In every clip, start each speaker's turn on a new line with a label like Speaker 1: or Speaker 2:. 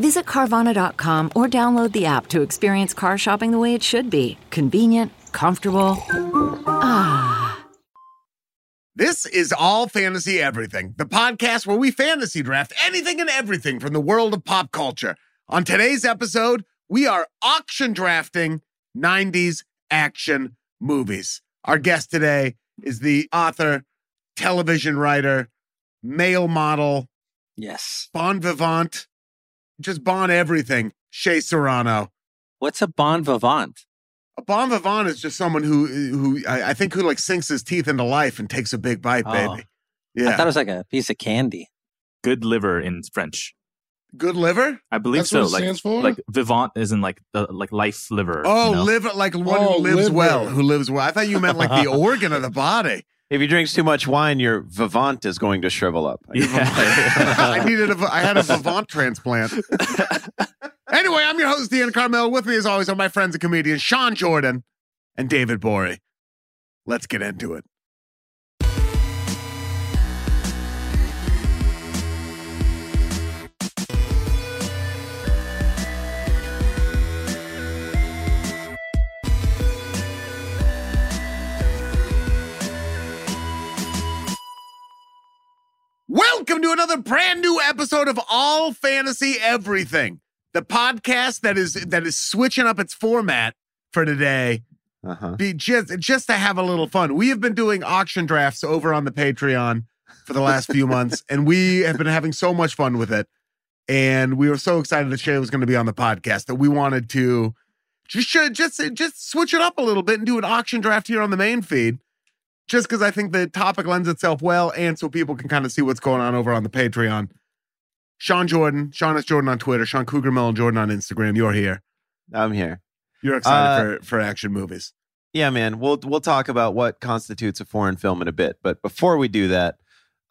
Speaker 1: Visit Carvana.com or download the app to experience car shopping the way it should be convenient, comfortable.
Speaker 2: This is All Fantasy Everything, the podcast where we fantasy draft anything and everything from the world of pop culture. On today's episode, we are auction drafting 90s action movies. Our guest today is the author, television writer, male model,
Speaker 3: Yes.
Speaker 2: bon vivant, just bon everything, Shea Serrano.
Speaker 3: What's a bon vivant?
Speaker 2: A bon vivant is just someone who who I, I think who like sinks his teeth into life and takes a big bite,
Speaker 3: Oh.
Speaker 2: baby.
Speaker 3: I
Speaker 2: Yeah,
Speaker 3: thought it was like a piece of candy.
Speaker 4: good liver in French.
Speaker 2: good liver.
Speaker 4: I believe
Speaker 5: That's
Speaker 4: so.
Speaker 5: what it
Speaker 4: like
Speaker 5: stands for?
Speaker 4: like vivant is in like uh, like life liver.
Speaker 2: Oh,
Speaker 4: you know?
Speaker 2: liver like one
Speaker 5: Oh,
Speaker 2: who lives
Speaker 5: liver.
Speaker 2: well, who lives well. I thought you meant like the organ of the body.
Speaker 6: If he drinks too much wine, your vivant is going to shrivel up.
Speaker 4: Yeah.
Speaker 2: I needed a I had a vivant transplant. anyway, I'm your host Ian Carmel. With me, as always, are my friends and comedians Sean Jordan and David Bory. Let's get into it. Welcome to another brand new episode of All Fantasy Everything, the podcast that is that is switching up its format for today
Speaker 6: Uh huh.
Speaker 2: be just just to have a little fun. We have been doing auction drafts over on the Patreon for the last few months, and we have been having so much fun with it. And we were so excited that Shay was going to be on the podcast that we wanted to just sh- just just switch it up a little bit and do an auction draft here on the main feed. Just because I think the topic lends itself well, and so people can kind of see what's going on over on the Patreon. Sean Jordan, Sean is Jordan on Twitter, Sean Cougar Mellon Jordan on Instagram. You're here.
Speaker 6: I'm here.
Speaker 2: You're excited
Speaker 6: Uh,
Speaker 2: for, for action movies.
Speaker 6: Yeah, man. We'll we'll talk about what constitutes a foreign film in a bit, but before we do that,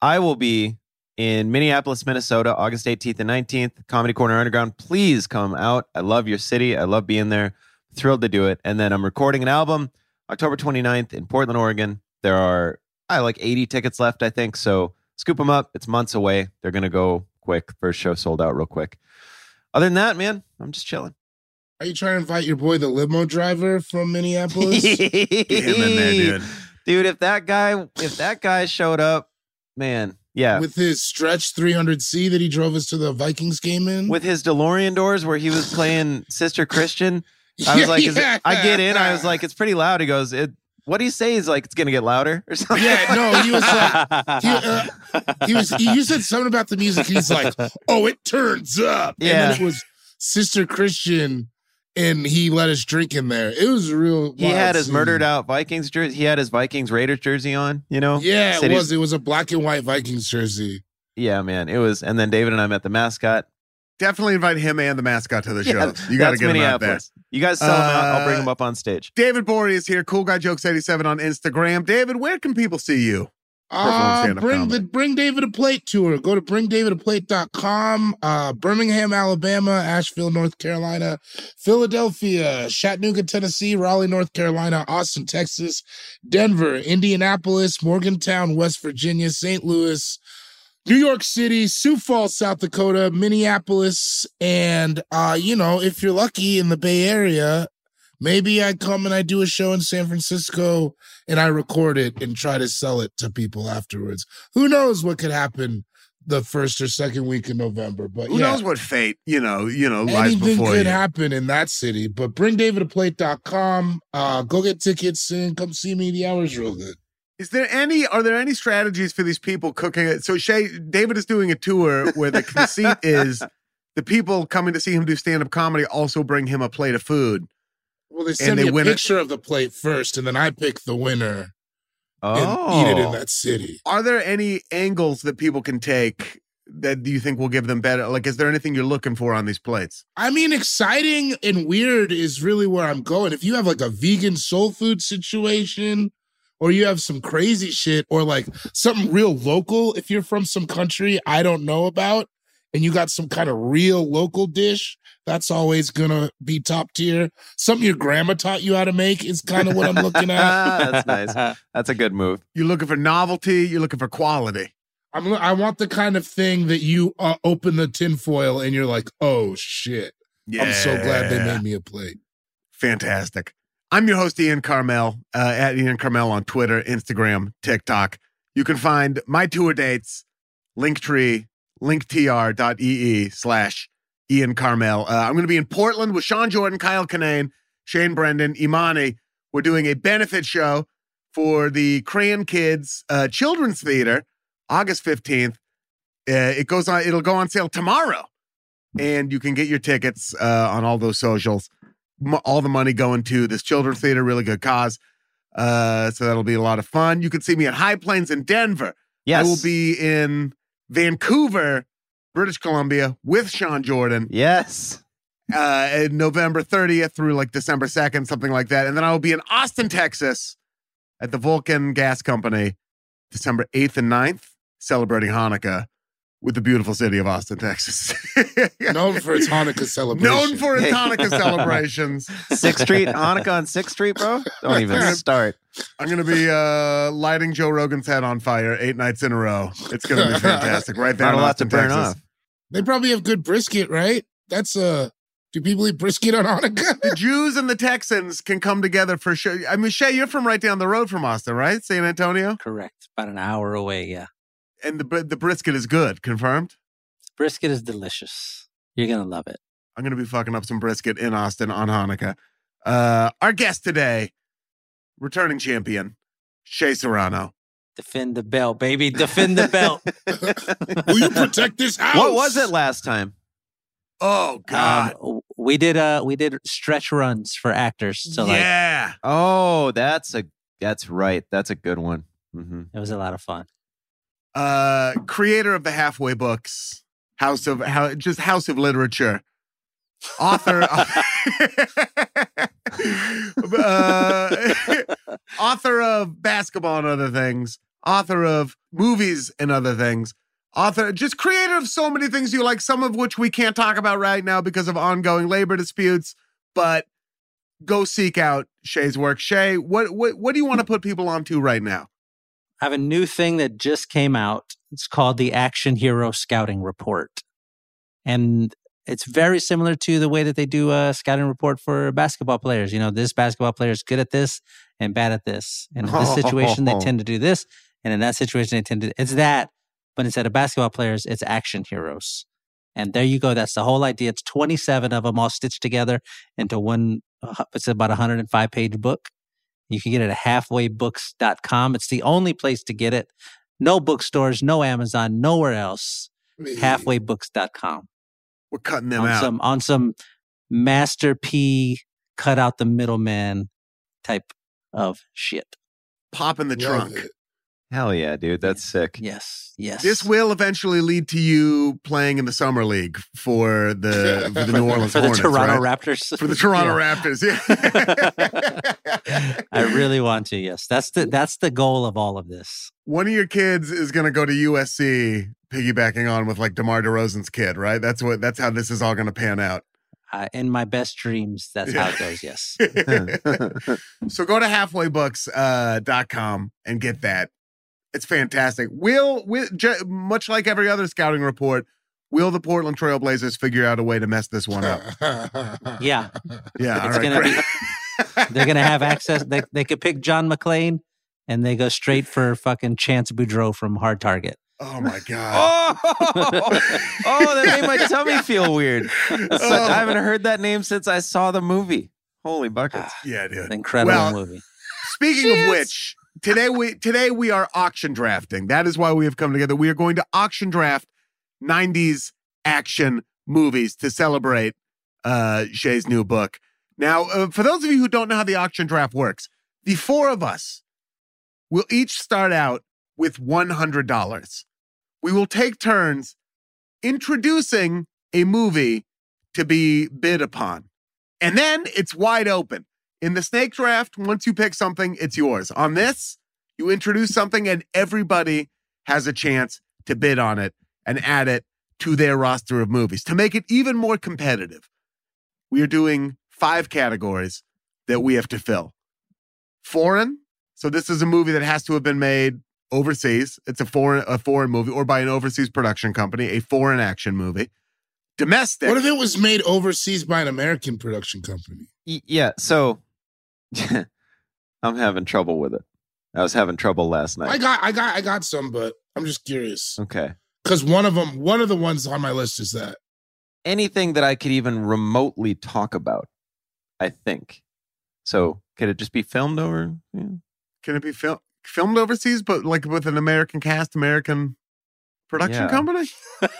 Speaker 6: I will be in Minneapolis, Minnesota, August 18th and 19th, Comedy Corner Underground. Please come out. I love your city. I love being there. Thrilled to do it. And then I'm recording an album October 29th in Portland, Oregon. There are I like 80 tickets left, I think. So scoop them up. It's months away. They're gonna go quick. First show sold out real quick. Other than that, man, I'm just chilling.
Speaker 5: Are you trying to invite your boy, the limo driver from Minneapolis?
Speaker 2: Get him in there, dude.
Speaker 6: dude if that guy if that guy showed up man yeah with,
Speaker 5: With his stretch 300C that he drove us to the Vikings game in?
Speaker 6: his delorean doors where he was playing sister christian i was like is it, i get in i was like it's pretty loud he goes it what do you say he's like it's gonna get louder or something
Speaker 5: Yeah, no, he was like- he, uh, he was. He, you said something about the music. He's like, oh, it turns up. And then
Speaker 6: Yeah.
Speaker 5: it was Sister Christian, and he let us drink in there. It was a real.
Speaker 6: he
Speaker 5: wild
Speaker 6: had his
Speaker 5: scene.
Speaker 6: murdered out vikings jersey he had his vikings raiders jersey on you know
Speaker 5: Yeah, it
Speaker 6: Cities-
Speaker 5: was. It was a black and white Vikings jersey.
Speaker 6: yeah man it was and then david and i met the mascot
Speaker 2: Definitely invite him and the mascot to the
Speaker 6: Yeah,
Speaker 2: show. You got to
Speaker 6: that's
Speaker 2: get him out there.
Speaker 6: Minneapolis. you guys sell him out i'll bring
Speaker 2: Uh,
Speaker 6: him up on stage
Speaker 2: David Bory is here. Cool Guy Jokes eighty seven on Instagram. David, where can people see you? Perform
Speaker 5: Uh,
Speaker 2: stand-up
Speaker 5: bring
Speaker 2: comedy.
Speaker 5: the Bring David a Plate tour. Go to bringdavidaplate.com. Uh, Birmingham, Alabama, Asheville, North Carolina, Philadelphia, Chattanooga, Tennessee, Raleigh, North Carolina, Austin, Texas, Denver, Indianapolis, Morgantown, West Virginia, St. Louis, New York City, Sioux Falls, South Dakota, Minneapolis, and uh, you know, if you're lucky in the Bay Area, maybe I come and I do a show in San Francisco and I record it and try to sell it to people afterwards. Who knows what could happen the first or second week in November? But
Speaker 2: Who
Speaker 5: yeah,
Speaker 2: knows what fate you know you know lies
Speaker 5: anything
Speaker 2: before
Speaker 5: could
Speaker 2: you.
Speaker 5: happen in that city. But bring David to plate.com. Uh, go get tickets and come see me. The hour's real good.
Speaker 2: Is there any? Are there any strategies for these people cooking it? So Shay, David is doing a tour where the conceit is the people coming to see him do stand up comedy also bring him a plate of food.
Speaker 5: Well, they send
Speaker 2: they
Speaker 5: me a
Speaker 2: win it.
Speaker 5: picture of the plate first, and then I pick the winner and
Speaker 6: oh
Speaker 2: Oh.
Speaker 5: eat it in that city.
Speaker 2: Are there any angles that people can take that you think will give them better? Like, is there anything you're looking for on these plates?
Speaker 5: I mean, exciting and weird is really where I'm going. If you have like a vegan soul food situation, or you have some crazy shit, or like something real local, if you're from some country I don't know about, and you got some kind of real local dish, that's always gonna be top tier. Something your grandma taught you how to make is kind of what I'm looking at.
Speaker 2: Ah,
Speaker 6: That's nice. That's a good move.
Speaker 2: You're looking for novelty. You're looking for quality.
Speaker 5: I'm, I want the kind of thing that you uh, open the tinfoil and you're like, oh shit. I'm so glad they
Speaker 2: Yeah.
Speaker 5: made me a plate.
Speaker 2: Fantastic. I'm your host, Ian Carmel, uh, at Ian Carmel on Twitter, Instagram, TikTok. You can find my tour dates, linktree, linktr.ee slash Ian Carmel. Uh, I'm going to be in Portland with Sean Jordan, Kyle Kinane, Shane Brendan, Imani. We're doing a benefit show for the Crayon Kids uh, Children's Theater, August 15th. Uh, it goes on, it'll go on sale tomorrow. And you can get your tickets uh, on all those socials m- all the money going to this children's theater, really good cause. Uh, so that'll be a lot of fun. You can see me at High Plains in Denver.
Speaker 6: Yes.
Speaker 2: I will be in Vancouver, British Columbia with Sean Jordan
Speaker 6: Yes.
Speaker 2: uh, in November 30th through like December 2nd, something like that. And then I will be in Austin, Texas at the Vulcan Gas Company December 8th and 9th, celebrating Hanukkah with the beautiful city of Austin, Texas.
Speaker 5: Known for its Hanukkah celebration.
Speaker 2: Known for its
Speaker 6: Hey.
Speaker 2: Hanukkah celebrations.
Speaker 6: Sixth Street, Hanukkah on Sixth Street, bro. Don't even start.
Speaker 2: I'm gonna be uh, lighting Joe Rogan's head on fire eight nights in a row. It's gonna be fantastic, right there.
Speaker 6: Not a
Speaker 2: in
Speaker 6: lot to
Speaker 2: Austin,
Speaker 6: burn
Speaker 2: Texas.
Speaker 6: off.
Speaker 5: They probably have good brisket, right? That's Uh, do people eat brisket on Hanukkah?
Speaker 2: The Jews and the Texans can come together for sure. I mean, Shay, you're from right down the road from Austin, right? San Antonio,
Speaker 3: Correct. About an hour away. Yeah.
Speaker 2: and the br- the brisket is good, confirmed.
Speaker 3: Brisket is delicious. You're going to love it.
Speaker 2: I'm gonna be fucking up some brisket in Austin on Hanukkah. Uh, our guest today, returning champion Shay Serrano.
Speaker 3: Defend the belt, baby. Defend the belt.
Speaker 5: Will you protect this house?
Speaker 6: What was it last time?
Speaker 2: Oh
Speaker 3: um,
Speaker 2: God,
Speaker 3: w- we did uh we did stretch runs for actors. So like
Speaker 2: yeah.
Speaker 6: Oh, that's a that's right. That's a good one. hmm
Speaker 3: it was a lot of fun.
Speaker 2: uh creator of the halfway books house of how just house of literature author uh, author of basketball and other things author of movies and other things author just creator of so many things you like some of which we can't talk about right now because of ongoing labor disputes but go seek out shay's work shay what what, what do you want to put people onto right now
Speaker 3: I have a new thing that just came out. It's called the Action Hero Scouting Report. And it's very similar to the way that they do a scouting report for basketball players. You know, this basketball player is good at this and bad at this. And in this situation, they tend to do this. And in that situation, they tend to, it's that. But instead of basketball players, it's action heroes. And there you go. That's the whole idea. It's 27 of them all stitched together into one, uh, it's about a 105 page book. You can get it at halfwaybooks.com. It's the only place to get it. No bookstores, no Amazon, nowhere else. Halfwaybooks.com
Speaker 2: we're cutting them
Speaker 3: on
Speaker 2: out
Speaker 3: some on some master P cut out the middleman type of shit.
Speaker 2: pop in the
Speaker 5: Love
Speaker 2: trunk.
Speaker 5: it.
Speaker 6: Hell yeah, dude. That's sick.
Speaker 3: Yes, yes.
Speaker 2: This will eventually lead to you playing in the summer league for the for the New Orleans
Speaker 3: for the
Speaker 2: Hornets,
Speaker 3: Toronto
Speaker 2: right?
Speaker 3: Raptors.
Speaker 2: For the Toronto
Speaker 3: Yeah.
Speaker 2: Raptors, yeah.
Speaker 3: I really want to. Yes, that's the that's the goal of all of this.
Speaker 2: One of your kids is going to go to USC, piggybacking on with like DeMar DeRozan's kid, right? That's what. That's how this is all going to pan out.
Speaker 3: Uh, in my best dreams, that's how it
Speaker 2: Yeah.
Speaker 3: goes. Yes.
Speaker 2: so go to halfwaybooks.com and get that. It's fantastic. Will, will ju- much like every other scouting report, will the Portland Trailblazers figure out a way to mess this one up?
Speaker 3: Yeah.
Speaker 2: Yeah, all
Speaker 3: It's
Speaker 2: right,
Speaker 3: gonna
Speaker 2: great.
Speaker 3: They're gonna have access. They they could pick John McClain, and they go straight for fucking Chance Boudreau from Hard Target.
Speaker 2: oh my god.
Speaker 6: Oh, oh, that made my tummy feel weird. So- I
Speaker 2: Oh,
Speaker 6: haven't heard that name since I saw the movie. Holy buckets.
Speaker 2: yeah, dude.
Speaker 3: Incredible
Speaker 2: Well,
Speaker 3: movie.
Speaker 2: Speaking of which, today we today we are auction drafting. That is why we have come together. We are going to auction draft 90s action movies to celebrate uh Shay's new book. Now, uh, for those of you who don't know how the auction draft works, the four of us will each start out with $100. We will take turns introducing a movie to be bid upon. And then it's wide open. In the snake draft, once you pick something, it's yours. On this, you introduce something and everybody has a chance to bid on it and add it to their roster of movies to make it even more competitive. We are doing five categories that we have to fill foreign. So this is a movie that has to have been made overseas. It's a foreign a foreign movie or by an overseas production company, a foreign action movie. Domestic.
Speaker 5: What if it was made overseas by an American production company?
Speaker 6: Y- yeah, so I'm having trouble with it. I was having trouble last night.
Speaker 5: I got, I got, I got some, but I'm just curious
Speaker 6: okay.
Speaker 5: because one of them, one of the ones on my list is that.
Speaker 6: Anything that I could even remotely talk about, I think. So could it just be filmed over? Yeah.
Speaker 2: Can it be fil- filmed overseas but like with an American cast, American production
Speaker 6: Yeah.
Speaker 2: company?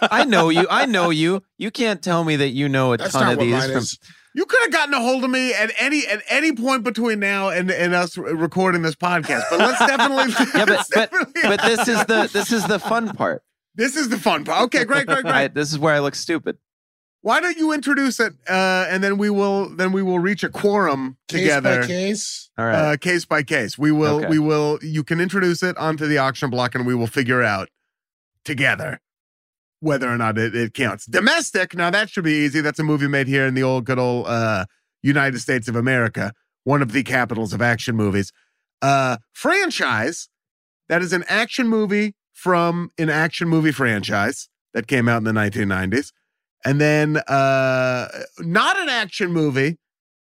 Speaker 6: I know you. I know you. You can't tell me that you know a
Speaker 5: That's
Speaker 6: ton
Speaker 5: not
Speaker 6: of
Speaker 5: what
Speaker 6: these.
Speaker 5: mine
Speaker 6: From,
Speaker 5: is.
Speaker 2: You could have gotten a hold of me at any at any point between now and and us re- recording this podcast. But let's definitely
Speaker 6: Yeah, but-
Speaker 2: let's definitely-
Speaker 6: but this is the this is the fun part.
Speaker 2: this is the fun part. Okay, great, great,
Speaker 6: I,
Speaker 2: great.
Speaker 6: this is where I look stupid.
Speaker 2: Why don't you introduce it uh, and then we will then we will reach a quorum
Speaker 5: Case
Speaker 2: together.
Speaker 5: by case.
Speaker 6: All right.
Speaker 2: uh, case by case. We will,
Speaker 6: Okay.
Speaker 2: we will, you can introduce it onto the auction block and we will figure out together whether or not it, it counts. Domestic, now that should be easy. That's a movie made here in the old, good old uh, United States of America, one of the capitals of action movies. Uh, franchise, that is an action movie from an action movie franchise that came out in the 1990s. And then uh, not an action movie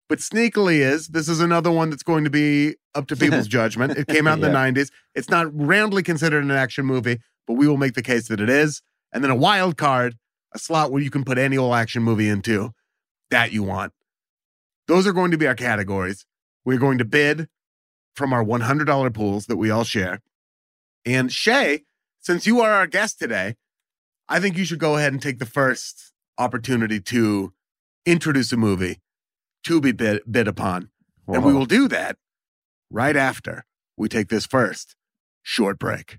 Speaker 2: but sneakily is. This is another one that's going to be up to people's judgment. It came out in
Speaker 6: Yeah.
Speaker 2: the 90s. It's not roundly considered an action movie, but we will make the case that it is. And then a wild card, a slot where you can put any old action movie into that you want. Those are going to be our categories. We're going to bid from our $100 pools that we all share. And Shay, since you are our guest today, I think you should go ahead and take the first opportunity to introduce a movie to be bid, bid upon. And we
Speaker 6: Whoa.
Speaker 2: will do that right after we take this first short break.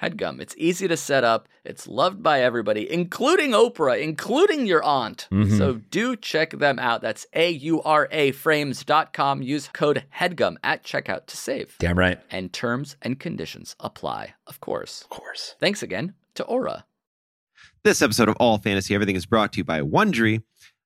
Speaker 7: HEADGUM. It's easy to set up, it's loved by everybody, including Oprah, including your aunt.
Speaker 8: Mhm.
Speaker 7: So do check them out. That's A U R A frames.com. Use code HEADGUM at checkout to save.
Speaker 8: Damn right.
Speaker 7: And terms and conditions apply, of course.
Speaker 8: Of course.
Speaker 7: Thanks again to Aura.
Speaker 6: This episode of All Fantasy Everything is brought to you by Wondery.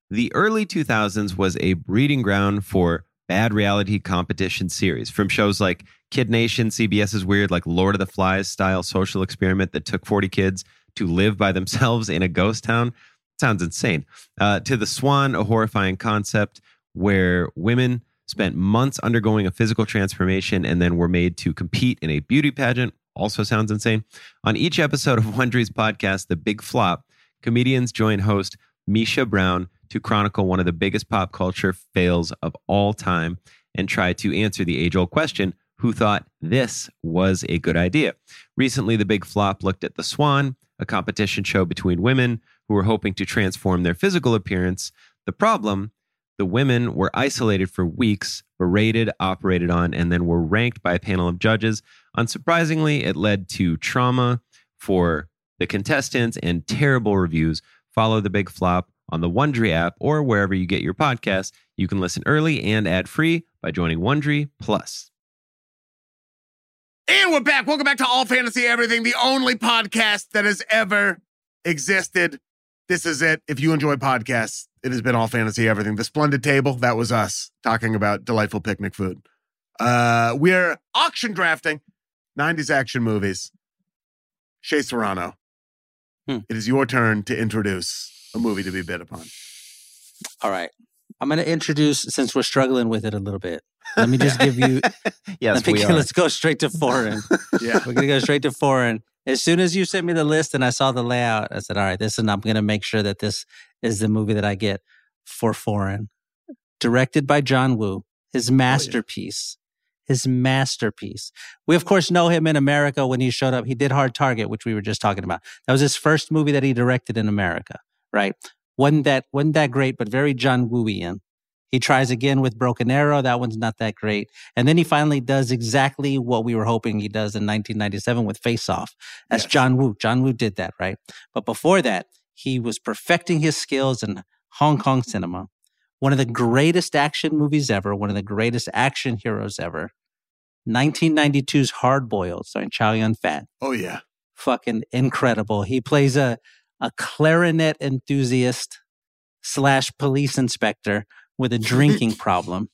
Speaker 6: The early 2000s was a breeding ground for bad reality competition series from shows like Kid Nation, CBS's weird, like Lord of the Flies style social experiment that took 40 kids to live by themselves in a ghost town. Sounds insane. Uh, to The Swan, a horrifying concept where women spent months undergoing a physical transformation and then were made to compete in a beauty pageant. Also sounds insane. On each episode of Wondery's podcast, The Big Flop, comedians join host Misha Brown to chronicle one of the biggest pop culture fails of all time and try to answer the age old question who thought this was a good idea? Recently, The Big Flop looked at The Swan, a competition show between women who were hoping to transform their physical appearance. The problem The women were isolated for weeks, berated, operated on, and then were ranked by a panel of judges. Unsurprisingly, it led to trauma for the contestants and terrible reviews. Follow the big flop on the Wondry app or wherever you get your podcasts. You can listen early and ad free by joining Wondry Plus.
Speaker 2: And we're back. Welcome back to All Fantasy Everything, the only podcast that has ever existed. This is it. If you enjoy podcasts, it has been All Fantasy Everything. The Splendid Table, that was us talking about delightful picnic food. Uh, we're auction drafting 90s action movies. Shay Serrano,
Speaker 3: Hmm.
Speaker 2: it is your turn to introduce a movie to be bid upon.
Speaker 3: All right. I'm going to introduce, since we're struggling with it a little bit, let me just give you,
Speaker 6: Yes,
Speaker 3: let me
Speaker 6: we
Speaker 3: go-
Speaker 6: are.
Speaker 3: let's go straight to foreign.
Speaker 2: Yeah.
Speaker 3: We're gonna go straight to foreign. As soon as you sent me the list and I saw the layout, I said, "All right, this and I'm gonna make sure that this is the movie that I get for foreign." Directed by John Woo, his masterpiece, his masterpiece. We of course know him in America when he showed up. He did Hard Target, which we were just talking about. That was his first movie that he directed in America, right? wasn't that wasn't that great, but very John Wooian. He tries again with Broken Arrow. That one's not that great. And then he finally does exactly what we were hoping he does in 1997 with Face Off. That's
Speaker 2: Yes.
Speaker 3: John Woo. John Woo did that, right? But before that, he was perfecting his skills in Hong Kong cinema. One of the greatest action movies ever, one of the greatest action heroes ever. 1992's Hard Boiled, starring Chow Yun Fat
Speaker 2: Oh, yeah.
Speaker 3: fucking incredible. He plays a a clarinet enthusiast slash police inspector with a drinking problem,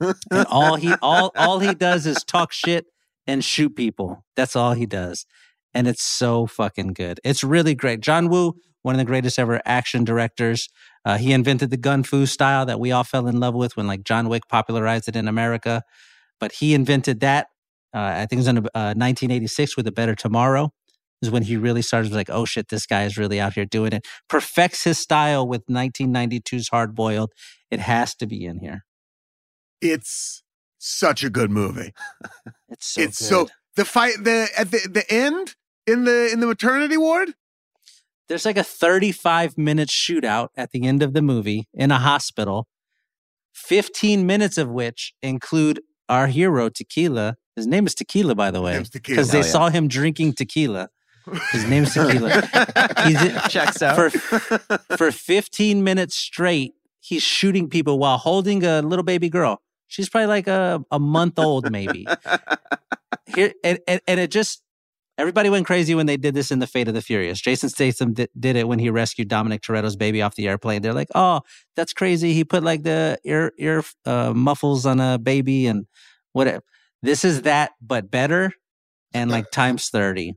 Speaker 3: and all he all all he does is talk shit and shoot people. That's all he does, and it's so fucking good. It's really great. John Woo, one of the greatest ever action directors. Uh, he invented the gun fu style that we all fell in love with when like John Wick popularized it in America, but he invented that. Uh, I think it was in uh, 1986 with a Better Tomorrow is when he really started like, oh shit, this guy is really out here doing it. Perfects his style with 1992's Hard Boiled. It has to be in here.
Speaker 2: It's such a good movie.
Speaker 3: It's so
Speaker 2: it's
Speaker 3: good.
Speaker 2: so the fight the at the, the end in the in the maternity ward
Speaker 3: there's like a 35 minute shootout at the end of the movie in a hospital, 15 minutes of which include our hero Tequila. His name is Tequila, by the way,
Speaker 2: Name's Tequila.
Speaker 3: because they
Speaker 6: Oh, yeah.
Speaker 3: saw him drinking tequila. His name's Tequila. He's-
Speaker 6: Checks out.
Speaker 3: for- for 15 minutes straight, he's shooting people while holding a little baby girl. She's probably like a, a month old, maybe. Here and, and, and it just everybody went crazy when they did this in the Fate of the Furious. Jason Statham di- did it when he rescued Dominic Toretto's baby off the airplane. They're like, "Oh, that's crazy. He put like the ear ear uh, muffles on a baby and whatever." This is that, but better, and like times thirty.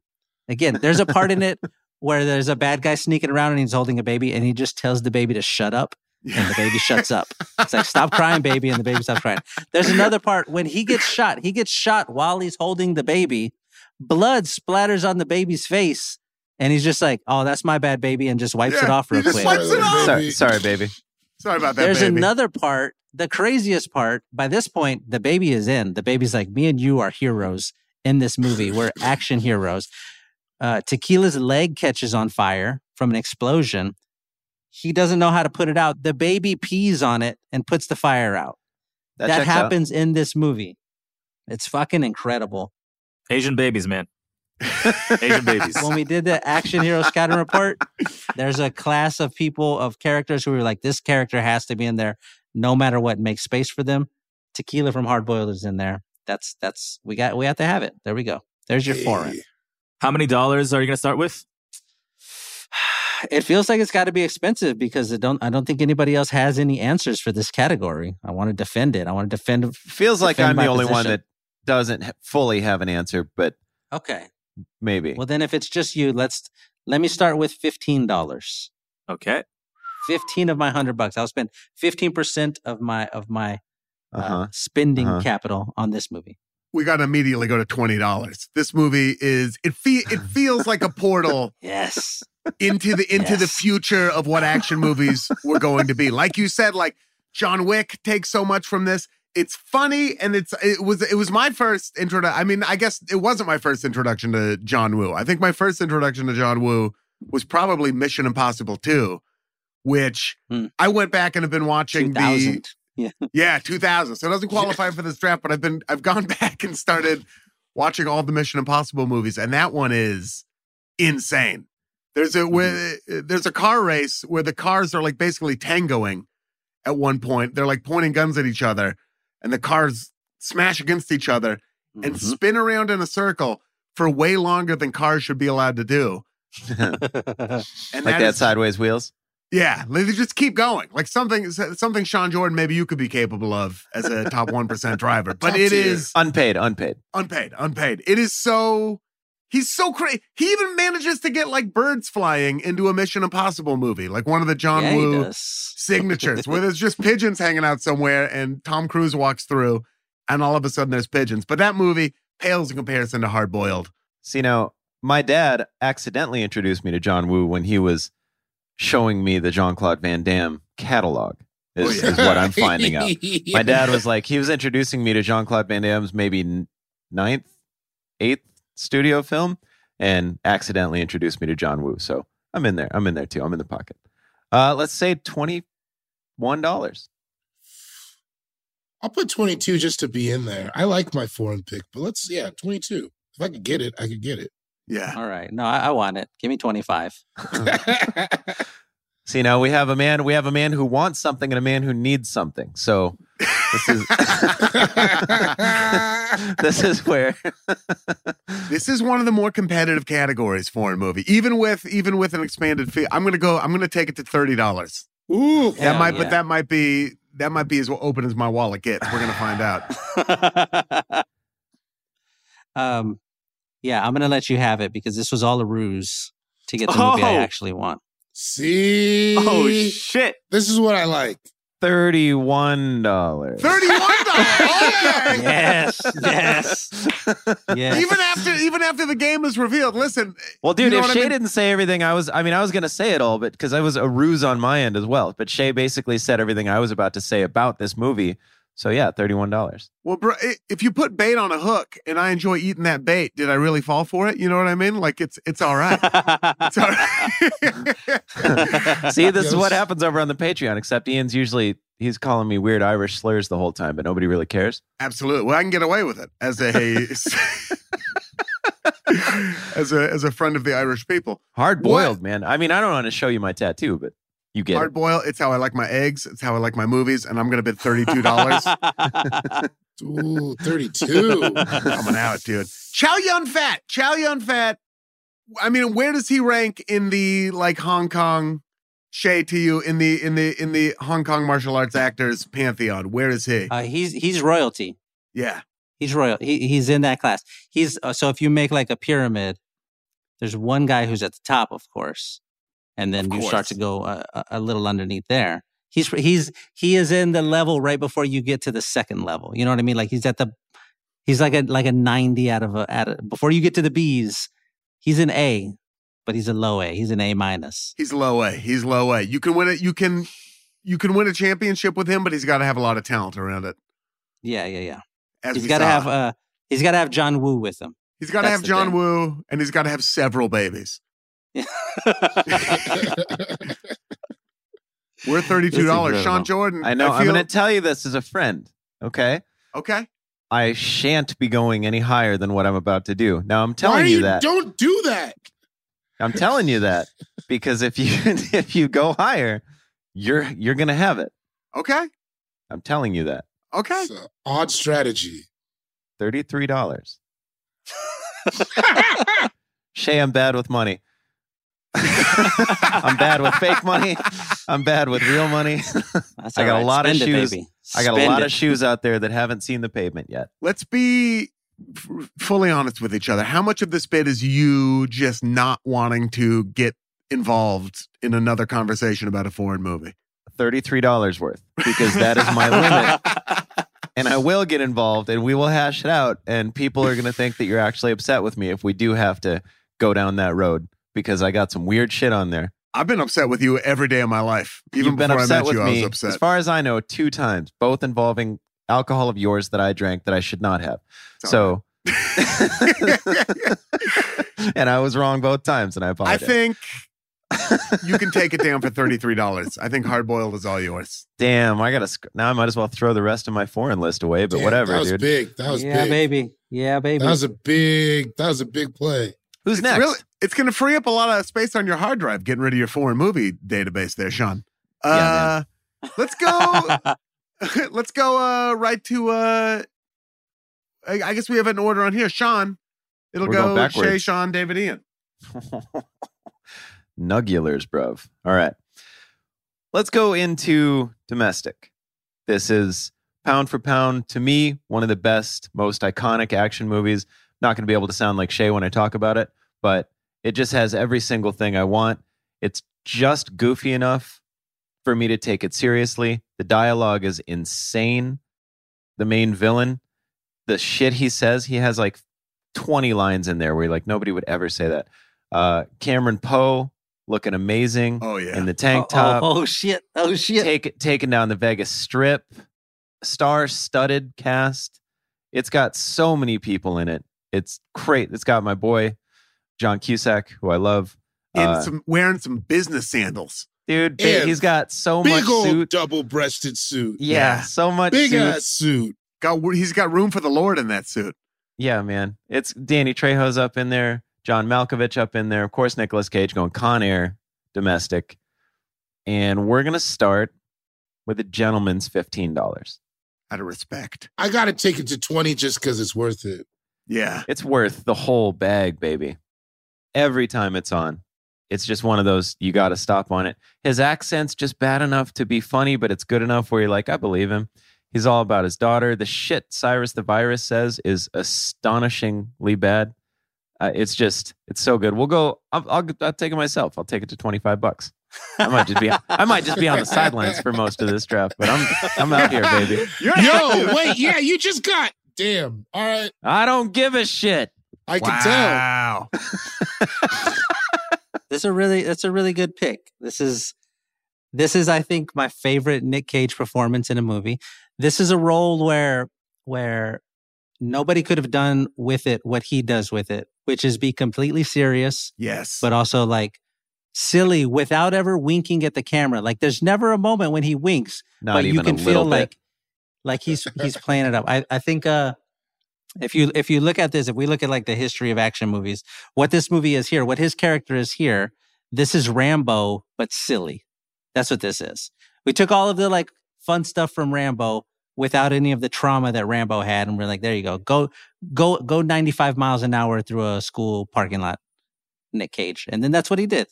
Speaker 3: Again, there's a part in it where there's a bad guy sneaking around and he's holding a baby and he just tells the baby to shut up and the baby shuts up. It's like, stop crying, baby. And the baby stops crying. There's another part when he gets shot, he gets shot while he's holding the baby. Blood splatters on the baby's face. And he's just like, oh, that's my bad, baby. And just wipes it
Speaker 2: Yeah,
Speaker 3: off
Speaker 2: he
Speaker 3: real
Speaker 2: just
Speaker 3: quick.
Speaker 2: wipes it off.
Speaker 6: sorry, sorry, baby.
Speaker 2: sorry about that
Speaker 3: There's
Speaker 2: baby.
Speaker 3: another part, the craziest part. By this point, the baby is in. The baby's like, me and you are heroes in this movie. We're action heroes. Uh, Tequila's leg catches on fire from an explosion. He doesn't know how to put it out. The baby pees on it and puts the fire out.
Speaker 6: That,
Speaker 3: that
Speaker 6: checks out.
Speaker 3: happens in this movie. It's fucking incredible.
Speaker 4: Asian babies, man. Asian babies.
Speaker 3: when we did the action hero scouting report, there's a class of people of characters who were like, this character has to be in there, no matter what, make space for them. Tequila from Hard Boiled is in there. That's that's we got we have to have it. There we go. There's your foreign.
Speaker 4: How many dollars are you going to start with?
Speaker 3: It feels like it's got to be expensive because I don't I don't think anybody else has any answers for this category. I want to defend it. I want to defend.
Speaker 6: Feels like
Speaker 3: Defend
Speaker 6: I'm the
Speaker 3: my
Speaker 6: only one
Speaker 3: position.
Speaker 6: that doesn't ha- fully have an answer, but
Speaker 3: Okay.
Speaker 6: maybe.
Speaker 3: Well, then if it's just you, let's let me start with fifteen dollars.
Speaker 4: Okay.
Speaker 3: 15 of my 100 bucks i'll spend 15% of my of my uh,
Speaker 6: Uh-huh.
Speaker 3: spending
Speaker 6: Uh-huh.
Speaker 3: capital on this movie
Speaker 2: we gotta immediately go to twenty dollars. This movie is it fe- it feels like a portal
Speaker 3: yes
Speaker 2: into the into the
Speaker 3: Yes.
Speaker 2: future of what action movies were going to be. Like you said, like John Wick takes so much from this. It's funny and it's it was it was my first intro. I mean, I guess it wasn't my first introduction to John Woo. I think my first introduction to John Woo was probably Mission Impossible 2, which
Speaker 3: Hmm.
Speaker 2: I went back and have been watching the
Speaker 3: 2000.
Speaker 2: yeah 2000. So it doesn't qualify for this draft, but I've been I've gone back and started watching all the Mission Impossible movies, and that one is insane. There's a where,
Speaker 6: Mm-hmm.
Speaker 2: there's a car race where the cars are like basically tangoing at one point. They're like pointing guns at each other, and the cars smash against each other and
Speaker 6: Mm-hmm.
Speaker 3: Mhm.
Speaker 2: spin around in a circle for way longer than cars should be allowed to do.
Speaker 6: Mm-hmm.
Speaker 2: And
Speaker 6: like
Speaker 2: that
Speaker 6: that
Speaker 2: is-
Speaker 6: sideways wheels.
Speaker 2: Yeah, like, they just keep going. Like something, something Sean Jordan, maybe you could be capable of as a top one percent driver, but
Speaker 5: Top
Speaker 2: it
Speaker 5: tier.
Speaker 2: is
Speaker 6: Unpaid, unpaid.
Speaker 2: unpaid, unpaid. It is so. He's so crazy. He even manages to get like birds flying into a Mission Impossible movie, like one of the John
Speaker 3: yeah, he
Speaker 2: Woo
Speaker 3: does.
Speaker 2: signatures where there's just pigeons hanging out somewhere and Tom Cruise walks through and all of a sudden there's pigeons. But that movie pales in comparison to Hard Boiled.
Speaker 6: See, now my dad accidentally introduced me to John Woo when he was showing me the Jean Claude Van Damme catalog, is,
Speaker 2: Oh, yeah.
Speaker 6: is what I'm finding out. My dad
Speaker 5: was.
Speaker 6: was like, he was introducing me to Jean Claude Van Damme's maybe n- ninth, eighth studio film, and accidentally introduced me to John Woo. So I'm in there. I'm in there too. I'm in the pocket. Uh, let's say twenty one dollars.
Speaker 5: I'll put 22 just to be in there. I like my foreign pick, but let's, yeah, 22. If I could get it, I could get it.
Speaker 2: Yeah.
Speaker 3: All right. No, I, I want it. Give me 25.
Speaker 6: See, now we have a man. We have a man who wants something and a man who needs something. So this is this is where
Speaker 2: This is one of the more competitive categories foreign movie, even with even with an expanded fee. I'm gonna go. I'm gonna take it to thirty dollars.
Speaker 5: Ooh.
Speaker 2: That
Speaker 3: Hell
Speaker 2: might,
Speaker 3: yeah.
Speaker 2: but that might be that might be as open as my wallet gets. We're gonna find out.
Speaker 3: um, yeah, I'm gonna let you have it because this was all a ruse to get the movie I
Speaker 4: Oh.
Speaker 3: actually want.
Speaker 5: See?
Speaker 4: Oh shit!
Speaker 5: this is what I like.
Speaker 6: thirty one dollars.
Speaker 2: Thirty-one dollars.
Speaker 3: yes, yes, yes.
Speaker 2: Even after even after the game is revealed, listen.
Speaker 6: Well, dude,
Speaker 2: You know
Speaker 6: if
Speaker 2: what I
Speaker 6: Shay
Speaker 2: mean?
Speaker 6: didn't say everything, I was—I mean, I was gonna say it all, but because I was a ruse on my end as well. But Shay basically said everything I was about to say about this movie. So yeah, thirty-one dollars.
Speaker 2: Well, bro, i- if you put bait on a hook and I enjoy eating that bait, did I really fall for it? You know what I mean? Like it's it's all right. It's all right.
Speaker 6: See, this is what
Speaker 5: Yes.
Speaker 6: happens over on the Patreon. Except Ian's usually—he's calling me weird Irish slurs the whole time, but nobody really cares.
Speaker 2: Absolutely. Well, I can get away with it as a as a as a friend of the Irish people.
Speaker 6: Hard boiled, man. I mean, I don't want to show you my tattoo, but you get
Speaker 2: Hard boil. It's how I like my eggs. It's how I like my movies. And I'm gonna bid thirty two dollars.
Speaker 5: Ooh, 32.
Speaker 2: coming out, dude. Chow Yun Fat. Chow Yun Fat. I mean, where does he rank in the like Hong Kong? Shay to you in the in the in the Hong Kong martial arts actors pantheon. Where is he?
Speaker 3: uh, he's he's royalty.
Speaker 2: yeah.
Speaker 3: He's royal. He, he's in that class. He's uh, so if you make like a pyramid, there's one guy who's at the top, of course, and then
Speaker 2: Of
Speaker 3: you start
Speaker 2: course.
Speaker 3: to go a, a- a little underneath there. He's he's he is in the level right before you get to the second level. You know what I mean? Like he's at the he's like a like a ninety out of a out of, before you get to the B's. He's an A, but he's a low A. He's an A minus.
Speaker 2: He's low A. He's low A. You can win it. You can you can win a championship with him, but he's got to have a lot of talent around it.
Speaker 3: Yeah, yeah, yeah.
Speaker 2: As
Speaker 3: He's
Speaker 2: we
Speaker 3: got to
Speaker 2: saw.
Speaker 3: have uh he's got to have John Woo with him.
Speaker 2: he's got to
Speaker 3: that's
Speaker 2: have
Speaker 3: the
Speaker 2: John
Speaker 3: thing.
Speaker 2: Woo, and he's got to have several babies. We're thirty two dollars. Sean
Speaker 6: incredible.
Speaker 2: Jordan.
Speaker 6: I know. I am
Speaker 2: feel-
Speaker 6: going to tell you this as a friend. Okay,
Speaker 2: okay.
Speaker 6: I shan't be going any higher than what I'm about to do. Now I'm
Speaker 5: Why
Speaker 6: telling
Speaker 5: are
Speaker 6: you that.
Speaker 5: Don't do that.
Speaker 6: I'm telling you that because if you if you go higher, you're you're gonna have it.
Speaker 2: Okay.
Speaker 6: I'm telling you that.
Speaker 2: Okay.
Speaker 5: It's an odd strategy.
Speaker 6: Thirty three dollars. Shay, I'm bad with money. I'm bad with fake money. I'm bad with real money.
Speaker 3: That's
Speaker 6: I got a
Speaker 3: all right.
Speaker 6: lot of
Speaker 3: Spend it,
Speaker 6: shoes.
Speaker 3: baby.
Speaker 6: I got a
Speaker 3: Spend
Speaker 6: lot
Speaker 3: it.
Speaker 6: of shoes out there that haven't seen the pavement yet.
Speaker 2: Let's be f- fully honest with each other. How much of this bit is you just not wanting to get involved in another conversation about a foreign movie?
Speaker 6: Thirty-three dollars worth, because that is my limit, and I will get involved, and we will hash it out, and people are going to think that you're actually upset with me if we do have to go down that road because I got some weird shit on there.
Speaker 2: I've been upset with you every day of my life. Even
Speaker 6: You've been
Speaker 2: before
Speaker 6: upset
Speaker 2: I met
Speaker 6: with
Speaker 2: you, I
Speaker 6: me,
Speaker 2: was upset.
Speaker 6: as far as I know, two times, both involving alcohol of yours that I drank that I should not have.
Speaker 2: It's all
Speaker 6: so, and I was wrong both times, and I
Speaker 2: I
Speaker 6: apologize.
Speaker 2: think you can take it down for $33. I think hard boiled is all yours.
Speaker 6: Damn, I gotta sc- now. I might as well throw the rest of my foreign list away. But
Speaker 5: Damn,
Speaker 6: whatever,
Speaker 5: That was
Speaker 6: dude.
Speaker 5: big. That was
Speaker 3: yeah,
Speaker 5: big.
Speaker 3: baby. Yeah, baby.
Speaker 5: That was a big. That was a big play.
Speaker 6: Who's
Speaker 2: It's
Speaker 6: next?
Speaker 2: really- it's going to free up a lot of space on your hard drive, getting rid of your foreign movie database there, Sean. Uh,
Speaker 6: Yeah,
Speaker 2: let's
Speaker 3: Oh,
Speaker 2: go. let's go uh, right to. Uh, I, I guess we have an order on here. Sean, it'll
Speaker 6: We're
Speaker 2: go
Speaker 6: going
Speaker 2: Shay,
Speaker 6: backwards.
Speaker 2: Sean, David, Ian.
Speaker 6: Nugulars, bruv. All right. Let's go into domestic. This is pound for pound, to me, one of the best, most iconic action movies. Not going to be able to sound like Shay when I talk about it, but it just has every single thing I want. It's just goofy enough for me to take it seriously. The dialogue is insane. The main villain, the shit he says, he has like 20 lines in there where you're like, nobody would ever say that. Uh, Cameron Poe looking amazing
Speaker 2: Oh, yeah.
Speaker 6: in the tank
Speaker 3: Oh,
Speaker 6: top
Speaker 3: Oh, oh, shit. Oh shit.
Speaker 6: take, taken down the Vegas Strip, star studded cast. It's got so many people in it. It's great. It's got my boy, John Cusack, who I love.
Speaker 2: in
Speaker 6: Uh,
Speaker 2: some wearing some business sandals.
Speaker 6: dude, ba-
Speaker 5: and
Speaker 6: he's got so much
Speaker 5: big old
Speaker 6: Oh, suit.
Speaker 5: double-breasted suit.
Speaker 6: Yeah, so much
Speaker 5: Big
Speaker 6: suit.
Speaker 5: ass suit.
Speaker 2: Got he's got room for the Lord in that suit.
Speaker 6: Yeah, man. It's Danny Trejo's up in there, John Malkovich up in there, of course, Nicolas Cage going Con Air domestic. And we're going to start with a gentleman's $15.
Speaker 2: Out of respect.
Speaker 5: I gotta take it to twenty just because it's worth it.
Speaker 2: Yeah.
Speaker 6: It's worth the whole bag, baby. Every time it's on, it's just one of those you got to stop on it. His accent's just bad enough to be funny, but it's good enough where you're like, I believe him. He's all about his daughter. The shit Cyrus the Virus says is astonishingly bad. Uh, it's just, it's so good. We'll go. I'll, I'll, I'll take it myself. I'll take it to twenty five bucks. I might just be, I might just be on the sidelines for most of this draft, but I'm, I'm out here, baby.
Speaker 2: You're
Speaker 5: Yo, wait, yeah, you just got. Damn. All right,
Speaker 6: I don't give a shit.
Speaker 5: I can tell.
Speaker 2: wow.
Speaker 3: This is a really that's a really good pick. This is this is I think my favorite Nick Cage performance in a movie. This is a role where where nobody could have done with it what he does with it, which is be completely serious
Speaker 2: Yes.
Speaker 3: but also like silly without ever winking at the camera. Like there's never a moment when he winks,
Speaker 6: Not
Speaker 3: but
Speaker 6: even
Speaker 3: you can
Speaker 6: a
Speaker 3: feel
Speaker 6: little bit.
Speaker 3: like like he's he's playing it up. I I think uh if you if you look at this, if we look at like the history of action movies, what this movie is here, what his character is here, this is Rambo but silly. That's what this is. We took all of the like fun stuff from Rambo without any of the trauma that Rambo had and we're like there you go. Go go go 95 miles an hour through a school parking lot. Nick Cage. And then that's what he did.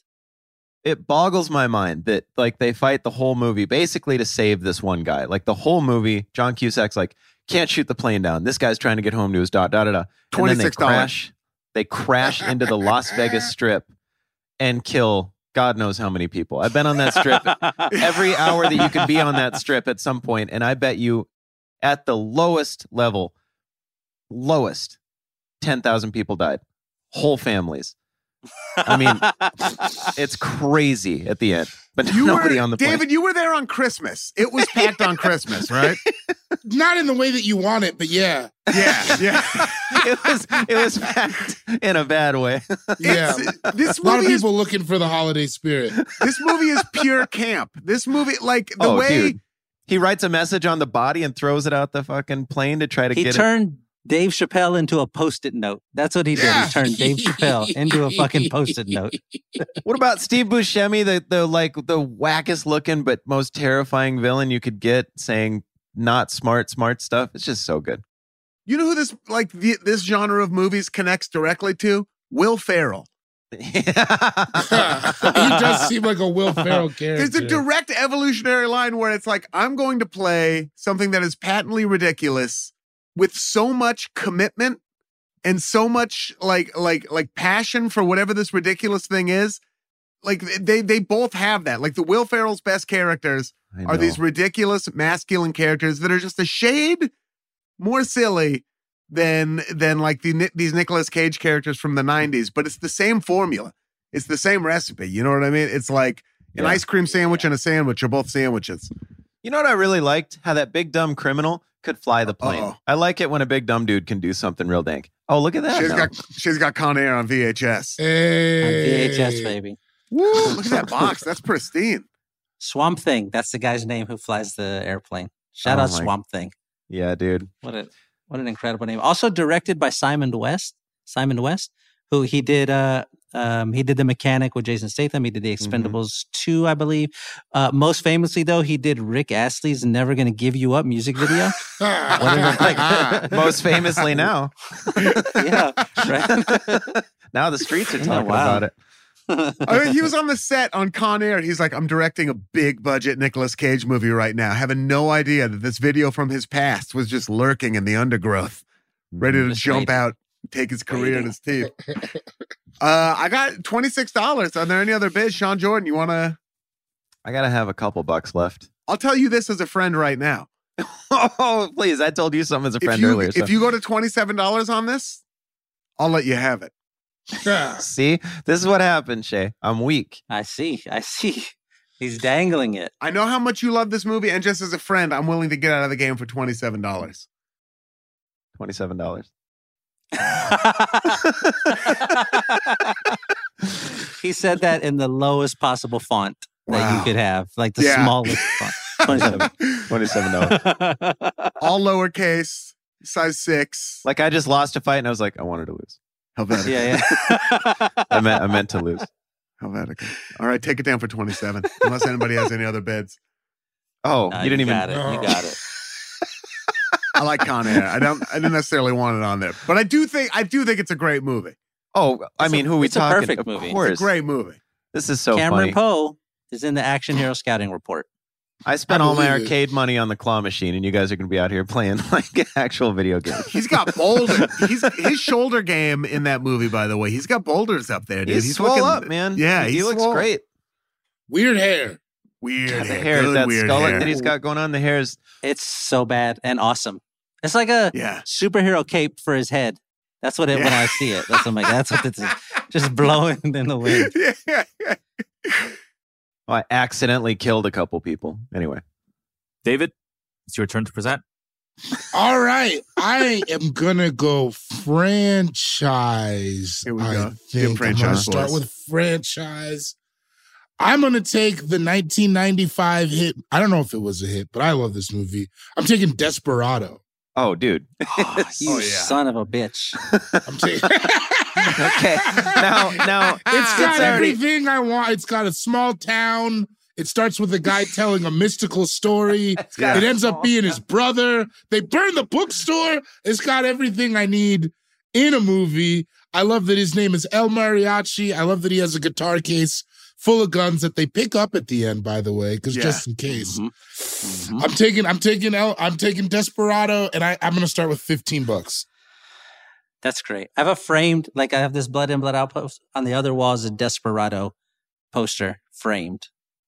Speaker 6: it boggles my mind that like they fight the whole movie basically to save this one guy. Like the whole movie, John Cusack's like can't shoot the plane down. This guy's trying to get home to his dot da da da. And then they
Speaker 2: $26.
Speaker 6: crash. They crash into the Las Vegas Strip and kill God knows how many people. I've been on that strip every hour that you could be on that strip at some point, and I bet you at the lowest level, lowest, ten thousand people died, whole families. I mean, it's crazy at the end, but
Speaker 2: you
Speaker 6: nobody
Speaker 2: were,
Speaker 6: on the plane.
Speaker 2: David, you were there on Christmas. It was packed on Christmas, right?
Speaker 5: Not in the way that you want it, but yeah,
Speaker 2: Yeah, yeah.
Speaker 6: it was it was packed in a bad way.
Speaker 5: yeah.
Speaker 2: It's- this
Speaker 5: A lot of
Speaker 2: movie is
Speaker 5: people looking for the holiday spirit.
Speaker 2: this movie is pure camp. This movie, like the
Speaker 6: oh,
Speaker 2: way
Speaker 6: dude. He writes a message on the body and throws it out the fucking plane to try to
Speaker 3: He
Speaker 6: get
Speaker 3: turned Dave Chappelle into a post it note. That's what he did.
Speaker 5: Yeah.
Speaker 3: He turned Dave Chappelle into a fucking post it note.
Speaker 6: it. What about Steve Buscemi, the the like the wackest looking but most terrifying villain you could get, saying not smart, smart stuff. It's just so good.
Speaker 2: you know who this like the, this genre of movies connects directly to Will Ferrell.
Speaker 6: he
Speaker 5: he does seem like a Will Ferrell character.
Speaker 2: There's a direct evolutionary line where it's like I'm going to play something that is patently ridiculous with so much commitment and so much like like like passion for whatever this ridiculous thing is. Like they they both have that. Like the Will Ferrell's best characters are these ridiculous masculine characters that are just a shade more silly than than like the Ni- these Nicolas Cage characters from the
Speaker 6: Mm.
Speaker 2: 90s but it's the same formula it's the same recipe you know what i mean it's like an
Speaker 6: Yeah.
Speaker 2: ice cream sandwich and a sandwich are both sandwiches
Speaker 6: You know what I really liked? How that big dumb criminal could fly the plane.
Speaker 2: Uh-oh.
Speaker 6: I like it when a big dumb dude can do something real dank. Oh, look at that.
Speaker 2: she's
Speaker 6: now.
Speaker 2: got she's got Con Air on VHS
Speaker 3: On
Speaker 5: Hey.
Speaker 3: VHS, baby.
Speaker 2: Woo, look at that box. That's pristine.
Speaker 3: Swamp Thing. That's the guy's name who flies the airplane. Shout
Speaker 6: Oh
Speaker 3: out
Speaker 6: my-
Speaker 3: Swamp Thing.
Speaker 6: Yeah, dude.
Speaker 3: What a what an incredible name. Also directed by Simon West. Simon West, who he did uh um he did the mechanic with Jason Statham. He did the
Speaker 6: Mhm.
Speaker 3: Expendables two, I believe. Uh most famously though, he did Rick Astley's Never Gonna Give You Up music video.
Speaker 6: Like, most famously now.
Speaker 3: yeah. Right.
Speaker 6: now the streets are
Speaker 3: Yeah,
Speaker 6: talking
Speaker 3: wow.
Speaker 6: about it.
Speaker 2: I mean, he was on the set on Con Air. He's like, I'm directing a big budget Nicolas Cage movie right now, having no idea that this video from his past was just lurking in the undergrowth,
Speaker 6: Mm-hmm.
Speaker 2: ready to
Speaker 3: Just
Speaker 2: jump
Speaker 3: waiting.
Speaker 2: out, take his career in
Speaker 3: Waiting.
Speaker 2: his teeth. Uh, I got $26. Are there any other bids? Sean Jordan, you want to?
Speaker 6: I gotta have a couple bucks left.
Speaker 2: I'll tell you this as a friend right now.
Speaker 6: oh, please! I told you something as a
Speaker 2: If
Speaker 6: friend
Speaker 2: you,
Speaker 6: earlier. so-
Speaker 2: if you go to $27 on this, I'll let you have it.
Speaker 6: See, this is what happened, Shay. I'm weak.
Speaker 3: I see. I see. He's dangling it.
Speaker 2: I know how much you love this movie, and just as a friend, I'm willing to get out of the game for $27.
Speaker 6: Twenty-seven dollars.
Speaker 3: he said that in the lowest possible font that
Speaker 2: Wow.
Speaker 3: you could have, like the
Speaker 2: Yeah.
Speaker 3: smallest font. 27.
Speaker 6: Twenty-seven dollars.
Speaker 2: All lowercase, size six.
Speaker 6: like I just lost a fight, and I was like, I wanted to lose.
Speaker 2: How bad?
Speaker 3: yeah, yeah.
Speaker 6: I meant, I meant to lose.
Speaker 2: How bad? it goes. All right, take it down for 27, unless anybody has any other bids.
Speaker 6: Oh,
Speaker 3: Nah,
Speaker 6: you didn't even.
Speaker 3: got it. You
Speaker 5: Oh.
Speaker 3: got it.
Speaker 2: I like Con Air. I don't I didn't necessarily want it on there. But I do think I do think it's a great movie.
Speaker 6: Oh, I
Speaker 3: It's a-
Speaker 6: mean, who are we
Speaker 3: it's a
Speaker 6: talking?
Speaker 3: perfect
Speaker 6: of
Speaker 3: movie. It's a
Speaker 6: course,
Speaker 2: It's a great movie.
Speaker 6: This is so
Speaker 3: Cameron
Speaker 6: funny.
Speaker 3: Poe is in the Action Hero Scouting Report.
Speaker 6: I spent
Speaker 5: I
Speaker 6: all my
Speaker 5: believe it.
Speaker 6: arcade money on the claw machine, and you guys are going to be out here playing like actual video games.
Speaker 2: He's got boulders. He's his shoulder game in that movie, by the way. He's got boulders up there, dude.
Speaker 6: He's, swole
Speaker 2: looking-
Speaker 6: up, man.
Speaker 2: Yeah,
Speaker 6: he
Speaker 2: he's
Speaker 6: looks
Speaker 2: swole.
Speaker 6: great.
Speaker 5: Weird hair.
Speaker 2: Weird
Speaker 6: God, the
Speaker 2: hair,
Speaker 6: hair,
Speaker 2: good
Speaker 6: that
Speaker 2: weird
Speaker 6: skull
Speaker 2: hair.
Speaker 6: that he's got going on, the hair is.
Speaker 3: It's so bad and awesome. It's like a
Speaker 2: Yeah.
Speaker 3: superhero cape for his head. That's what it when
Speaker 2: Yeah.
Speaker 3: I see it. That's what I'm like. That's what this is. Just blowing in the wind.
Speaker 2: yeah, yeah.
Speaker 6: Oh, I accidentally killed a couple people. Anyway,
Speaker 4: David, it's your turn to present.
Speaker 5: All right. I am gonna go franchise.
Speaker 2: Here we
Speaker 5: I
Speaker 2: go. Give
Speaker 5: Think. I'm
Speaker 2: franchise
Speaker 5: gonna
Speaker 2: for
Speaker 5: start
Speaker 2: us.
Speaker 5: with franchise. I'm gonna take the 1995 hit. I don't know if it was a hit, but I love this movie. I'm taking Desperado.
Speaker 6: oh, dude.
Speaker 3: Oh, you
Speaker 2: yeah.
Speaker 3: son of a bitch.
Speaker 5: I'm taking.
Speaker 6: Okay. now, now
Speaker 5: It's got
Speaker 6: It's already-
Speaker 5: everything I want. It's got a small town. It starts with a guy telling a mystical story.
Speaker 6: got
Speaker 5: It
Speaker 6: a
Speaker 5: ends up
Speaker 6: small
Speaker 5: being his brother. They burn the bookstore. It's got everything I need in a movie. I love that his name is El Mariachi. I love that he has a guitar case full of guns that they pick up at the end, by the way, because
Speaker 2: Yeah.
Speaker 5: just in case.
Speaker 3: Mhm. Mhm.
Speaker 5: I'm taking, I'm taking El, I'm taking Desperado, and I, I'm gonna start with 15 bucks.
Speaker 3: That's great. I have a framed, like I have this blood in, blood out post. On the other wall is a Desperado poster framed.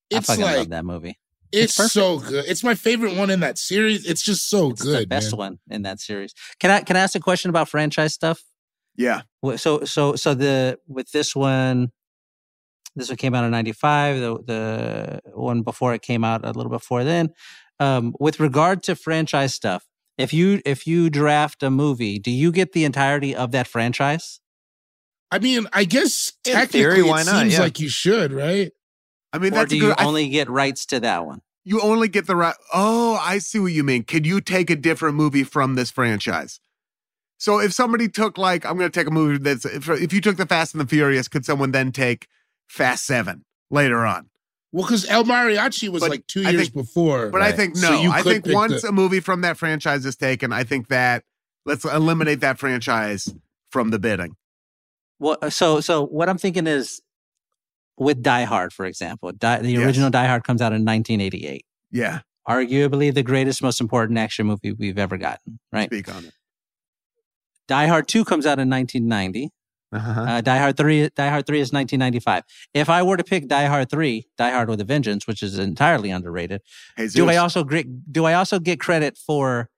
Speaker 5: It's
Speaker 3: I fucking
Speaker 5: like
Speaker 3: love that movie.
Speaker 5: it's,
Speaker 3: perfect.
Speaker 5: so good. It's my favorite one in that series. It's just so
Speaker 3: It's
Speaker 5: good.
Speaker 3: the best
Speaker 5: man.
Speaker 3: one in that series. Can I can I ask a question about franchise stuff?
Speaker 2: Yeah.
Speaker 3: Wh- So so so the with this one, this one came out in '95. The the one before it came out a little before then. Um, with regard to franchise stuff, if you if you draft a movie, do you get the entirety of that franchise?
Speaker 5: I mean, I guess
Speaker 6: In
Speaker 5: technically
Speaker 6: theory, why
Speaker 5: it
Speaker 6: not?
Speaker 5: seems
Speaker 6: Yeah.
Speaker 5: like you should, right?
Speaker 2: I mean,
Speaker 3: or
Speaker 2: that's
Speaker 3: do
Speaker 2: a good.
Speaker 3: you
Speaker 2: I
Speaker 3: only get rights to that one?
Speaker 2: You only get the right. Oh, I see what you mean. Could you take a different movie from this franchise? So if somebody took like, I'm going to take a movie that's if, if you took the Fast and the Furious, could someone then take Fast Seven later on?
Speaker 5: Well, because El Mariachi was
Speaker 2: But
Speaker 5: like two
Speaker 2: I
Speaker 5: years
Speaker 2: think-
Speaker 5: before.
Speaker 2: But I
Speaker 6: Right.
Speaker 2: think
Speaker 5: So
Speaker 2: no.
Speaker 5: you
Speaker 2: I
Speaker 5: could
Speaker 2: think
Speaker 5: pick
Speaker 2: once
Speaker 5: the-
Speaker 2: a movie from that franchise is taken, I think that let's eliminate that franchise from the bidding.
Speaker 3: Well, uh, so so what I'm thinking is with Die Hard, for example, Die, the
Speaker 2: Yes.
Speaker 3: original Die Hard comes out in 1988,
Speaker 2: Yeah,
Speaker 3: arguably the greatest, most important action movie we've ever gotten. Right?
Speaker 2: speak on it.
Speaker 3: Die Hard Two comes out in 1990.
Speaker 6: Uh-huh.
Speaker 3: Uh, Die Hard Three, Die Hard Three is 1995. If I were to pick Die Hard Three, Die Hard with a Vengeance, which is entirely underrated,
Speaker 2: Hey,
Speaker 3: do I
Speaker 2: Zeus,
Speaker 3: also get, do I also get credit for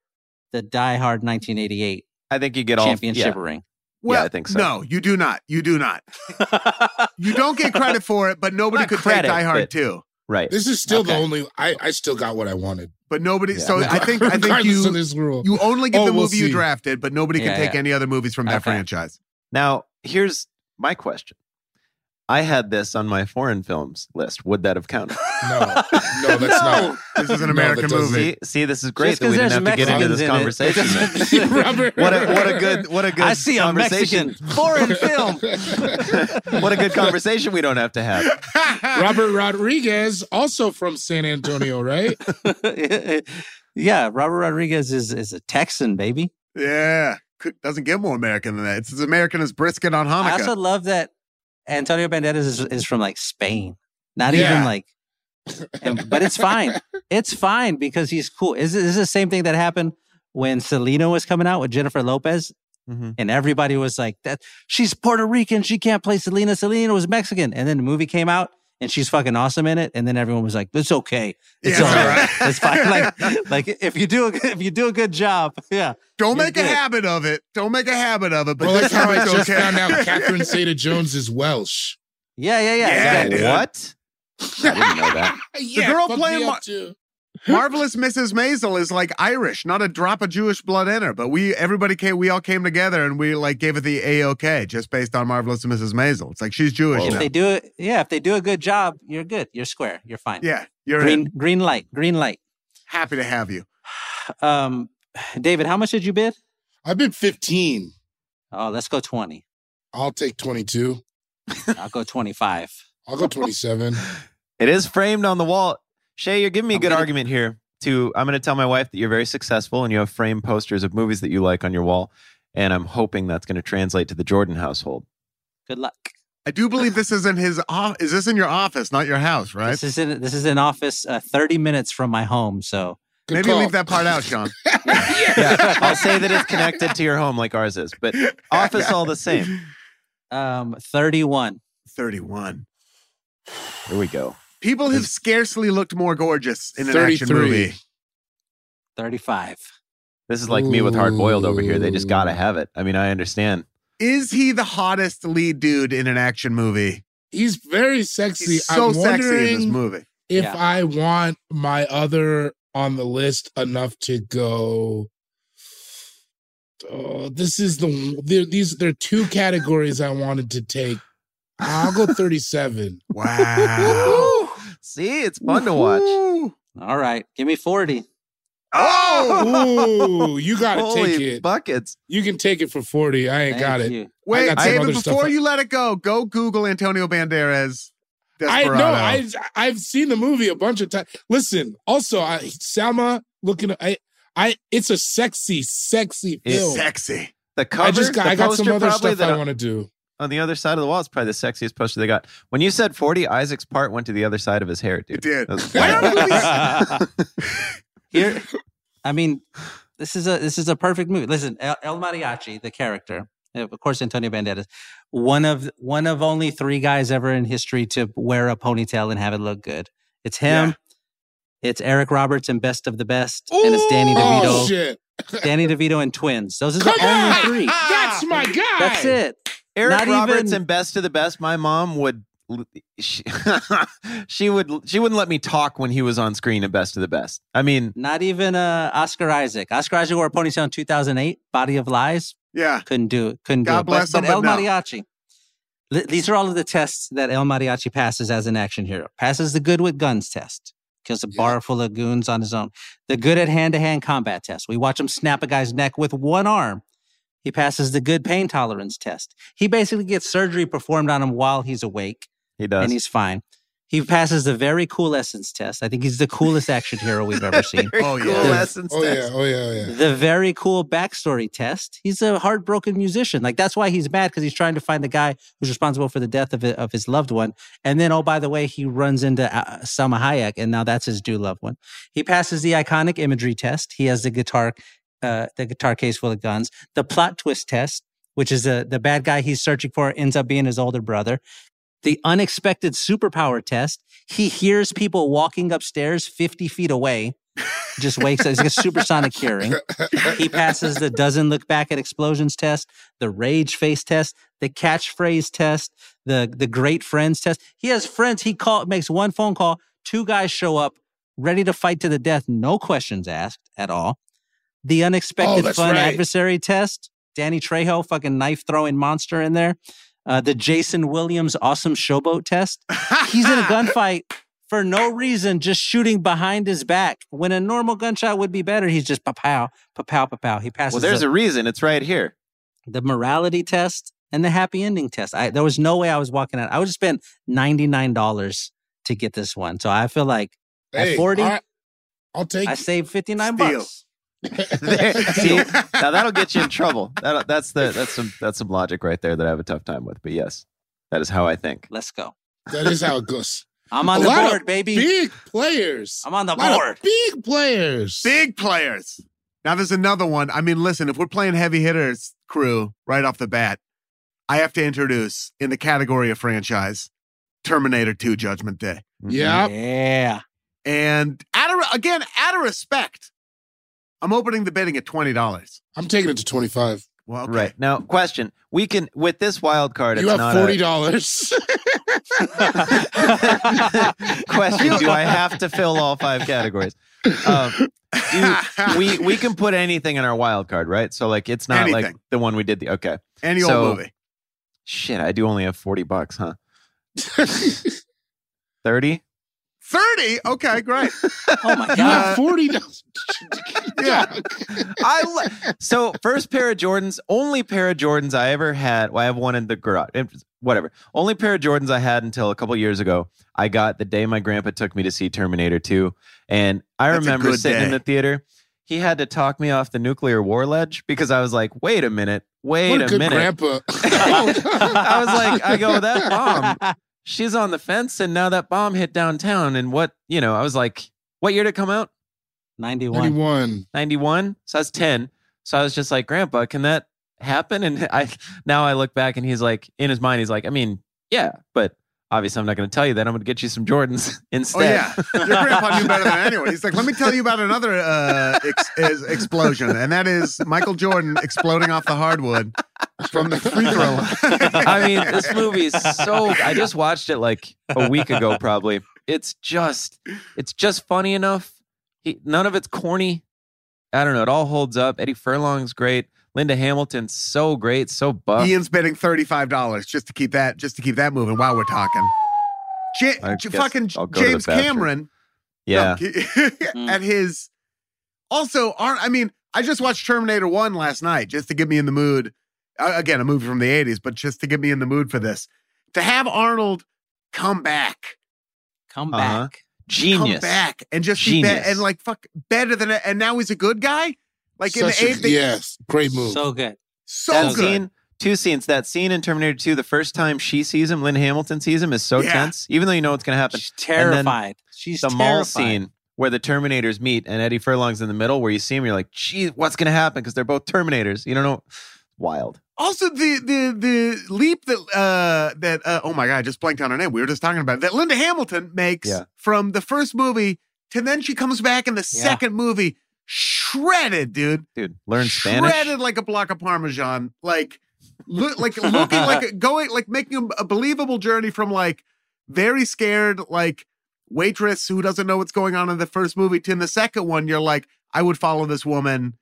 Speaker 3: the Die Hard 1988
Speaker 6: I think you get all
Speaker 3: championship
Speaker 6: Yeah.
Speaker 3: ring?
Speaker 2: well,
Speaker 6: I think so.
Speaker 2: No, you do not. You do not. You don't get credit for it, but nobody
Speaker 6: Not
Speaker 2: could
Speaker 6: credit,
Speaker 2: take Die Hard
Speaker 6: but-
Speaker 2: too.
Speaker 6: Right.
Speaker 5: This is still the
Speaker 6: Okay.
Speaker 5: only. I I still got what I wanted.
Speaker 2: But nobody.
Speaker 6: Yeah.
Speaker 2: So I think I think
Speaker 5: Regardless
Speaker 2: you
Speaker 5: of this rule.
Speaker 2: You only get
Speaker 5: Oh,
Speaker 2: the
Speaker 5: we'll
Speaker 2: movie you
Speaker 5: see.
Speaker 2: drafted, but nobody can
Speaker 3: Yeah,
Speaker 2: take
Speaker 3: yeah.
Speaker 2: any other movies from that
Speaker 3: Okay.
Speaker 2: franchise.
Speaker 6: Now, here's my question. I had this on my foreign films list. Would that have counted?
Speaker 5: No, no, that's not.
Speaker 2: This is an
Speaker 5: No, that
Speaker 2: American
Speaker 5: doesn't-
Speaker 2: movie.
Speaker 6: see, see, this is great
Speaker 3: Just
Speaker 6: that
Speaker 3: 'cause
Speaker 6: we didn't
Speaker 3: there's
Speaker 6: have to get into
Speaker 3: Mexicans
Speaker 6: this
Speaker 3: in it,
Speaker 6: conversation.
Speaker 3: it
Speaker 6: man.
Speaker 3: doesn't-
Speaker 5: Robert.
Speaker 6: what a what a good what a good
Speaker 3: I see a
Speaker 6: conversation.
Speaker 3: Mexican foreign film.
Speaker 6: what a good conversation we don't have to have.
Speaker 5: Robert Rodriguez, also from San Antonio, right?
Speaker 3: yeah, Robert Rodriguez is is a Texan, baby.
Speaker 2: Yeah. Could- Doesn't get more American than that. It's as American as brisket on
Speaker 3: I
Speaker 2: Hanukkah.
Speaker 3: also love that Antonio Banderas is, is from like Spain. Not even
Speaker 5: Yeah.
Speaker 3: like, and, but it's fine. It's fine because he's cool. Is this is the same thing that happened when Selena was coming out with Jennifer Lopez?
Speaker 6: Mhm.
Speaker 3: And everybody was like, "That she's Puerto Rican. She can't play Selena. Selena was Mexican." And then the movie came out, and she's fucking awesome in it. And then everyone was like, "It's okay. It's
Speaker 2: Yeah,
Speaker 3: all right.
Speaker 2: it's all
Speaker 3: It's fine. Like, like if you do a, good- if you do a good job, yeah,
Speaker 2: Don't
Speaker 3: You're
Speaker 2: make a
Speaker 3: good.
Speaker 2: habit of it. Don't make a habit of it. But
Speaker 5: well,
Speaker 2: this
Speaker 5: that's how I
Speaker 2: time it's
Speaker 5: just
Speaker 2: okay.
Speaker 5: found out Catherine Zeta Jones is Welsh.
Speaker 3: yeah, yeah, yeah."
Speaker 2: Yeah,
Speaker 3: exactly.
Speaker 2: dude.
Speaker 6: What? I didn't know that.
Speaker 5: yeah,
Speaker 2: girl
Speaker 5: fuck
Speaker 2: playing
Speaker 5: me up
Speaker 2: Mar-
Speaker 5: too.
Speaker 2: Marvelous Mrs. Maisel is like Irish, not a drop of Jewish blood in her. But we, everybody came, we all came together and we like gave it the A OK just based on Marvelous Mrs. Maisel. It's like she's Jewish.
Speaker 3: If
Speaker 2: now.
Speaker 3: they do it, yeah, if they do a good job, you're good. You're square. You're fine.
Speaker 2: yeah, you're in.
Speaker 3: green green light green light
Speaker 2: happy to have you.
Speaker 3: um david how much did you bid
Speaker 5: I've been 15.
Speaker 3: oh let's go 20
Speaker 5: I'll take 22.
Speaker 3: i'll go 25
Speaker 5: I'll go 27.
Speaker 6: It is framed on the wall. Shay, you're giving me a
Speaker 3: I'm
Speaker 6: good
Speaker 3: gonna-
Speaker 6: argument here. To I'm going to tell my wife that you're very successful and you have framed posters of movies that you like on your wall, and I'm hoping that's going to translate to the Jordan household.
Speaker 3: good luck
Speaker 2: I do believe this is in his. off is this in your office, not your house, right?
Speaker 3: this is in this is an office uh, 30 minutes from my home so
Speaker 5: Good
Speaker 2: Maybe
Speaker 5: call.
Speaker 2: leave that part out, Sean.
Speaker 6: Yeah, I'll say that it's connected to your home like ours is, but office all the same.
Speaker 3: um 31
Speaker 2: Thirty-one.
Speaker 6: Here we go.
Speaker 2: People have scarcely looked more gorgeous in an action
Speaker 5: 33.
Speaker 2: movie.
Speaker 3: 35
Speaker 6: This is like me with hard boiled over here. They just got to have it. I mean, I understand.
Speaker 2: Is he the hottest lead dude in an action movie?
Speaker 5: He's very sexy.
Speaker 2: He's so
Speaker 5: I'm wondering
Speaker 2: sexy in this movie.
Speaker 5: if
Speaker 3: Yeah.
Speaker 5: I want my other on the list enough to go. Oh, this is the there, these there are two categories I wanted to take. I'll go 37.
Speaker 2: Wow.
Speaker 6: See, it's fun to watch.
Speaker 3: all right give me 40
Speaker 2: Oh!
Speaker 5: Ooh, you gotta
Speaker 6: Holy
Speaker 5: take it.
Speaker 6: buckets.
Speaker 5: You can take it for 40. I ain't
Speaker 3: Thank
Speaker 5: got it.
Speaker 3: you.
Speaker 2: Wait,
Speaker 5: got some
Speaker 2: David,
Speaker 5: other stuff
Speaker 2: before
Speaker 5: I-
Speaker 2: you let it go, go Google Antonio Banderas.
Speaker 5: I know.
Speaker 2: Desperado.
Speaker 5: I I've seen the movie a bunch of times. Listen, also I Salma looking I I it's a sexy, sexy
Speaker 6: It's
Speaker 5: film.
Speaker 2: Sexy.
Speaker 6: The cover,
Speaker 5: I just got
Speaker 6: the
Speaker 5: I got some
Speaker 6: poster
Speaker 5: other
Speaker 6: probably
Speaker 5: stuff
Speaker 6: that
Speaker 5: I want to do.
Speaker 6: on the other side of the wall is probably the sexiest poster they got. When you said 40, Isaac's part went to the other side of his hair, dude.
Speaker 2: It did.
Speaker 6: That was-
Speaker 2: Why don't
Speaker 3: here i mean this is a this is a perfect movie listen el, el mariachi the character uh, of course antonio banderas one of one of only three guys ever in history to wear a ponytail and have it look good it's him it's eric roberts and best of the best and it's danny
Speaker 5: Oh
Speaker 3: devito
Speaker 5: shit.
Speaker 3: danny devito and twins those are
Speaker 5: Come
Speaker 3: the only
Speaker 5: on!
Speaker 3: three
Speaker 5: That's my guy.
Speaker 3: that's it
Speaker 6: Eric
Speaker 3: Not
Speaker 6: Roberts
Speaker 3: even-
Speaker 6: and Best of the Best. My mom would she, she would she wouldn't let me talk when he was on screen at Best of the Best. I mean,
Speaker 3: not even uh, oscar isaac oscar isaac wore a ponytail in 2008 body of lies
Speaker 2: Yeah.
Speaker 3: couldn't do it. Couldn't
Speaker 2: God
Speaker 3: do it.
Speaker 2: bless
Speaker 3: but,
Speaker 2: him,
Speaker 3: but El
Speaker 2: but no.
Speaker 3: Mariachi. Th- these are all of the tests that El Mariachi passes as an action hero. Passes the good with guns test. Kills a bar full of goons on his own. The good at hand to hand combat test. We watch him snap a guy's neck with one arm. He passes the good pain tolerance test. He basically gets surgery performed on him while he's awake
Speaker 6: he does.
Speaker 3: and he's fine. He passes the very cool essence test. I think he's the coolest action hero we've ever seen
Speaker 6: Very
Speaker 2: Oh, yeah.
Speaker 6: cool
Speaker 2: The-
Speaker 6: essence
Speaker 5: Oh yeah,
Speaker 6: test.
Speaker 5: oh yeah, oh yeah.
Speaker 3: the very cool backstory test. He's a heartbroken musician. Like that's why he's mad because he's trying to find the guy who's responsible for the death of, of his loved one. And then, oh by the way, he runs into uh, Selma Hayek, and now that's his new loved one. He passes the iconic imagery test. He has the guitar, uh, the guitar case full of guns. The plot twist test, which is the the bad guy he's searching for, ends up being his older brother. The unexpected superpower test. He hears people walking upstairs 50 feet away. Just wakes up. It's like a supersonic hearing he passes the doesn't look back at explosions test, the rage face test, the catchphrase test, the the great friends test. He has friends. He call makes one phone call. Two guys show up, ready to fight to the death, no questions asked at all. The unexpected
Speaker 5: that's
Speaker 3: fun
Speaker 5: right.
Speaker 3: adversary test. Danny Trejo, fucking knife throwing monster in there. Uh, the Jason Williams awesome showboat test. He's
Speaker 2: Ah.
Speaker 3: in a gunfight for no reason, just shooting behind his back. When a normal gunshot would be better, he's just pa-pow, pa-pow, pa-pow. He passes
Speaker 6: Well, there's
Speaker 3: the,
Speaker 6: a reason. It's right here.
Speaker 3: the morality test and the happy ending test. I, there was no way I was walking out. I would have spent $99 to get this one. So I feel like At 40?
Speaker 5: I, will take
Speaker 3: I saved 59
Speaker 2: Steal.
Speaker 3: bucks.
Speaker 6: There- see, now that'll get you in trouble. That, that's the that's some that's some logic right there that I have a tough time with. But yes, that is how I think.
Speaker 3: Let's go.
Speaker 5: that is how it goes.
Speaker 3: I'm on
Speaker 5: A
Speaker 3: the
Speaker 5: lot of
Speaker 3: board, baby.
Speaker 5: Big players.
Speaker 3: I'm on the
Speaker 5: A lot of
Speaker 3: board.
Speaker 5: Big players.
Speaker 2: Big players. Now there's another one. I mean, listen, if we're playing heavy hitters crew right off the bat, I have to introduce in the category of franchise Terminator 2 Judgment Day.
Speaker 6: Mm-hmm.
Speaker 5: Yeah.
Speaker 3: Yeah.
Speaker 2: And out of, again, out of respect, I'm opening the betting at $20.
Speaker 5: I'm taking it to 25.
Speaker 2: Well, okay.
Speaker 6: Right now, question: We can with this wild card.
Speaker 5: You
Speaker 6: it's
Speaker 5: have
Speaker 6: not
Speaker 5: forty dollars.
Speaker 6: a question. Do I have to fill all five categories? Um, do, we we can put anything in our wild card, right? So like, it's not like
Speaker 2: Anything.
Speaker 6: the one we did. The okay,
Speaker 2: Any
Speaker 6: So-
Speaker 2: old movie.
Speaker 6: shit. I do only have forty bucks, huh? Thirty.
Speaker 2: 30? Okay, great.
Speaker 3: Oh my
Speaker 5: you
Speaker 3: God.
Speaker 5: have forty dollars.
Speaker 2: Yeah.
Speaker 6: I lo- so first pair of Jordans, only pair of Jordans I ever had. Well, I have one in the garage, eh, whatever. Only pair of Jordans I had until a couple years ago. I got the day my grandpa took me to see Terminator 2, and I
Speaker 2: That's a
Speaker 6: remember
Speaker 2: good
Speaker 6: sitting in
Speaker 2: day.
Speaker 6: the theater. He had to talk me off the nuclear war ledge because I was like, "Wait a minute, wait
Speaker 5: what a,
Speaker 6: a
Speaker 5: good
Speaker 6: minute."
Speaker 5: grandpa.
Speaker 6: I was like, I go that bomb. She's on the fence, and now that bomb hit downtown. And what you know, I was like, "What year did it come out?"
Speaker 3: 91.
Speaker 5: Ninety-one.
Speaker 6: 91 so i was 10 so i was just like grandpa can that happen and i now i look back and he's like in his mind he's like i mean yeah but obviously i'm not going to tell you that i'm going to get you some jordans
Speaker 2: Oh,
Speaker 6: instead
Speaker 2: yeah. Your grandpa knew better than anyone. He's like, let me tell you about another uh, ex- is- explosion, and that is Michael Jordan exploding off the hardwood from the free throw line.
Speaker 6: i mean this movie is so i just watched it like a week ago probably it's just it's just funny enough he, none of it's corny i don't know it all holds up eddie furlong's great linda hamilton's so great so buff
Speaker 2: Ian's betting thirty-five dollars just to keep that just to keep that moving while we're talking. Ja-
Speaker 6: I
Speaker 2: J-
Speaker 6: guess
Speaker 2: fucking
Speaker 6: I'll go to the
Speaker 2: James
Speaker 6: bathroom.
Speaker 2: Cameron
Speaker 6: yeah
Speaker 2: No, he-
Speaker 5: Mm.
Speaker 2: at his also aren't I mean, I just watched Terminator 1 last night just to get me in the mood. Uh, again, a movie from the 80s, but just to get me in the mood for this. To have Arnold come back.
Speaker 3: Come
Speaker 6: Uh-huh.
Speaker 3: back.
Speaker 6: genius
Speaker 2: Come back and just be be
Speaker 6: Genius.
Speaker 2: and like fuck better than and now he's a good guy? Like
Speaker 5: Such
Speaker 2: in
Speaker 5: a-
Speaker 2: the 80s.
Speaker 5: yes, great move.
Speaker 3: So good.
Speaker 2: So
Speaker 6: that
Speaker 2: good.
Speaker 6: scene, two scenes. That scene in Terminator 2, the first time she sees him, Lynn Hamilton sees him, is so
Speaker 2: Yeah.
Speaker 6: tense, even though you know what's going to happen.
Speaker 3: She's
Speaker 6: then
Speaker 3: terrified. She's
Speaker 6: the
Speaker 3: terrified.
Speaker 6: mall scene where the Terminators meet and Eddie Furlong's in the middle, where you see him, you're like, geez, what's going to happen? Because they're both Terminators. You don't know. Wild.
Speaker 2: Also, the the the leap that uh that uh, oh my god, I just blanked on her name. We were just talking about it, that Linda Hamilton makes
Speaker 6: Yeah.
Speaker 2: from the first movie to then she comes back in the
Speaker 3: Yeah.
Speaker 2: second movie, shredded, dude.
Speaker 6: Dude, learn Spanish.
Speaker 2: Shredded like a block of parmesan, like look like looking like going like making a, a believable journey from like very scared like waitress who doesn't know what's going on in the first movie to in the second one you're like I would follow this woman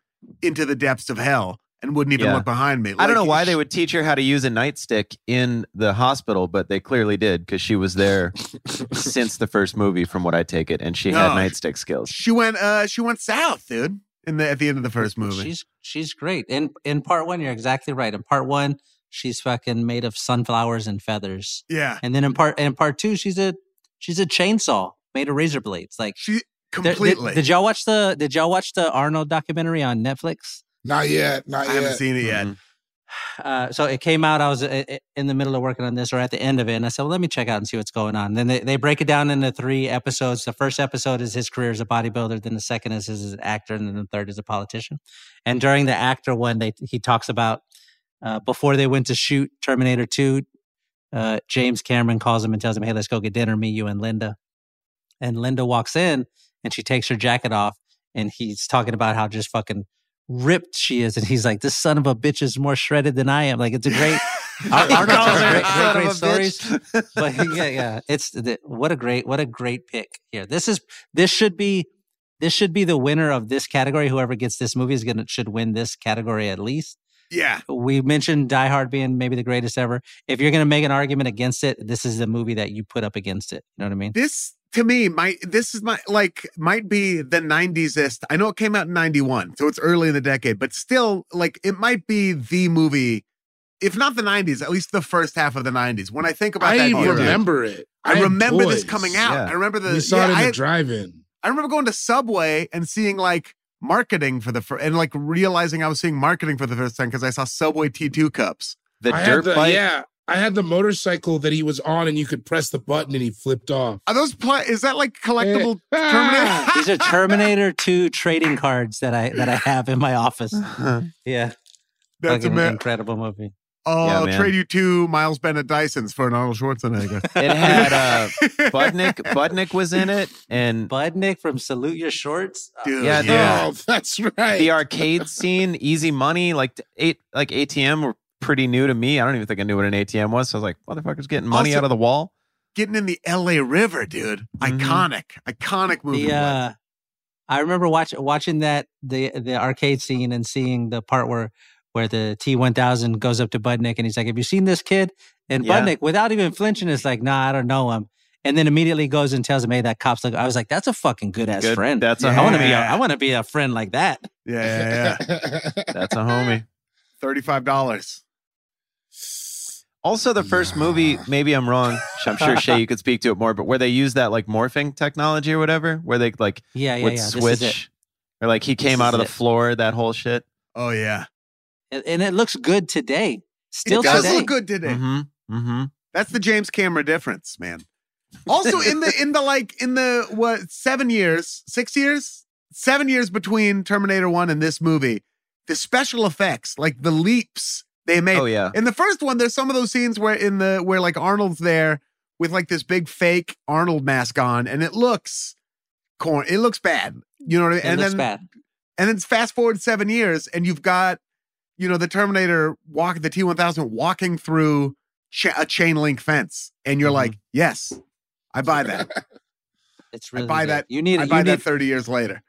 Speaker 2: into the depths of hell and wouldn't even
Speaker 6: Yeah.
Speaker 2: look behind me.
Speaker 6: I don't know
Speaker 2: Like,
Speaker 6: why
Speaker 2: sh-
Speaker 6: they would teach her how to use a nightstick in the hospital, but they clearly did because she was there since the first movie, from what I take it, and she had
Speaker 2: No.
Speaker 6: nightstick skills.
Speaker 2: She went uh she went south, dude, in the at the end of the first movie.
Speaker 3: She's she's great. In in part one, you're exactly right. In part one, she's fucking made of sunflowers and feathers.
Speaker 2: yeah.
Speaker 3: And then in part in part two, she's a she's a chainsaw made of razor blades. Like
Speaker 2: She
Speaker 3: there- did-
Speaker 2: completely
Speaker 3: Did, y'all watch the Did y'all watch the Arnold documentary on Netflix?
Speaker 5: not yet. Not
Speaker 2: I haven't
Speaker 5: yet.
Speaker 2: seen it yet.
Speaker 6: Mhm.
Speaker 3: Uh, so it came out. I was uh, uh, in the middle of working on this, or at the end of it, and I said, "Well, let me check out and see what's going on." Then they, they break it down into three episodes. The first episode is his career as a bodybuilder. Then the second is his as an actor, and then the third is a politician. And during the actor one, they he talks about uh, before they went to shoot Terminator Two. Uh, James Cameron calls him and tells him, "Hey, let's go get dinner, me, you, and Linda." And Linda walks in, and she takes her jacket off, and he's talking about how just fucking ripped she is, and he's like, "This son of a bitch is more shredded than I am." Like it's a great. Ar- Arnold's
Speaker 6: Calls her
Speaker 3: great, great,
Speaker 6: son
Speaker 3: great
Speaker 6: of a bitch.
Speaker 3: stories. But yeah, yeah, it's the, what a great, what a great pick here. This is this should be this should be the winner of this category. Whoever gets this movie is gonna should win this category at least.
Speaker 2: Yeah.
Speaker 3: We mentioned Die Hard being maybe the greatest ever. If you're going to make an argument against it, this is the movie that you put up against it. You know what I mean?
Speaker 2: This to me, my this is my like might be the 90s-ist. I know it came out in 91, so it's early in the decade, but still like it might be the movie if not the 90s, at least the first half of the 90s. When I think about
Speaker 5: I
Speaker 2: that, year,
Speaker 5: remember it.
Speaker 2: I
Speaker 5: had
Speaker 2: remember this
Speaker 5: toys.
Speaker 2: coming out.
Speaker 6: Yeah.
Speaker 2: I remember the
Speaker 5: we saw
Speaker 2: yeah,
Speaker 5: it in
Speaker 2: I,
Speaker 5: the drive-in.
Speaker 2: I remember going to Subway and seeing like marketing for the first and like realizing I was seeing marketing for the first time because I saw Subway T2 cups.
Speaker 6: The
Speaker 5: I had
Speaker 6: dirt
Speaker 5: the-
Speaker 6: bike.
Speaker 5: Yeah, I had the motorcycle that he was on, and you could press the button, and he flipped off.
Speaker 2: Are those pla- is that like collectible
Speaker 5: Eh.
Speaker 2: Terminator?
Speaker 3: These are Terminator 2 trading cards that I that I have in my office. Yeah.
Speaker 2: That's
Speaker 3: fucking
Speaker 2: amazing.
Speaker 3: incredible movie.
Speaker 2: Oh,
Speaker 6: Yeah,
Speaker 2: I'll
Speaker 6: man.
Speaker 2: trade you two Miles Bennett Dysons for an Arnold Schwarzenegger.
Speaker 6: It had uh, Budnick. Budnick was in it, and
Speaker 3: Budnick from Salute Your Shorts. Uh,
Speaker 2: Dude.
Speaker 6: Yeah,
Speaker 5: Oh, that's right.
Speaker 6: the arcade scene, Easy Money, like t- eight, like ATM were pretty new to me. I don't even think I knew what an ATM was. So I was like, motherfuckers getting money
Speaker 2: Also-
Speaker 6: out of the wall.
Speaker 2: Getting in the LA River, dude.
Speaker 6: Mhm.
Speaker 2: Iconic. Iconic movie.
Speaker 3: Mm-hmm. The, uh, I remember watch, watching that the the arcade scene and seeing the part where where the T one thousand goes up to Budnick and he's like, "Have you seen this kid?" And
Speaker 6: Yeah.
Speaker 3: Budnick, without even flinching, is like, "Nah, I don't know him." And then immediately goes and tells him, "Hey, that cop's like." I was like, "That's a fucking good ass
Speaker 6: Good-
Speaker 3: friend.
Speaker 6: That's a
Speaker 3: I want to be. A,
Speaker 2: Yeah.
Speaker 3: I want to be a friend like that."
Speaker 2: yeah, yeah, yeah.
Speaker 6: That's a homie.
Speaker 2: $35.
Speaker 6: Also, the first movie, maybe I'm wrong. which I'm sure Shay, you could speak to it more, but where they use that like morphing technology or whatever, where they like
Speaker 3: Yeah, yeah,
Speaker 6: would
Speaker 3: yeah. This is it.
Speaker 6: switch, or like he came
Speaker 3: This
Speaker 6: out
Speaker 3: is
Speaker 6: of the
Speaker 3: it.
Speaker 6: floor, that whole shit.
Speaker 2: Oh, yeah.
Speaker 3: And- and it looks good today. Still
Speaker 2: it does
Speaker 3: today.
Speaker 2: look good today.
Speaker 6: Mm-hmm. Mm-hmm.
Speaker 2: That's the James Cameron difference, man. Also in the in the like in the what seven years, six years, seven years between Terminator One and this movie, the special effects, like the leaps they made.
Speaker 6: Oh yeah.
Speaker 2: In the first one, there's some of those scenes where in the where like Arnold's there with like this big fake Arnold mask on, and it looks corn. It looks bad. You know what I mean?
Speaker 3: It
Speaker 2: and
Speaker 3: looks
Speaker 2: then
Speaker 3: bad.
Speaker 2: and then fast forward seven years, and you've got, you know, the Terminator walk the T one thousand walking through cha- a chain link fence, and you're
Speaker 3: Mm-hmm.
Speaker 2: like, yes, I buy that.
Speaker 3: It's really
Speaker 2: buy
Speaker 3: good.
Speaker 2: that-
Speaker 3: You need.
Speaker 2: I
Speaker 3: you
Speaker 2: buy that
Speaker 3: need-
Speaker 2: thirty years later.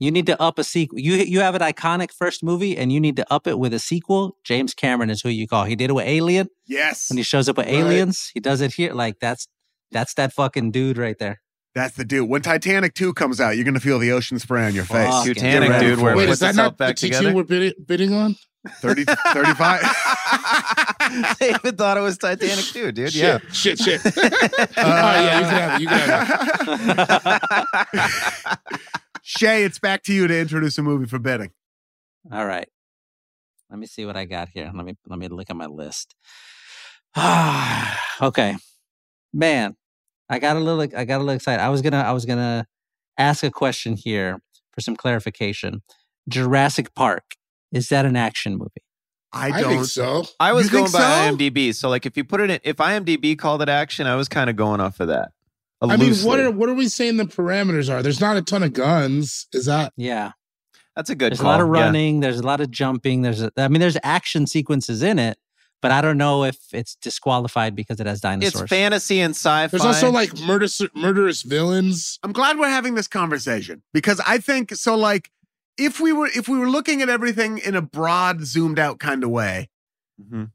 Speaker 3: You need to up a sequel. You you have an iconic first movie, and you need to up it with a sequel. James Cameron is who you call. He did it with Alien,
Speaker 2: Yes,
Speaker 3: when he shows up with
Speaker 5: Right.
Speaker 3: Aliens. He does it here. Like that's that's that fucking dude right there.
Speaker 2: that's the dude. When Titanic two comes out, you're gonna feel the ocean spray on your face.
Speaker 3: Fuck.
Speaker 6: Titanic,
Speaker 2: ready
Speaker 6: dude, where
Speaker 2: for
Speaker 6: it
Speaker 5: Wait,
Speaker 6: puts
Speaker 5: is that
Speaker 6: itself
Speaker 5: not
Speaker 6: back
Speaker 5: the T
Speaker 6: together.
Speaker 5: two we're bidding, bidding on?
Speaker 2: 30, 35.
Speaker 6: David thought it was Titanic too, dude. Yeah. Uh,
Speaker 5: Shit, shit, shit. All right, yeah, you can have it. You can have it.
Speaker 2: Shay, it's back to you to introduce a movie for betting.
Speaker 3: All right. Let me see what I got here. Let me let me look at my list. Ah, okay. Man, I got a little I got a little excited. I was gonna I was gonna ask a question here for some clarification. Jurassic Park, is that an action movie?
Speaker 2: I
Speaker 5: I
Speaker 2: don't.
Speaker 5: think so.
Speaker 6: I was
Speaker 2: You
Speaker 6: going
Speaker 2: think
Speaker 6: by
Speaker 2: so?
Speaker 6: IMDb. So like if you put it in if IMDb called it action, I was kind of going off of that. Uh,
Speaker 5: I mean, what
Speaker 6: loosely.
Speaker 5: are what are we saying the parameters are? There's not a ton of guns. Is that
Speaker 3: Yeah.
Speaker 6: That's a good
Speaker 3: there's
Speaker 6: call.
Speaker 3: a lot of
Speaker 6: Yeah.
Speaker 3: running there's a lot of jumping there's a, i mean there's action sequences in it but i don't know if it's disqualified because it has
Speaker 6: It's
Speaker 3: dinosaurs
Speaker 6: fantasy and sci-fi.
Speaker 5: there's also like murder, murderous villains.
Speaker 2: I'm glad we're having this conversation because I think so like if we were if we were looking at everything in a broad zoomed out kind of way,
Speaker 6: Mhm.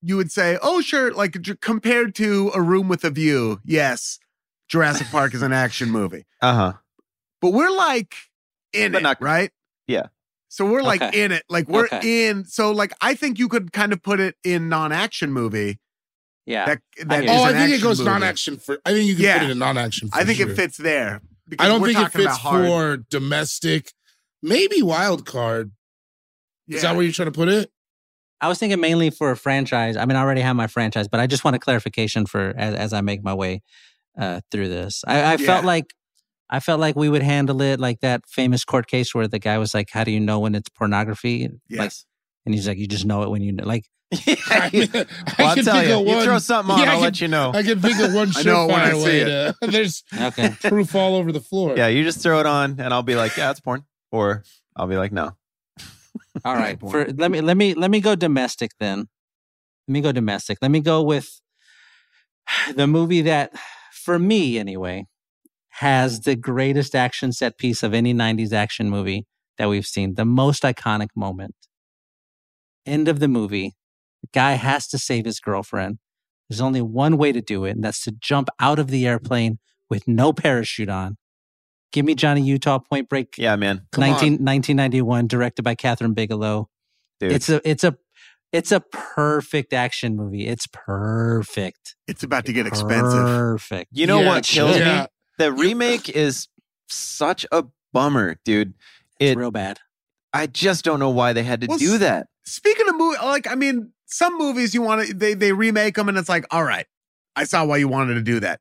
Speaker 2: you would say, "Oh sure, like j- compared to a room with a view, yes, Jurassic Park is an action movie."
Speaker 6: uh-huh.
Speaker 2: But we're like in
Speaker 6: But
Speaker 2: it,
Speaker 6: not-
Speaker 2: right?
Speaker 6: Yeah.
Speaker 2: So we're like
Speaker 3: Okay.
Speaker 2: in it. Like we're
Speaker 3: Okay.
Speaker 2: in so like I think you could kind of put it in non-action movie.
Speaker 3: yeah
Speaker 2: That, that
Speaker 3: hear
Speaker 2: is
Speaker 3: you.
Speaker 5: oh,
Speaker 2: an
Speaker 5: I think it
Speaker 2: action
Speaker 5: goes
Speaker 2: movie.
Speaker 5: non-action for. I think you can
Speaker 2: Yeah.
Speaker 5: put it in non-action. For
Speaker 2: I think
Speaker 5: sure.
Speaker 2: it fits there. because
Speaker 5: I don't
Speaker 2: we're
Speaker 5: think it
Speaker 2: talking about
Speaker 5: fits
Speaker 2: hard-
Speaker 5: for domestic, maybe wild card.
Speaker 2: Yeah.
Speaker 5: Is that where you're trying to put it?
Speaker 3: i was thinking mainly for a franchise i mean i already have my franchise but i just want a clarification for as, as i make my way uh, through this i, I felt
Speaker 2: Yeah.
Speaker 3: like i felt like we would handle it like that famous court case where the guy was like how do you know when it's pornography like
Speaker 2: Yes.
Speaker 3: and he's like you just know it when you know like
Speaker 6: Yeah, you-
Speaker 5: I,
Speaker 6: well, I'll
Speaker 5: can
Speaker 6: tell
Speaker 5: think
Speaker 6: you.
Speaker 5: of
Speaker 6: You
Speaker 5: one.
Speaker 6: throw something on,
Speaker 5: Yeah, I
Speaker 6: I'll
Speaker 5: can-
Speaker 6: let you know.
Speaker 5: I can think of one
Speaker 2: I know when I
Speaker 5: surefire
Speaker 2: see
Speaker 5: way.
Speaker 2: it.
Speaker 5: To, there's
Speaker 3: okay
Speaker 5: proof all over the floor.
Speaker 6: yeah, you just throw it on and I'll be like, yeah, it's porn. Or I'll be like, no.
Speaker 3: All right.
Speaker 2: point.
Speaker 3: For, let me let me let me go domestic then. Let me go domestic. Let me go with the movie that, for me anyway, has the greatest action set piece of any '90s action movie that we've seen. The most iconic moment. end of the movie, the guy has to save his girlfriend. There's only one way to do it, and that's to jump out of the airplane with no parachute on. Give me Johnny Utah Point Break
Speaker 6: Yeah, man.
Speaker 5: Come
Speaker 3: 19, 1991, directed by Catherine Bigelow.
Speaker 6: Dude.
Speaker 3: It's a it's a it's a perfect action movie. It's perfect.
Speaker 2: It's about to get expensive.
Speaker 3: Perfect.
Speaker 6: you know
Speaker 5: Yeah,
Speaker 6: what kills
Speaker 3: should.
Speaker 6: me?
Speaker 5: Yeah.
Speaker 6: The remake is such a bummer, dude.
Speaker 3: It's
Speaker 6: It,
Speaker 3: real bad.
Speaker 6: I just don't know why they had to
Speaker 2: Well,
Speaker 6: do
Speaker 2: s-
Speaker 6: that.
Speaker 2: Speaking of movie, like I mean, some movies you want to they they remake them, and it's like, all right, I saw why you wanted to do that.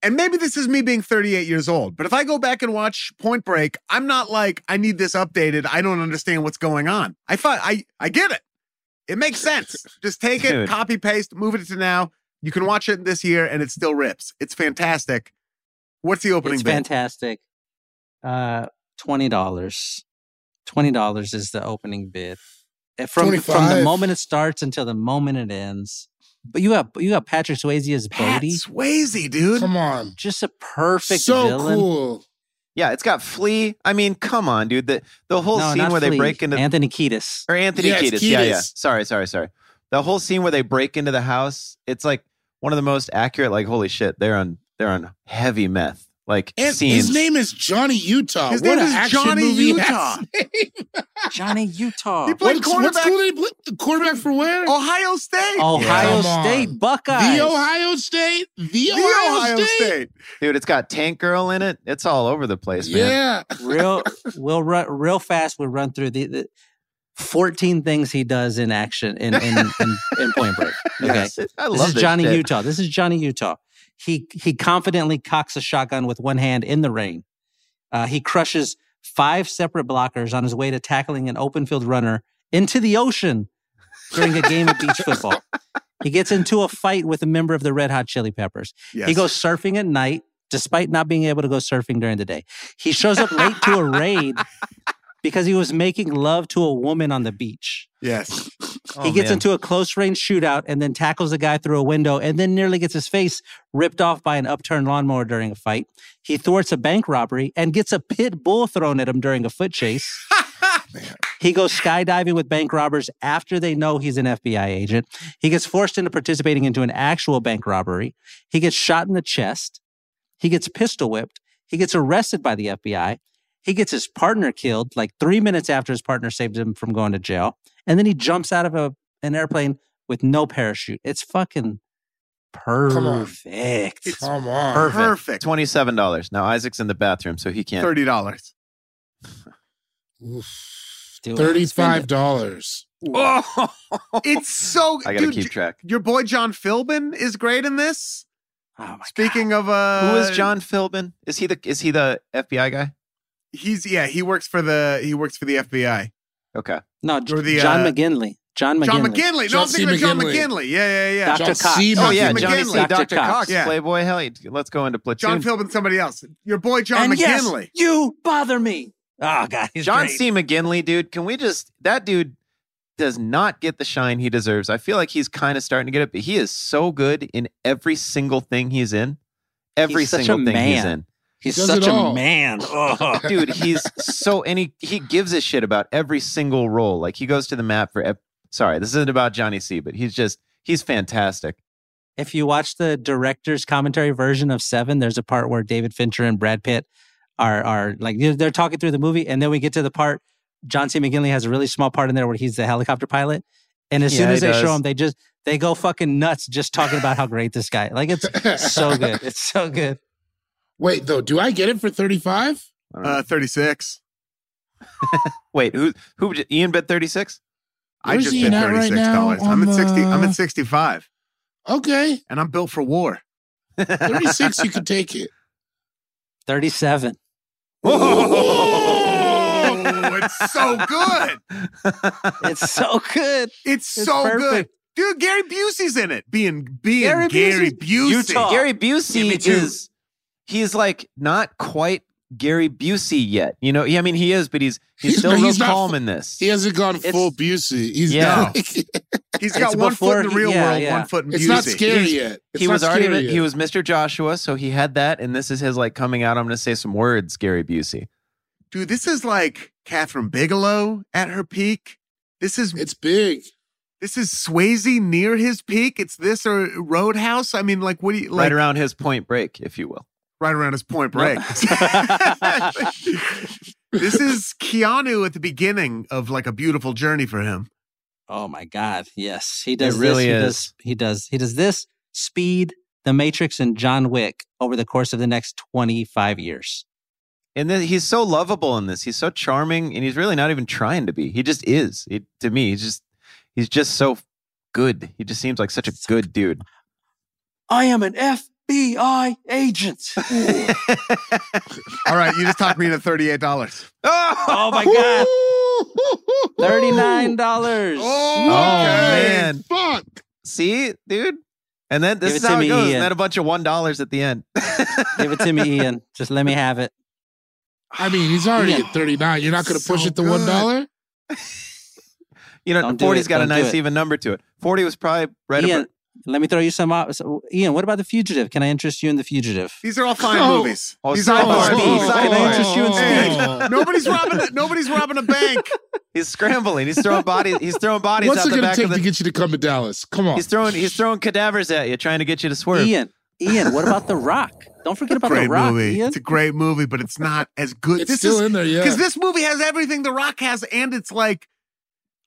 Speaker 2: And maybe this is me being 38 years old, but if I go back and watch Point Break, I'm not like I need this updated. I don't understand what's going on. I fi- I I get it. It makes sense. Just take
Speaker 6: Dude.
Speaker 2: it, copy paste, move it to now. You can watch it this year, and it still rips. It's fantastic. What's the opening
Speaker 3: It's
Speaker 2: bit?
Speaker 3: fantastic. Uh, twenty dollars. Twenty dollars is the opening bid. And From from the
Speaker 5: 25.
Speaker 3: moment it starts until the moment it ends. But you got you got Patrick Swayze as
Speaker 2: Pat
Speaker 3: Bodie,
Speaker 2: Swayze, dude.
Speaker 5: Come on.
Speaker 3: just a perfect
Speaker 5: so
Speaker 3: villain.
Speaker 5: cool.
Speaker 6: Yeah, it's got Flea. I mean, come on, dude. The the whole
Speaker 3: No,
Speaker 6: scene
Speaker 3: not
Speaker 6: where they
Speaker 3: Flea.
Speaker 6: break into
Speaker 3: Anthony Kiedis.
Speaker 6: or Anthony
Speaker 5: Yeah,
Speaker 6: Kiedis.
Speaker 5: it's
Speaker 6: Yeah,
Speaker 5: Kiedis.
Speaker 6: yeah. Sorry, sorry, sorry. The whole scene where they break into the house, it's like one of the most accurate. Like, holy shit, they're on they're on heavy meth. Like
Speaker 5: And
Speaker 6: scenes.
Speaker 5: his name is Johnny Utah.
Speaker 2: His
Speaker 5: what
Speaker 2: name
Speaker 5: an
Speaker 2: is
Speaker 5: action
Speaker 2: Johnny
Speaker 5: movie
Speaker 2: Utah.
Speaker 5: ass name.
Speaker 3: Johnny Utah.
Speaker 2: He played
Speaker 5: what, what
Speaker 2: quarterback.
Speaker 5: school did he play? The quarterback for where?
Speaker 2: Ohio State.
Speaker 3: Ohio
Speaker 5: Come on.
Speaker 3: State Buckeyes.
Speaker 5: the Ohio State. The
Speaker 2: The
Speaker 5: Ohio, State.
Speaker 6: Dude, it's got Tank Girl in it. It's all over the place, man.
Speaker 5: Yeah.
Speaker 3: real we'll run real fast we'll run through the, the 14 things he does in action in in, in, in point break okay
Speaker 6: Yes, it- I love
Speaker 3: this is johnny
Speaker 6: shit.
Speaker 3: utah this is johnny utah he he confidently cocks a shotgun with one hand in the rain uh, he crushes five separate blockers on his way to tackling an open field runner into the ocean during a game of beach football he gets into a fight with a member of the red hot chili peppers
Speaker 2: Yes.
Speaker 3: he goes surfing at night, despite not being able to go surfing during the day. He shows up late to a raid because he was making love to a woman on the beach.
Speaker 2: Yes.
Speaker 6: Oh,
Speaker 3: he gets
Speaker 6: man.
Speaker 3: into a close range shootout and then tackles a guy through a window and then nearly gets his face ripped off by an upturned lawnmower during a fight. He thwarts a bank robbery and gets a pit bull thrown at him during a foot chase. He goes skydiving with bank robbers after they know he's an FBI agent. He gets forced into participating into an actual bank robbery. He gets shot in the chest. He gets pistol whipped. He gets arrested by the FBI. He gets his partner killed like three minutes after his partner saved him from going to jail. And then he jumps out of a, an airplane with no parachute. It's fucking
Speaker 5: on.
Speaker 3: perfect.
Speaker 5: Come on.
Speaker 6: Perfect.
Speaker 2: Perfect.
Speaker 6: Twenty-seven dollars. Now Isaac's in the bathroom, so he can't.
Speaker 2: Thirty dollars.
Speaker 5: Oof.
Speaker 3: Do it.
Speaker 5: Thirty-five dollars.
Speaker 2: Oh, it's so.
Speaker 6: I gotta
Speaker 2: dude,
Speaker 6: keep track.
Speaker 2: Your boy John Philbin is great in this.
Speaker 3: Oh my
Speaker 2: Speaking of, uh,
Speaker 6: Who is John Philbin? Is he the is he the FBI guy?
Speaker 2: He's yeah. He works for the he works for the FBI.
Speaker 6: Okay.
Speaker 3: No,
Speaker 2: Or the,
Speaker 3: John
Speaker 2: uh,
Speaker 3: McGinley. John McGinley.
Speaker 2: John McGinley. No,
Speaker 5: John
Speaker 2: I'm
Speaker 5: C.
Speaker 2: thinking of John
Speaker 5: McGinley.
Speaker 2: McGinley. Yeah, yeah, yeah.
Speaker 3: Dr. Cox.
Speaker 5: Seaman.
Speaker 6: Oh yeah,
Speaker 2: John C.
Speaker 6: Johnny C.
Speaker 2: McGinley.
Speaker 6: Dr.
Speaker 3: Dr.
Speaker 6: Cox,
Speaker 3: Cox.
Speaker 2: Yeah.
Speaker 6: Playboy. Hell, you- let's go into platoon.
Speaker 2: John Philbin. Somebody else. Your boy John
Speaker 3: and yes,
Speaker 2: McGinley.
Speaker 3: you bother me. Oh God, he's
Speaker 6: John
Speaker 3: great.
Speaker 6: C. McGinley, dude. Can we just that dude does not get the shine he deserves. I feel like he's kind of starting to get it, but he is so good in every single thing he's in. Every
Speaker 3: He's such a
Speaker 6: single thing he's
Speaker 3: man.
Speaker 6: in.
Speaker 3: He's
Speaker 5: does
Speaker 3: such
Speaker 5: it
Speaker 3: a
Speaker 5: all.
Speaker 3: man. Ugh.
Speaker 6: Dude, he's so and he, he gives a shit about every single role. Like he goes to the map for ep- sorry, this isn't about Johnny C, but he's just he's fantastic.
Speaker 3: if you watch the director's commentary version of Seven, there's a part where David Fincher and Brad Pitt are are like they're- they're talking through the movie, and then we get to the part John C. McGinley has a really small part in there where he's the helicopter pilot, and as soon
Speaker 6: Yeah,
Speaker 3: as
Speaker 6: he
Speaker 3: they show
Speaker 6: does.
Speaker 3: him, they just they go fucking nuts just talking about how great this guy. Like it's so good. It's so good.
Speaker 5: Wait, though, do I get it for thirty-five?
Speaker 6: I don't know.
Speaker 2: Uh, Thirty six.
Speaker 6: Wait, who who Ian bet 36?
Speaker 2: I
Speaker 5: Where's
Speaker 2: just
Speaker 5: Ian
Speaker 2: bid
Speaker 5: at
Speaker 2: thirty
Speaker 5: right
Speaker 2: six
Speaker 5: now
Speaker 2: dollars. I'm
Speaker 5: on
Speaker 2: at sixty. I'm
Speaker 5: the-
Speaker 2: at sixty five,
Speaker 5: Okay,
Speaker 2: and I'm built for war.
Speaker 5: thirty-six. you could take it.
Speaker 3: Thirty-seven.
Speaker 2: Oh, it's so good.
Speaker 3: It's so good.
Speaker 2: It's,
Speaker 3: It's
Speaker 2: so good.
Speaker 3: perfect.
Speaker 2: Dude, Gary Busey's in it. Being being
Speaker 3: Gary
Speaker 2: Gary,
Speaker 3: Busey.
Speaker 2: Busey.
Speaker 3: Utah.
Speaker 6: Gary
Speaker 3: Give me
Speaker 6: Busey
Speaker 3: two.
Speaker 6: is he's like not quite Gary Busey yet. You know, I mean he is, but he's he's,
Speaker 5: He's-
Speaker 6: still
Speaker 5: but
Speaker 6: real
Speaker 5: he's not-
Speaker 6: calm in this.
Speaker 5: He hasn't gone
Speaker 3: It's-
Speaker 5: full Busey. He's
Speaker 6: Yeah.
Speaker 5: not. it's
Speaker 2: He's got
Speaker 3: It's
Speaker 2: one
Speaker 3: before
Speaker 2: foot in the
Speaker 3: he-
Speaker 2: real
Speaker 3: yeah,
Speaker 2: world,
Speaker 3: yeah.
Speaker 2: one foot in Busey.
Speaker 5: not scary
Speaker 2: He's-
Speaker 5: yet. It's
Speaker 6: he
Speaker 5: not
Speaker 6: was
Speaker 5: scary
Speaker 6: already he
Speaker 5: yet.
Speaker 6: was Mr. Joshua, so he had that, and this is his like coming out. I'm gonna say some words, Gary Busey.
Speaker 2: Dude, this is like Catherine Bigelow at her peak. This is
Speaker 5: It's big.
Speaker 2: this is Swayze near his peak. It's this or Roadhouse. I mean, like what do you like
Speaker 6: right around his point break, if you will.
Speaker 2: right around his point break. this is Keanu at the beginning of like a beautiful journey for him.
Speaker 3: Oh my God! Yes, he does.
Speaker 6: really
Speaker 3: this,
Speaker 6: is.
Speaker 3: He does, he does. He does this. Speed, The Matrix, and John Wick over the course of the next twenty-five years.
Speaker 6: And then he's so lovable in this. He's so charming, and he's really not even trying to be. He just is. He, to me, he's just he's just so good. He just seems like such a good dude.
Speaker 3: I am an FBI agent.
Speaker 6: Oh!
Speaker 2: All right, you just talked me into thirty eight dollars.
Speaker 3: oh my God! Thirty-nine dollars.
Speaker 5: Oh,
Speaker 6: man.
Speaker 5: Fuck.
Speaker 6: See, dude. And then this
Speaker 3: Give it
Speaker 6: is how
Speaker 3: to
Speaker 6: it
Speaker 3: me,
Speaker 6: goes.
Speaker 3: Ian.
Speaker 6: And then a bunch of one dollars at the end.
Speaker 3: Give it to me, Ian. Just let me have it.
Speaker 5: I mean, he's already
Speaker 3: Yeah.
Speaker 5: at 39. You're not going to push
Speaker 2: So
Speaker 5: it to
Speaker 2: good.
Speaker 5: $1?
Speaker 6: you know,
Speaker 3: Don't do
Speaker 6: 40's
Speaker 3: it.
Speaker 6: got
Speaker 3: Don't
Speaker 6: a
Speaker 3: do
Speaker 6: nice
Speaker 3: it.
Speaker 6: even number to it. 40 was probably right
Speaker 3: Ian,
Speaker 6: about
Speaker 3: let me throw you some. Op- so, Ian, what about the fugitive? Can I interest you in the fugitive?
Speaker 2: These are all fine
Speaker 5: Oh.
Speaker 2: movies.
Speaker 6: Oh,
Speaker 2: These
Speaker 6: so
Speaker 2: are all
Speaker 6: far.
Speaker 2: fine
Speaker 6: Speed.
Speaker 2: movies.
Speaker 6: Can I
Speaker 3: interest you in
Speaker 2: Hey, nobody's robbing. A, nobody's robbing a bank.
Speaker 6: he's scrambling. He's throwing bodies. He's throwing bodies
Speaker 5: What's
Speaker 6: out
Speaker 5: it
Speaker 6: the
Speaker 5: going to
Speaker 6: back
Speaker 5: take
Speaker 6: of the
Speaker 5: to get you to come to Dallas? Come on.
Speaker 6: He's throwing he's throwing cadavers at you, trying to get you to swerve.
Speaker 3: Ian, Ian, what about The Rock? Don't forget about The
Speaker 2: Great
Speaker 3: Rock,
Speaker 2: movie.
Speaker 3: Ian.
Speaker 2: It's a great movie, but it's not as good.
Speaker 5: It's
Speaker 2: this
Speaker 5: still
Speaker 2: is
Speaker 5: in there, yeah.
Speaker 2: because this movie has everything The Rock has, and it's like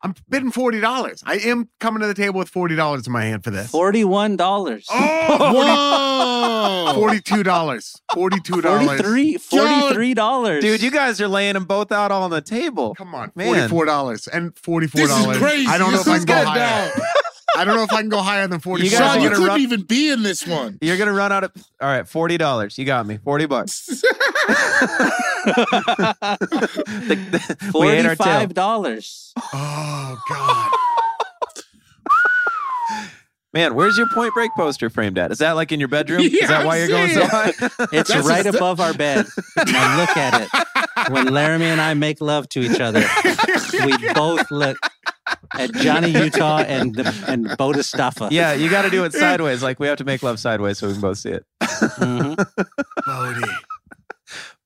Speaker 2: I'm bidding forty dollars. I am coming to the table with forty dollars in my hand for this.
Speaker 3: Forty-one dollars.
Speaker 2: Oh,
Speaker 5: Whoa.
Speaker 2: Forty-two dollars. Forty-two dollars.
Speaker 3: 43 43 dollars
Speaker 6: Dude, you guys are laying them both out on the table.
Speaker 2: Come on,
Speaker 6: Man.
Speaker 2: forty-four dollars and forty-four
Speaker 5: This
Speaker 2: dollars.
Speaker 5: is crazy.
Speaker 2: I don't know
Speaker 5: This
Speaker 2: if I
Speaker 5: is
Speaker 2: can go
Speaker 5: good
Speaker 2: higher.
Speaker 5: now.
Speaker 2: I don't know if I can go higher than forty.
Speaker 6: You guys
Speaker 5: Sean,
Speaker 6: are
Speaker 5: you
Speaker 6: gonna
Speaker 5: couldn't
Speaker 6: run-
Speaker 5: even be in this one.
Speaker 6: You're gonna run out of all right, forty dollars. You got me. Forty bucks. The- the- we ate our tail.
Speaker 3: Forty-five dollars.
Speaker 2: Oh God.
Speaker 6: Man, where's your point break poster framed at? Is that like in your bedroom?
Speaker 5: Yeah,
Speaker 6: Is that
Speaker 5: I'm
Speaker 6: why you're going so
Speaker 5: seeing
Speaker 6: high?
Speaker 3: It's
Speaker 5: That's
Speaker 3: right
Speaker 5: just-
Speaker 3: above our bed. Now look at it. When Laramie and I make love to each other, we both look at Johnny Utah and the, and Bodhisattva.
Speaker 6: yeah, you gotta do it sideways. Like we have to make love sideways so we can both see it.
Speaker 3: Mhm.
Speaker 2: Bodie.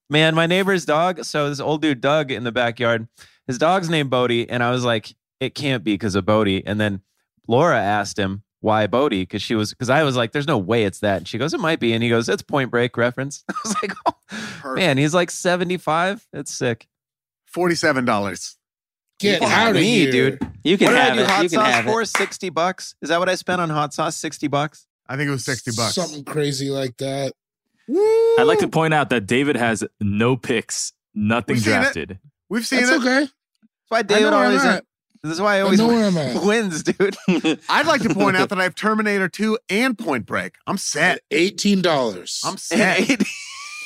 Speaker 6: Man, my neighbor's dog. So this old dude Doug in the backyard, his dog's named Bodie, and I was like, it can't be because of Bodie. And then Laura asked him why Bodie, because she was because I was like, there's no way it's that. And she goes, it might be. And he goes, it's Point Break reference. I was like, oh, man, he's like 75. That's sick.
Speaker 2: Forty-seven dollars.
Speaker 5: Get
Speaker 3: Fuck
Speaker 5: out of
Speaker 6: me,
Speaker 5: here.
Speaker 6: dude.
Speaker 3: You can
Speaker 6: what did I
Speaker 3: have
Speaker 6: do?
Speaker 3: it.
Speaker 6: Hot
Speaker 3: You can
Speaker 6: sauce
Speaker 3: have it.
Speaker 6: for 60 bucks. Is that what I spent on hot sauce? 60 bucks.
Speaker 2: I think it was sixty bucks.
Speaker 5: Something crazy like that.
Speaker 4: I'd like to point out that David has no picks, nothing
Speaker 2: We've seen it.
Speaker 4: drafted.
Speaker 2: We've seen
Speaker 5: That's
Speaker 2: it.
Speaker 5: okay.
Speaker 6: That's why
Speaker 5: I know
Speaker 6: David
Speaker 5: where
Speaker 6: always.
Speaker 5: I'm at.
Speaker 6: This is why I
Speaker 5: I
Speaker 6: always
Speaker 5: know where I'm at.
Speaker 6: wins, dude.
Speaker 2: I'd like to point out that I have Terminator 2 and Point Break. I'm set.
Speaker 5: Eighteen dollars.
Speaker 2: I'm set.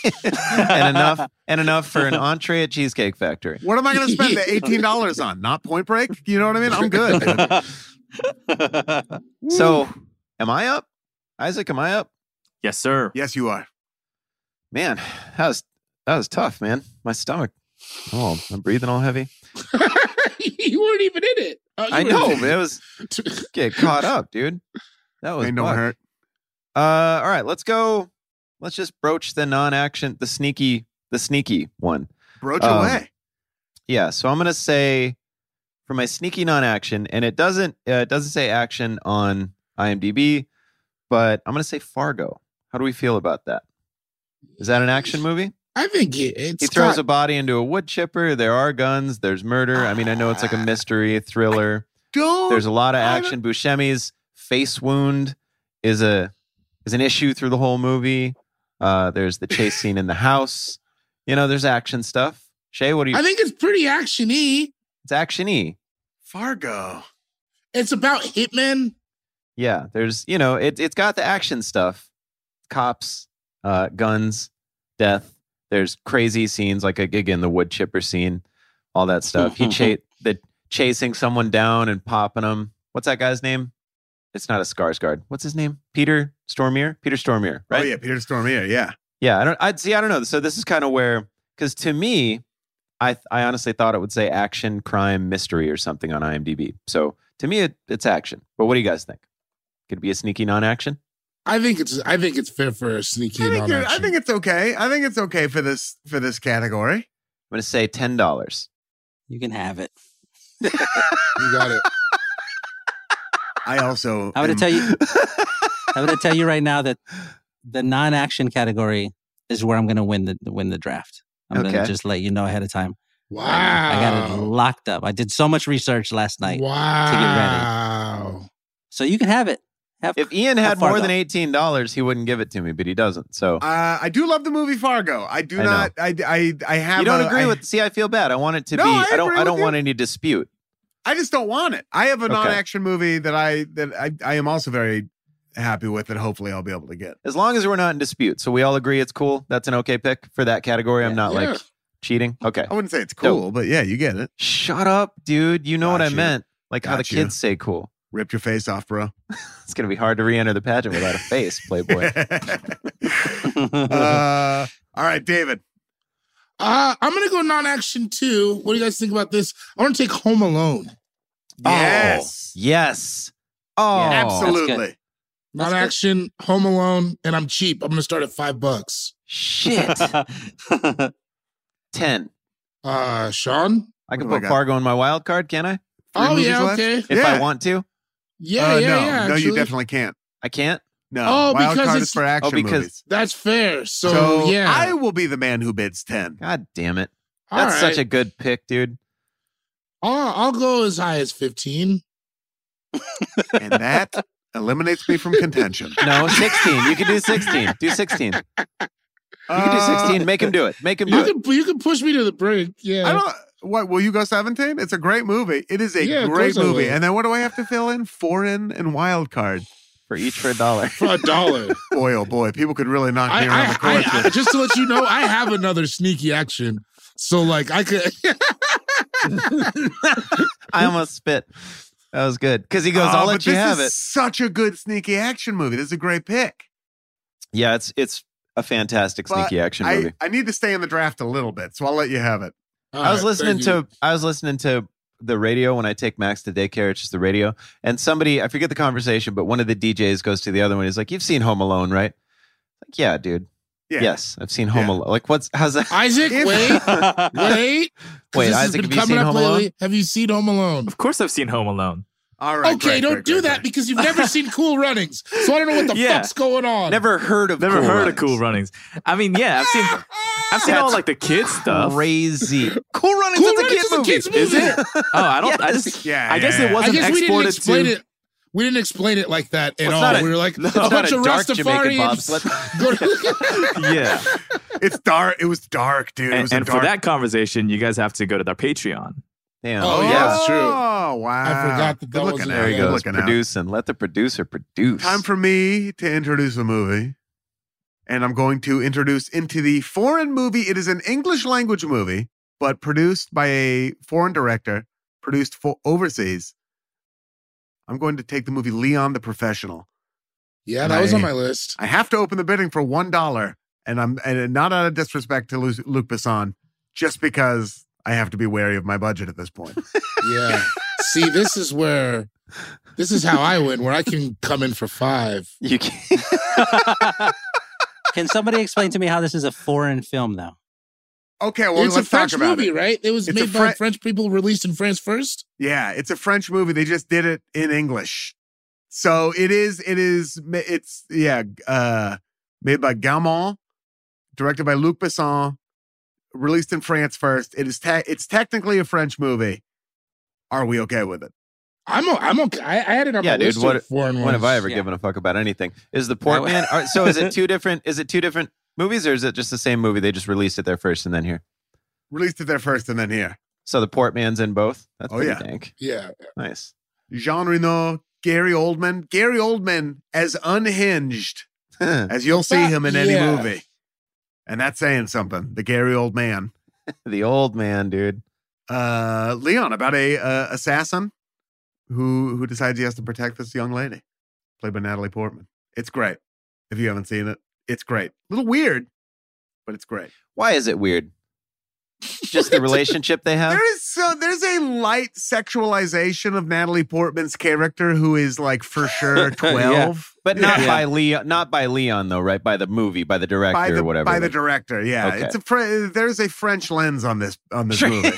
Speaker 6: and enough and enough for an entree at Cheesecake Factory.
Speaker 2: What am I going to spend the eighteen dollars on? Not Point Break. You know what I mean? I'm good. dude.
Speaker 6: So, am I up? Isaac, am I up?
Speaker 4: Yes, sir.
Speaker 2: Yes, you are.
Speaker 6: Man, that was that was tough, man. My stomach. Oh, I'm breathing all heavy.
Speaker 5: you weren't even in it. Oh, you
Speaker 6: I
Speaker 5: were-
Speaker 6: know, but it was get caught up, dude. That was
Speaker 2: Ain't no
Speaker 6: fucked.
Speaker 2: hurt.
Speaker 6: Uh, all right, let's go. Let's just broach the non-action, the sneaky, the sneaky one.
Speaker 2: Broach
Speaker 6: Um,
Speaker 2: away.
Speaker 6: Yeah, so I'm gonna say for my sneaky non-action, and it doesn't uh, it doesn't say action on IMDb, but I'm gonna say Fargo. How do we feel about that? Is that an action movie?
Speaker 5: I think it, it's
Speaker 6: He throws
Speaker 5: got-
Speaker 6: a body into a wood chipper. There are guns. There's murder. I mean, I know it's like a
Speaker 5: Ah.
Speaker 6: mystery a thriller.
Speaker 2: Don't.
Speaker 6: There's a lot of
Speaker 2: I don't-
Speaker 6: action. Buscemi's face wound is a is an issue through the whole movie. Uh, there's the chase scene in the house. You know, there's action stuff. Shay, what do you?
Speaker 5: I think it's pretty actiony.
Speaker 6: it's actiony.
Speaker 2: Fargo. Oh,
Speaker 5: It's about hitmen.
Speaker 6: Yeah, there's you know it it's got the action stuff, cops, uh, guns, death. There's crazy scenes like again the wood chipper scene, all that stuff. he cha- the chasing someone down and popping them. What's that guy's name? It's not a Skarsgård. What's his name? Peter Stormier. Peter Stormier, right?
Speaker 2: Oh yeah, Peter Stormier. Yeah.
Speaker 6: Yeah, I don't. I'd see. I don't know. So this is kind of where, because to me, I I honestly thought it would say action, crime, mystery, or something on IMDb. So to me, it, it's action. But what do you guys think? Could it be a sneaky non-action?
Speaker 5: I think it's. I think it's fair for a sneaky.
Speaker 2: I think, you're- I
Speaker 5: non-action.
Speaker 2: think it's okay. I think it's okay for this for this category.
Speaker 6: I'm going to say ten dollars.
Speaker 3: you can have it.
Speaker 5: You got it.
Speaker 2: I also.
Speaker 3: I'm gonna
Speaker 2: am-
Speaker 3: tell you. I'm gonna tell you right now that the non-action category is where I'm gonna win the win the draft. I'm
Speaker 6: Okay.
Speaker 3: gonna just let you know ahead of time.
Speaker 5: Wow.
Speaker 3: I got it locked up. I did so much research last night,
Speaker 5: Wow.
Speaker 3: so you can have it. Have
Speaker 6: If Ian
Speaker 3: How
Speaker 6: had
Speaker 3: far
Speaker 6: more than
Speaker 3: though?
Speaker 6: eighteen dollars, he wouldn't give it to me, but he doesn't. So
Speaker 2: Uh, I do love the movie Fargo. I do
Speaker 6: I know.
Speaker 2: not. I, I I have.
Speaker 6: you don't
Speaker 2: a-
Speaker 6: agree
Speaker 2: I-
Speaker 6: with. See, I feel bad. I want it to
Speaker 2: No,
Speaker 6: be.
Speaker 2: I
Speaker 6: I, don't.
Speaker 2: agree
Speaker 6: I
Speaker 2: with
Speaker 6: don't
Speaker 2: you.
Speaker 6: want any dispute.
Speaker 2: I just don't want it. I have a
Speaker 6: Okay.
Speaker 2: non-action movie that I that I, I am also very happy with that. Hopefully, I'll be able to get.
Speaker 6: As long as we're not in dispute, so we all agree it's cool. That's an okay pick for that category. I'm
Speaker 3: Yeah.
Speaker 6: not
Speaker 5: Yeah.
Speaker 6: like cheating. Okay.
Speaker 2: I wouldn't say it's
Speaker 6: Dope.
Speaker 2: cool, but yeah, you get it.
Speaker 6: Shut up, dude. You know what
Speaker 2: Got
Speaker 6: I
Speaker 2: you.
Speaker 6: meant. Like how the
Speaker 2: Got you.
Speaker 6: kids say cool.
Speaker 2: Rip your face off, bro.
Speaker 6: It's gonna be hard to re-enter the pageant without a face, Playboy.
Speaker 2: uh, all right, David.
Speaker 5: Uh, I'm gonna go non-action too. What do you guys think about this? I want to take Home Alone.
Speaker 6: Oh.
Speaker 2: Yes,
Speaker 6: yes. Oh,
Speaker 3: Yeah,
Speaker 2: absolutely.
Speaker 3: That's good.
Speaker 5: Non-action, Home Alone, and I'm cheap. I'm gonna start at five bucks.
Speaker 6: Shit. Ten.
Speaker 5: Uh, Sean.
Speaker 6: I can
Speaker 2: What do I
Speaker 6: put
Speaker 2: got?
Speaker 6: Fargo on my wild card, can I?
Speaker 2: Three
Speaker 5: oh
Speaker 2: movies
Speaker 5: yeah,
Speaker 2: left?
Speaker 5: okay.
Speaker 6: If
Speaker 2: Yeah.
Speaker 6: I want to,
Speaker 5: Yeah,
Speaker 2: Uh,
Speaker 5: yeah,
Speaker 2: no,
Speaker 5: yeah.
Speaker 2: no, you
Speaker 5: actually.
Speaker 2: definitely can't.
Speaker 6: I can't.
Speaker 2: No,
Speaker 5: Oh,
Speaker 2: wild
Speaker 5: because
Speaker 2: card
Speaker 5: it's-
Speaker 2: is for action
Speaker 6: Oh, because-
Speaker 2: movies.
Speaker 5: That's fair. So,
Speaker 2: So,
Speaker 5: yeah,
Speaker 2: I will be the man who bids ten.
Speaker 6: God damn it.
Speaker 5: All
Speaker 6: That's
Speaker 5: right.
Speaker 6: such a good pick, dude.
Speaker 5: I'll, I'll go as high as fifteen.
Speaker 2: and that eliminates me from contention.
Speaker 6: No, 16. You can do 16. Do 16. You can
Speaker 2: Uh,
Speaker 6: do 16. Make him do it. Make him do
Speaker 5: You
Speaker 6: it.
Speaker 5: can you can push me to the brink. Yeah.
Speaker 2: I don't. What will you go seventeen? It's a great movie. It is a
Speaker 5: Yeah, of
Speaker 2: great
Speaker 5: course I
Speaker 2: movie.
Speaker 5: will.
Speaker 2: And then what do I have to fill in? Foreign and wild card.
Speaker 6: For each for a dollar.
Speaker 5: for a dollar.
Speaker 2: Boy, oh boy, people could really knock
Speaker 5: I,
Speaker 2: me around
Speaker 5: I,
Speaker 2: the course.
Speaker 5: I- I-
Speaker 2: with-
Speaker 5: just to let you know, I have another sneaky action. So like I could
Speaker 6: I almost spit. That was good. Because he goes,
Speaker 2: Oh,
Speaker 6: I'll
Speaker 2: but
Speaker 6: let you
Speaker 2: this
Speaker 6: have
Speaker 2: is
Speaker 6: it.
Speaker 2: Such a good sneaky action movie. This is a great pick.
Speaker 6: Yeah, it's it's a fantastic
Speaker 2: But
Speaker 6: sneaky action
Speaker 2: I,
Speaker 6: movie.
Speaker 2: I need to stay in the draft a little bit, so I'll let you have it.
Speaker 6: I was listening to I was listening to the radio when I take Max to daycare. It's just the radio. And somebody, I forget the conversation, but one of the DJs goes to the other one. He's like, You've seen Home Alone, right? Like, yeah, dude.
Speaker 2: Yeah.
Speaker 6: Yes, I've seen Home
Speaker 2: Yeah.
Speaker 6: Alone. Like, what's how's that?
Speaker 5: Isaac,
Speaker 2: If-
Speaker 5: wait, wait. 'cause
Speaker 6: Wait,
Speaker 5: this has
Speaker 6: Isaac, have
Speaker 5: been
Speaker 6: you
Speaker 5: coming
Speaker 6: seen
Speaker 5: up
Speaker 6: Home Alone?
Speaker 5: lately. Have you seen Home Alone?
Speaker 4: Of course, I've seen Home Alone.
Speaker 2: All right.
Speaker 5: okay,
Speaker 2: great,
Speaker 5: don't
Speaker 2: great,
Speaker 5: do
Speaker 2: great,
Speaker 5: that
Speaker 2: great.
Speaker 5: because you've never seen Cool Runnings. So I don't know what the
Speaker 4: Yeah.
Speaker 5: fuck's going on.
Speaker 6: Never heard of
Speaker 4: Never
Speaker 6: Cool
Speaker 4: heard of
Speaker 6: Runnings.
Speaker 4: Cool Runnings. I mean, yeah, I've seen. I've seen all
Speaker 6: That's
Speaker 4: like the kid stuff.
Speaker 6: Crazy. cool Runnings
Speaker 5: Cool
Speaker 6: is a
Speaker 5: Runnings
Speaker 6: kid
Speaker 5: is a
Speaker 6: movie.
Speaker 5: kid's movie. Is it?
Speaker 4: Oh, I don't. I
Speaker 6: Yes.
Speaker 4: just.
Speaker 2: Yeah,
Speaker 4: I guess
Speaker 2: yeah,
Speaker 4: it
Speaker 2: yeah.
Speaker 5: I
Speaker 4: wasn't
Speaker 5: guess we didn't
Speaker 4: exported
Speaker 5: explain
Speaker 4: to.
Speaker 5: it. We didn't explain it like that at
Speaker 6: Well, it's
Speaker 5: all.
Speaker 6: not a-
Speaker 5: we were like
Speaker 6: no,
Speaker 5: it's a
Speaker 6: it's not
Speaker 5: bunch
Speaker 6: a
Speaker 5: of
Speaker 6: dark Jamaican
Speaker 5: Rastafarians. Go to-
Speaker 4: Yeah,
Speaker 2: It's dark. It was dark, dude. It was
Speaker 4: and,
Speaker 2: a
Speaker 4: and for
Speaker 2: dark-
Speaker 4: that conversation, you guys have to go to their Patreon.
Speaker 6: Damn.
Speaker 5: Oh,
Speaker 6: Oh,
Speaker 5: yeah.
Speaker 6: yeah.
Speaker 5: that's true.
Speaker 2: Oh wow!
Speaker 5: I forgot that
Speaker 2: Good
Speaker 5: that was
Speaker 2: looking
Speaker 5: in
Speaker 2: out.
Speaker 6: There he
Speaker 5: Yeah,
Speaker 2: Good
Speaker 6: goes.
Speaker 2: looking out.
Speaker 6: Producing. Let the producer produce.
Speaker 2: Time for me to introduce a movie. And I'm going to introduce into the foreign movie. It is an English language movie, but produced by a foreign director, produced for overseas. I'm going to take the movie Leon the Professional.
Speaker 5: yeah, that was on
Speaker 2: Right.
Speaker 5: my list.
Speaker 2: I have to open the bidding for one dollar, and I'm and not out of disrespect to Lu- Luc Besson, just because I have to be wary of my budget at this point.
Speaker 5: Yeah. See, this is where this is how I win, where I can come in for five.
Speaker 6: you can
Speaker 3: Can somebody explain to me how this is a foreign film, though?
Speaker 2: Okay, well
Speaker 5: it's a
Speaker 2: let's
Speaker 5: French
Speaker 2: talk about
Speaker 5: movie,
Speaker 2: it.
Speaker 5: right? It was
Speaker 2: It's a
Speaker 5: made by
Speaker 2: Fre-
Speaker 5: French people, released in France first.
Speaker 2: Yeah, it's a French movie. They just did it in English. So it is, it is, it's, yeah, uh, made by Gaumont, directed by Luc Besson, released in France first. It is, te- it's technically a French movie. Are we okay with it?
Speaker 5: I'm o- I'm okay. I, I had it on
Speaker 6: Yeah,
Speaker 5: my
Speaker 6: dude,
Speaker 5: list.
Speaker 6: what-
Speaker 5: of foreign
Speaker 6: when have
Speaker 5: ones.
Speaker 6: I ever
Speaker 3: Yeah.
Speaker 6: given a fuck about anything? Is the Portman are, so is it two different is it two different movies or is it just the same movie? They just released it there first and then here.
Speaker 2: Released it there first and then here.
Speaker 6: So the Portman's in both? That's
Speaker 2: Oh,
Speaker 6: pretty
Speaker 2: yeah.
Speaker 6: dank.
Speaker 5: Yeah,
Speaker 6: Nice.
Speaker 2: Jean Reno, Gary Oldman. Gary Oldman as unhinged
Speaker 6: the
Speaker 2: as you'll see him in any
Speaker 5: Yeah.
Speaker 2: movie. And that's saying something. The Gary Old Man.
Speaker 6: old man, dude.
Speaker 2: uh Leon about a uh, assassin who who decides he has to protect this young lady, played by Natalie Portman. It's great. If you haven't seen it, it's great. A little weird, but it's great.
Speaker 6: Why is it weird? Just the relationship they have?
Speaker 2: There is so there's a light sexualization of Natalie Portman's character who is like for sure
Speaker 3: Yeah.
Speaker 2: 12
Speaker 6: But not
Speaker 3: Yeah.
Speaker 6: by Leon, not by Leon though, right? By the movie, by the director
Speaker 2: by the
Speaker 6: or whatever.
Speaker 2: by the director. Yeah.
Speaker 6: Okay.
Speaker 2: It's a Fre- there's a French lens on this on this movie.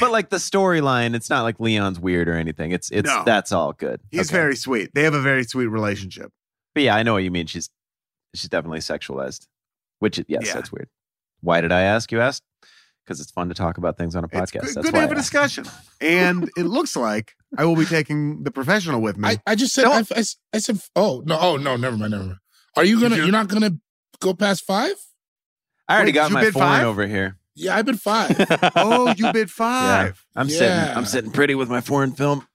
Speaker 6: but like the storyline, it's not like Leon's weird or anything. It's it's
Speaker 2: No.
Speaker 6: that's all good.
Speaker 2: He's
Speaker 6: Okay.
Speaker 2: very sweet. They have a very sweet relationship.
Speaker 6: But yeah, I know what you mean. She's she's definitely sexualized. Which yes,
Speaker 2: Yeah.
Speaker 6: that's weird. Why did I ask? You asked because it's fun to talk about things on a
Speaker 2: It's
Speaker 6: podcast.
Speaker 2: good,
Speaker 6: that's
Speaker 2: good to
Speaker 6: why
Speaker 2: have
Speaker 6: I
Speaker 2: a
Speaker 6: asked.
Speaker 2: discussion. And it looks like I will be taking the professional with me.
Speaker 5: I, I just said
Speaker 6: No.
Speaker 5: I, I s- I said oh no oh no never mind never mind. Are you gonna
Speaker 2: You're-
Speaker 5: you're not gonna go past five?
Speaker 6: I already
Speaker 2: Wait,
Speaker 6: got
Speaker 2: you
Speaker 6: my
Speaker 2: bid
Speaker 6: foreign
Speaker 2: five?
Speaker 6: over here.
Speaker 5: Yeah, I've been five.
Speaker 2: oh, you bid five,
Speaker 6: I'm
Speaker 5: Yeah.
Speaker 6: sitting. I'm sitting pretty with my foreign film,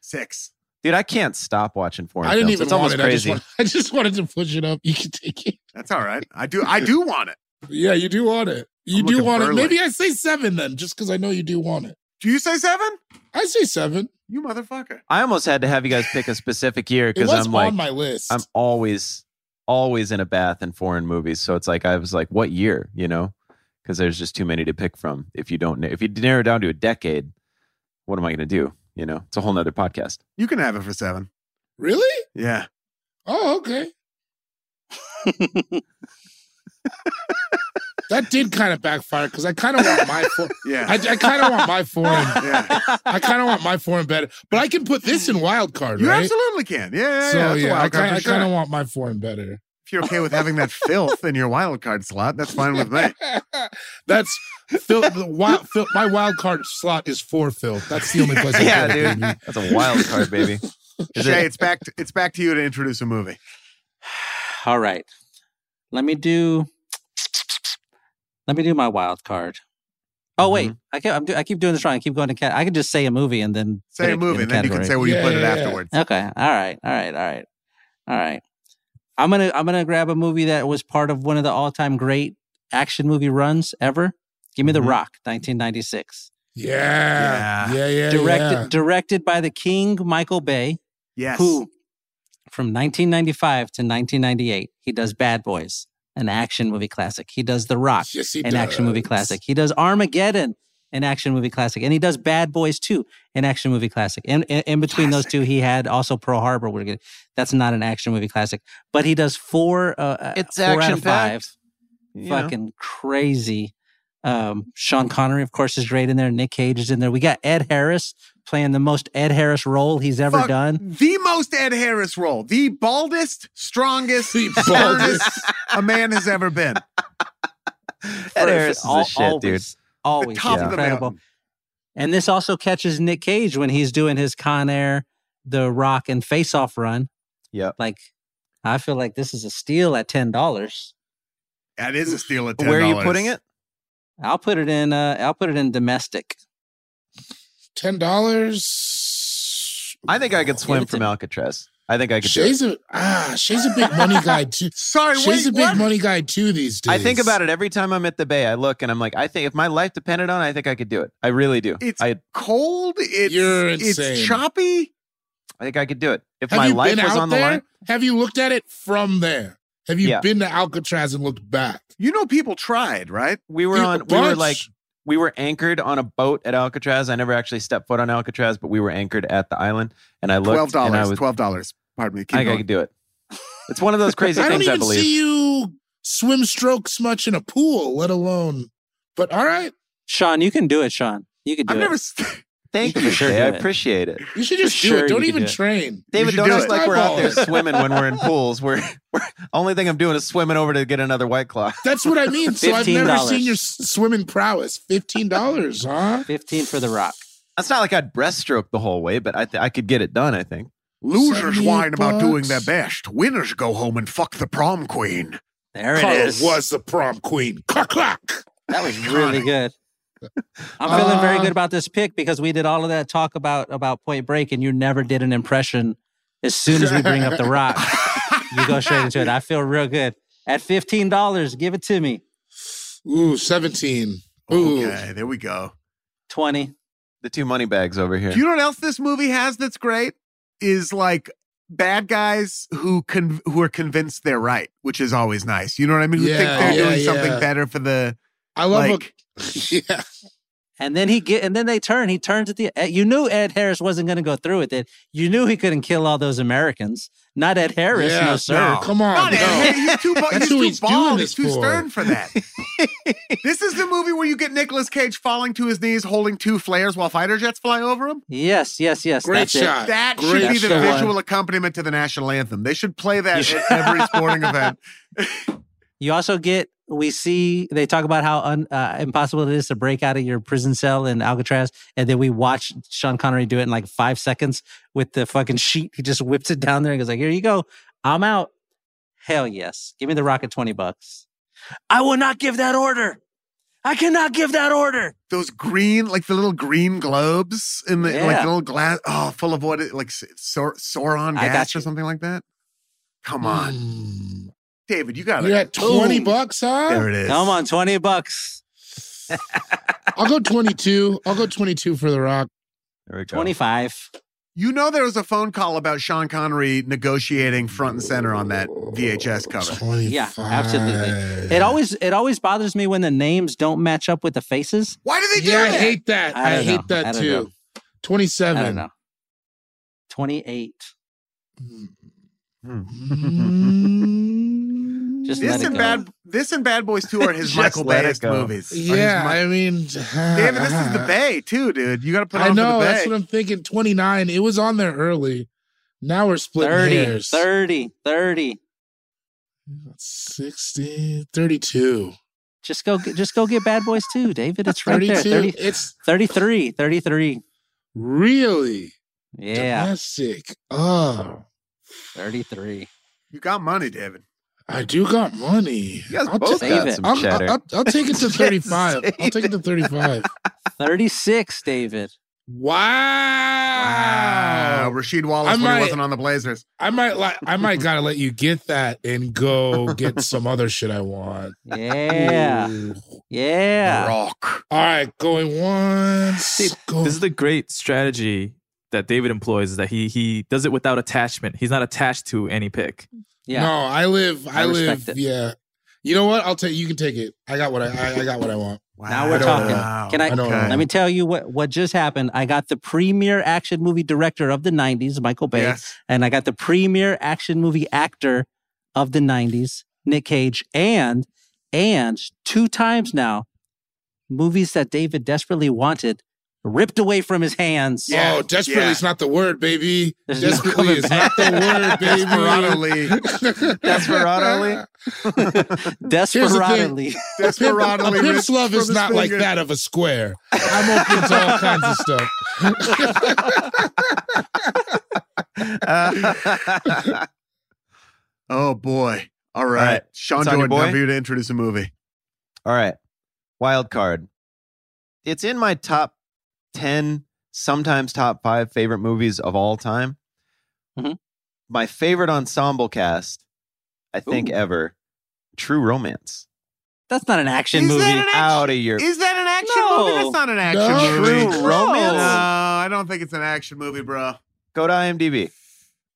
Speaker 2: six.
Speaker 6: dude. I can't stop watching foreign.
Speaker 5: I didn't
Speaker 6: films.
Speaker 5: even
Speaker 6: It's
Speaker 5: want
Speaker 6: almost
Speaker 5: it.
Speaker 6: crazy.
Speaker 5: I, just want, I just wanted to push it up. You can take it.
Speaker 2: That's all right. I do. I do want it.
Speaker 5: Yeah, you do want it. You
Speaker 2: I'm
Speaker 5: do
Speaker 2: looking
Speaker 5: want it.
Speaker 2: burly.
Speaker 5: Maybe I say seven then, just because I know you do want it.
Speaker 2: Do you say seven?
Speaker 5: I say seven.
Speaker 2: You motherfucker.
Speaker 6: I almost had to have you guys pick a specific year
Speaker 5: It
Speaker 6: because
Speaker 5: was
Speaker 6: I'm like,
Speaker 5: on my list.
Speaker 6: I'm always, always in a bath in foreign movies. So it's like I was like, what year? You know, because there's just too many to pick from. If you don't, if you narrow it down to a decade, what am I going to do? You know, it's a whole nother podcast.
Speaker 2: You can have it for seven.
Speaker 5: really?
Speaker 2: Yeah.
Speaker 5: Oh, okay. that did kind of backfire because I kind of want my for-
Speaker 2: Yeah.
Speaker 5: I, I kind of want my foreign.
Speaker 2: yeah.
Speaker 5: I kind of want my foreign better, but I can put this in wild card,
Speaker 2: You
Speaker 5: right?
Speaker 2: absolutely can. Yeah. Yeah.
Speaker 5: so
Speaker 2: yeah.
Speaker 5: yeah,
Speaker 2: That's a wild
Speaker 5: I
Speaker 2: card
Speaker 5: kind,
Speaker 2: for
Speaker 5: I kind
Speaker 2: sure.
Speaker 5: of want my foreign better.
Speaker 2: if you're okay with having that filth in your wild card slot, that's fine with me.
Speaker 5: That's Phil, the wild, Phil, my wild card slot is for Phil. That's the only place. I
Speaker 6: yeah,
Speaker 5: put it,
Speaker 6: dude,
Speaker 5: baby.
Speaker 6: that's a wild card, baby. Is
Speaker 2: Shay,
Speaker 6: it,
Speaker 2: it's back. To, it's back to you to introduce a movie.
Speaker 3: All right. Let me do. Let me do my wild card. Oh wait, I keep I'm do, I keep doing this wrong. I keep going to cat. I can just say a movie and then put
Speaker 2: Say
Speaker 3: it
Speaker 2: a
Speaker 3: in
Speaker 2: movie, and then you can
Speaker 3: category.
Speaker 2: say where you
Speaker 5: Yeah,
Speaker 2: put it
Speaker 5: yeah, yeah.
Speaker 2: afterwards.
Speaker 3: Okay. All right. All right. All right. All right. I'm gonna I'm gonna grab a movie that was part of one of the all time great action movie runs ever. Give me the
Speaker 6: Mhm.
Speaker 3: Rock, 1996.
Speaker 5: Yeah, yeah, yeah. yeah
Speaker 3: Directed directed by the King Michael Bay,
Speaker 2: Yes.
Speaker 3: who from 1995 to 1998 he does Bad Boys, an action movie classic. He does The Rock,
Speaker 5: Yes, he
Speaker 3: an action movie
Speaker 5: does.
Speaker 3: classic. He does Armageddon, an action movie classic, and he does Bad Boys 2, an action movie classic. And in, in between those two, he had also Pearl Harbor. We're gonna- that's not an action movie classic, but he does four. Uh, uh,
Speaker 6: It's
Speaker 3: four out of
Speaker 6: action-packed,
Speaker 3: five.
Speaker 6: you know?
Speaker 3: Fucking crazy. Um, Sean Connery, of course, is right in there. Nick Cage is in there. We got Ed Harris playing the most Ed Harris role he's ever
Speaker 2: Fuck
Speaker 3: done.
Speaker 2: The most Ed Harris role, the baldest, strongest,
Speaker 5: The
Speaker 2: sternest
Speaker 5: baldest.
Speaker 2: a man has ever been.
Speaker 6: Ed
Speaker 3: For-
Speaker 6: Harris is
Speaker 3: al-
Speaker 6: a shit, dude.
Speaker 3: always, Always,
Speaker 2: the top
Speaker 3: he's
Speaker 2: of the
Speaker 3: incredible.
Speaker 2: mountain.
Speaker 3: And this also catches Nick Cage when he's doing his Con Air, The Rock, and Face Off run.
Speaker 6: Yep.
Speaker 3: Like, I feel like this is a steal at ten dollars.
Speaker 2: That is a steal at ten.
Speaker 6: Where are you putting it?
Speaker 3: I'll put it in. Uh, I'll put it in domestic.
Speaker 5: ten dollars.
Speaker 6: I think I could swim
Speaker 3: it's
Speaker 6: from
Speaker 3: a-
Speaker 6: Alcatraz. I think I could. Do it.
Speaker 5: Shay's a ah, Shay's a big money guy too.
Speaker 2: Sorry,
Speaker 5: Shay's a
Speaker 2: wait,
Speaker 5: big
Speaker 2: what?
Speaker 5: money guy too these days.
Speaker 6: I think about it every time I'm at the bay. I look and I'm like, I think if my life depended on, it, I think I could do it. I really do.
Speaker 2: It's
Speaker 6: I,
Speaker 2: cold. It's
Speaker 5: You're
Speaker 2: it's
Speaker 5: insane.
Speaker 2: choppy.
Speaker 6: I think I could do it. If
Speaker 5: Have
Speaker 6: my
Speaker 5: you
Speaker 6: life
Speaker 5: been
Speaker 6: was
Speaker 5: out
Speaker 6: on the
Speaker 5: there?
Speaker 6: line,
Speaker 5: Have you looked at it from there? Have you
Speaker 6: Yeah.
Speaker 5: been to Alcatraz and looked back?
Speaker 2: You know, people tried, right?
Speaker 6: we were
Speaker 5: Dude,
Speaker 6: on.
Speaker 5: a
Speaker 6: We were
Speaker 5: bunch.
Speaker 6: like, we were anchored on a boat at Alcatraz. I never actually stepped foot on Alcatraz, but we were anchored at the island. And I looked,
Speaker 2: Twelve
Speaker 6: and I
Speaker 2: dollars.
Speaker 6: was,
Speaker 2: Twelve dollars. Pardon me.
Speaker 6: I
Speaker 2: Keep
Speaker 6: think I
Speaker 2: going.
Speaker 6: could do it. It's one of those crazy
Speaker 5: I don't
Speaker 6: things. I
Speaker 5: even
Speaker 6: believe.
Speaker 5: see you swim strokes much in a pool, let alone. But all right,
Speaker 3: Sean, you can do it. Sean, you can do
Speaker 2: I've
Speaker 3: it.
Speaker 2: never. s-
Speaker 6: Thank
Speaker 3: You
Speaker 6: you.
Speaker 3: can sure
Speaker 6: Jay.
Speaker 3: do
Speaker 6: I
Speaker 3: it.
Speaker 6: appreciate it.
Speaker 5: you should just
Speaker 3: Sure,
Speaker 5: do it. Don't
Speaker 3: you can
Speaker 5: even
Speaker 3: do it.
Speaker 5: train.
Speaker 6: David,
Speaker 2: should
Speaker 6: don't
Speaker 2: do
Speaker 6: act
Speaker 2: it.
Speaker 6: like we're out there
Speaker 5: Eyeballs.
Speaker 6: swimming when we're in pools. We're, we're only thing I'm doing is swimming over to get another white claw.
Speaker 5: That's what I mean. So I've never
Speaker 3: $15.
Speaker 5: seen your s- swimming prowess. Fifteen dollars, huh?
Speaker 3: Fifteen for The Rock.
Speaker 6: It's not like I'd breaststroke the whole way, but I th- I could get it done. I think.
Speaker 2: Losers
Speaker 5: Seventy
Speaker 2: whine about doing
Speaker 5: bucks.
Speaker 2: their best. Winners go home and fuck the prom queen.
Speaker 3: There it
Speaker 5: Carla
Speaker 3: is.
Speaker 5: was Oh, the prom queen. Clack clack.
Speaker 3: That was really good. I'm feeling very good
Speaker 5: Uh,
Speaker 3: about this pick because we did all of that talk about about Point Break, and you never did an impression. As soon as we bring up The Rock, you go straight into it. I feel real good. At fifteen dollars, give it to me.
Speaker 5: Ooh, seventeen. Ooh,
Speaker 2: Okay, there we go.
Speaker 3: Twenty.
Speaker 6: The two money bags over here.
Speaker 2: You know what else this movie has that's great is like bad guys who con- who are convinced they're right, which is always nice. You know what I mean? Who
Speaker 5: Yeah,
Speaker 2: think they're
Speaker 5: yeah,
Speaker 2: doing something
Speaker 5: yeah.
Speaker 2: better for the
Speaker 5: I love
Speaker 2: like.
Speaker 5: a yeah.
Speaker 3: And then he get and then they turn. He turns at the. eh, You knew Ed Harris wasn't going to go through with it. You knew he couldn't kill all those Americans. Not Ed Harris,
Speaker 5: Yeah,
Speaker 3: no sir.
Speaker 5: no, come on.
Speaker 2: Not
Speaker 5: no.
Speaker 2: Ed. He's too, bu-
Speaker 5: That's
Speaker 2: he's
Speaker 5: who
Speaker 2: too
Speaker 5: he's doing
Speaker 2: bald.
Speaker 5: this
Speaker 2: He's too
Speaker 5: for.
Speaker 2: stern for that. this is the movie where you get Nicolas Cage falling to his knees, holding two flares while fighter jets fly over him.
Speaker 3: Yes, yes, yes.
Speaker 5: Great
Speaker 3: that's it.
Speaker 5: shot.
Speaker 2: That
Speaker 5: Uh, Great
Speaker 2: should be the
Speaker 3: shot.
Speaker 2: visual accompaniment to the national anthem. They should play that at every sporting event.
Speaker 3: You also get we see they talk about how un, uh, impossible it is to break out of your prison cell in Alcatraz, and then we watch Sean Connery do it in like five seconds with the fucking sheet. He just whips it down there and goes like, "Here you go, I'm out." Hell yes, give me the rocket twenty bucks. I will not give that order. I cannot give that order.
Speaker 2: Those green, like the little green globes in the like
Speaker 3: Yeah.
Speaker 2: the little glass, oh, full of what, it- like s- sor- Sauron
Speaker 3: I got
Speaker 2: gas or
Speaker 3: you.
Speaker 2: something like that. Come on,
Speaker 5: Mm.
Speaker 2: David, you got it.
Speaker 5: You're at 20
Speaker 2: Boom.
Speaker 5: bucks, huh?
Speaker 2: There it is.
Speaker 3: Come on, twenty bucks,
Speaker 5: I'll go 22. I'll go 22 for The Rock.
Speaker 6: There we go.
Speaker 3: twenty five.
Speaker 2: You know there was a phone call about Sean Connery negotiating front and center on that VHS cover.
Speaker 5: 25.
Speaker 3: Yeah, absolutely. It always it always bothers me when the names don't match up with the faces.
Speaker 2: Why do they do
Speaker 5: Yeah, I
Speaker 2: that?
Speaker 5: hate that.
Speaker 3: I
Speaker 5: I,
Speaker 3: don't
Speaker 5: hate
Speaker 3: know. I
Speaker 5: that
Speaker 3: don't
Speaker 5: too.
Speaker 3: know.
Speaker 5: 27.
Speaker 3: I don't know. Twenty eight.
Speaker 5: Mm.
Speaker 3: Just
Speaker 2: this
Speaker 3: let it
Speaker 2: and
Speaker 3: go.
Speaker 2: bad this and Bad Boys Two are his
Speaker 6: Just
Speaker 2: Michael
Speaker 6: let it
Speaker 2: Bayest
Speaker 6: go.
Speaker 2: movies. Are his
Speaker 5: Yeah,
Speaker 2: Mi-
Speaker 5: I mean,
Speaker 2: David, this is the Bay too, dude. You got to put on
Speaker 5: I
Speaker 2: for
Speaker 5: know.
Speaker 2: the Bay.
Speaker 5: That's what I'm thinking. 29. It was on there early. Now we're splitting
Speaker 3: 30,
Speaker 5: hairs.
Speaker 3: 30, 30.
Speaker 5: 60, 32.
Speaker 3: Just go, just go get Bad Boys 2, David. It's right
Speaker 5: 32.
Speaker 3: there. 30,
Speaker 5: It's
Speaker 3: 33, 33.
Speaker 5: really
Speaker 3: Yeah,
Speaker 5: domestic. Oh,
Speaker 3: 33.
Speaker 2: you got money, David.
Speaker 5: I do got money.
Speaker 6: You guys
Speaker 5: I'll
Speaker 6: both
Speaker 5: ta-
Speaker 3: save
Speaker 6: got
Speaker 3: it.
Speaker 6: some
Speaker 5: I'll,
Speaker 6: cheddar.
Speaker 5: I'll, I'll, I'll take it to
Speaker 6: Just
Speaker 5: 35.
Speaker 6: save
Speaker 5: I'll take it to 35.
Speaker 3: 36, David.
Speaker 5: Wow.
Speaker 2: Wow, Rasheed Wallace
Speaker 5: I
Speaker 2: when
Speaker 5: might-
Speaker 2: he wasn't on the Blazers.
Speaker 5: I might like I might gotta let you get that and go get some other shit I want.
Speaker 3: Yeah,
Speaker 5: Ooh.
Speaker 3: yeah.
Speaker 2: Rock.
Speaker 5: All right, going once.
Speaker 4: See,
Speaker 5: going,
Speaker 4: This is the great strategy that David employs is that he he does it without attachment. He's not attached to any pick.
Speaker 3: Yeah.
Speaker 5: No, I live. I,
Speaker 3: I respect
Speaker 5: live.
Speaker 3: it.
Speaker 5: Yeah. You know what? I'll take. You can take it. I got what I. I, I got what I want.
Speaker 3: Now we're talking. Can I,
Speaker 5: I know what I
Speaker 3: let me tell you what, what just happened. I got the premier action movie director of the 90s, Michael Bay,
Speaker 2: Yes.
Speaker 3: and I got the premier action movie actor of the 90s, Nick Cage, and and two times now, movies that David desperately wanted ripped away from his hands.
Speaker 2: Yeah,
Speaker 5: oh, desperately
Speaker 2: yeah.
Speaker 5: is not the word, baby.
Speaker 3: There's no
Speaker 5: desperately
Speaker 3: coming
Speaker 5: is
Speaker 3: back.
Speaker 5: not the word, baby.
Speaker 2: Desperado Lee.
Speaker 6: Desperately?
Speaker 3: Desperately.
Speaker 5: A
Speaker 2: Desperately.
Speaker 5: pimp's
Speaker 2: ripped
Speaker 5: love
Speaker 2: from
Speaker 5: is
Speaker 2: his
Speaker 5: not like
Speaker 2: fingers.
Speaker 5: that of a square. I'm open to all kinds of stuff.
Speaker 2: Oh boy. All right.
Speaker 6: right.
Speaker 2: Sean
Speaker 6: It's on you,
Speaker 2: Jordan, time
Speaker 6: boy.
Speaker 2: for you to introduce a movie.
Speaker 6: All right. Wild card. It's in my top 10, sometimes top five favorite movies of all time.
Speaker 3: Mhm.
Speaker 6: My favorite ensemble cast, I think,
Speaker 3: Ooh.
Speaker 6: ever True Romance.
Speaker 3: That's not an action
Speaker 2: Is
Speaker 3: movie.
Speaker 2: that an action?
Speaker 6: Out of your.
Speaker 2: Is that an action
Speaker 3: No.
Speaker 2: movie? That's not an action
Speaker 5: No.
Speaker 2: movie.
Speaker 6: True romance?
Speaker 2: No, I don't think it's an action movie, bro.
Speaker 6: Go to IMDb.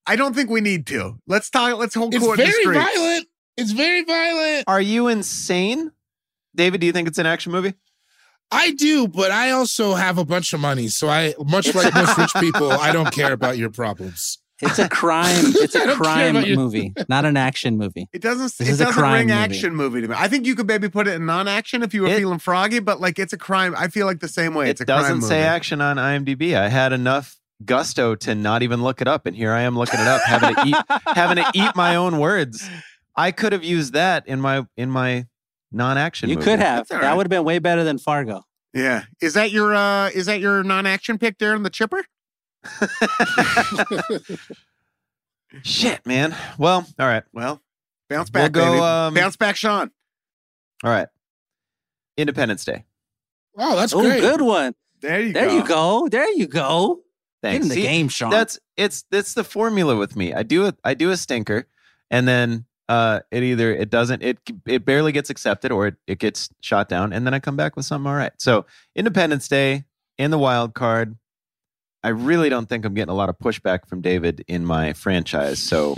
Speaker 2: I don't think we need to. Let's talk. Let's hold
Speaker 5: It's
Speaker 2: court in the
Speaker 5: very
Speaker 2: streets.
Speaker 5: violent. It's very violent.
Speaker 6: Are you insane? David, do you think it's an action movie?
Speaker 5: I do, but I also have a bunch of money, so I much like most rich people, I don't care about your problems.
Speaker 3: It's a crime. It's
Speaker 5: I
Speaker 3: a
Speaker 5: don't care
Speaker 3: crime
Speaker 5: about your-
Speaker 3: movie, not an action movie.
Speaker 2: It doesn't.
Speaker 3: This
Speaker 2: it
Speaker 3: is a
Speaker 2: doesn't
Speaker 3: crime
Speaker 2: ring
Speaker 3: movie.
Speaker 2: action movie to me. I think you could maybe put it in non-action if you were
Speaker 6: It-
Speaker 2: feeling froggy, but like it's a crime. I feel like the same way.
Speaker 6: it
Speaker 2: it's a crime
Speaker 6: doesn't
Speaker 2: movie.
Speaker 6: say action on IMDb. I had enough gusto to not even look it up, and here I am looking it up, having to eat, having to eat my own words. I could have used that in my in my non-action.
Speaker 3: You
Speaker 6: movie.
Speaker 3: could have.
Speaker 2: That's all
Speaker 3: That
Speaker 2: right.
Speaker 3: would have been way better than Fargo.
Speaker 2: Yeah. Is that your uh is that your non-action pick there in the chipper?
Speaker 6: Shit, man. Well, all right,
Speaker 2: Well, bounce
Speaker 6: We'll
Speaker 2: back,
Speaker 6: go,
Speaker 2: baby.
Speaker 6: um,
Speaker 2: bounce back, Sean.
Speaker 6: all right. Independence Day.
Speaker 5: Oh, that's
Speaker 3: Oh,
Speaker 5: great.
Speaker 3: good one.
Speaker 2: There you
Speaker 3: There
Speaker 2: go.
Speaker 3: you go. There you go.
Speaker 6: Thanks.
Speaker 3: Get in the
Speaker 6: See,
Speaker 3: game, Sean.
Speaker 6: That's it's that's the formula with me. I do a I do a stinker, and then uh, it either it doesn't it it barely gets accepted or it, it gets shot down, and then I come back with something all right. So Independence Day in the wild card. I really don't think I'm getting a lot of pushback from David in my franchise. So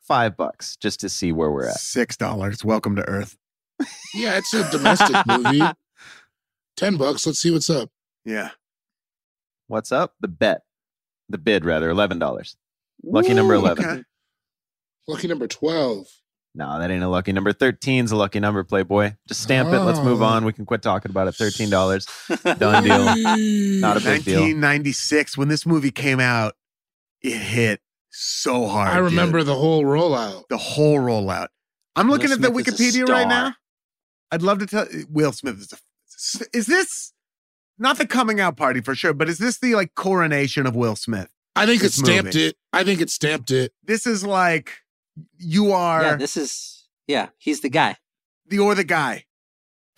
Speaker 6: five bucks just to see where we're at.
Speaker 2: Six dollars. Welcome to Earth.
Speaker 5: Yeah, it's a domestic movie. 10 bucks. Let's see what's up.
Speaker 2: Yeah.
Speaker 6: What's up? The bet. The bid, rather. $11. Lucky number 11.
Speaker 2: Okay.
Speaker 5: Lucky number 12.
Speaker 6: No, that ain't a lucky number. 13's a lucky number, Playboy. Just stamp it. Let's move
Speaker 5: Oh.
Speaker 6: on. We can quit talking about it. $13. Done deal. Not a big deal.
Speaker 2: 1996, when this movie came out, it hit so hard.
Speaker 5: I remember
Speaker 2: dude.
Speaker 5: the whole rollout.
Speaker 2: the whole rollout. I'm looking
Speaker 4: Will
Speaker 2: at the
Speaker 4: Smith is a
Speaker 2: Wikipedia right
Speaker 4: star.
Speaker 2: now. I'd love to tell Will Smith is a, is this not the coming out party for sure, but is this the like coronation of Will Smith?
Speaker 5: I think it
Speaker 2: This
Speaker 5: stamped
Speaker 2: movie.
Speaker 5: it. I think it stamped it.
Speaker 2: This is like you are
Speaker 3: Yeah, this is yeah, he's the guy.
Speaker 2: the or the guy.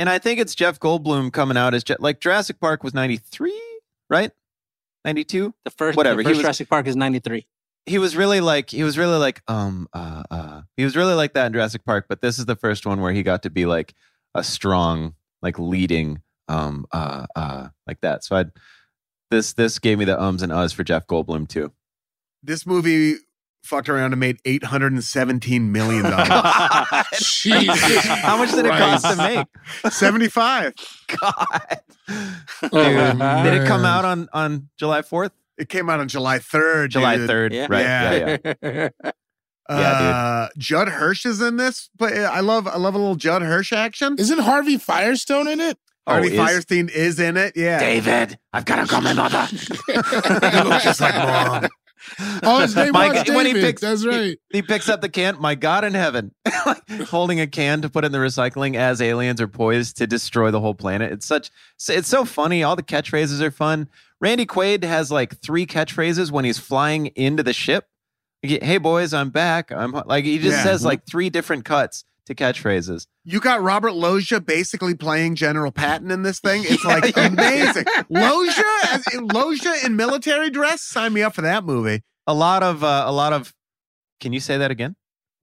Speaker 6: And I think it's Jeff Goldblum coming out as Je- like Jurassic Park was 93, right? 92?
Speaker 3: The first
Speaker 6: Whatever,
Speaker 3: whatever. The
Speaker 6: he
Speaker 3: first
Speaker 6: was-
Speaker 3: Jurassic Park is ninety three.
Speaker 6: he was really like he was really like um uh uh he was really like that in Jurassic Park, but this is the first one where he got to be like a strong like leading um uh uh like that. So I this this gave me the ums and uhs for Jeff Goldblum too.
Speaker 2: This movie fucked around and made 817 million dollars.
Speaker 6: How
Speaker 5: Jesus.
Speaker 6: much did it cost to
Speaker 5: Christ.
Speaker 6: make?
Speaker 2: 75.
Speaker 6: God,
Speaker 5: Oh,
Speaker 6: did it come
Speaker 5: man.
Speaker 6: out on on July fourth,
Speaker 2: It came out on July 3rd.
Speaker 6: July
Speaker 2: dude.
Speaker 6: third?
Speaker 3: Yeah.
Speaker 6: Right?
Speaker 2: Yeah.
Speaker 6: yeah, yeah. Yeah, dude.
Speaker 2: Uh, Judd Hirsch is in this. But uh, I love I love a little Judd Hirsch action.
Speaker 5: Isn't Harvey Firestone in it?
Speaker 2: Harvey
Speaker 6: Oh, is-
Speaker 2: Firestein is in it. Yeah.
Speaker 6: David, I've got to call my mother.
Speaker 2: just like mom.
Speaker 5: Oh, his name
Speaker 6: My
Speaker 5: was
Speaker 6: God, when he
Speaker 5: David.
Speaker 6: picks-
Speaker 5: That's right.
Speaker 6: He picks up the can. My God in heaven, Like, holding a can to put in the recycling as aliens are poised to destroy the whole planet. It's such. It's so funny. All the catchphrases are fun. Randy Quaid has like three catchphrases when he's flying into the ship. He- Hey boys, I'm back. I'm ho-" like he just
Speaker 2: Yeah.
Speaker 6: says
Speaker 5: Mm-hmm.
Speaker 6: like three different cuts to catchphrases.
Speaker 2: You got Robert Loggia basically playing General Patton in this thing. It's like amazing. Loggia, as- Loggia in military dress. Sign me up for that movie.
Speaker 6: A lot of uh, a lot of. Can you say that again?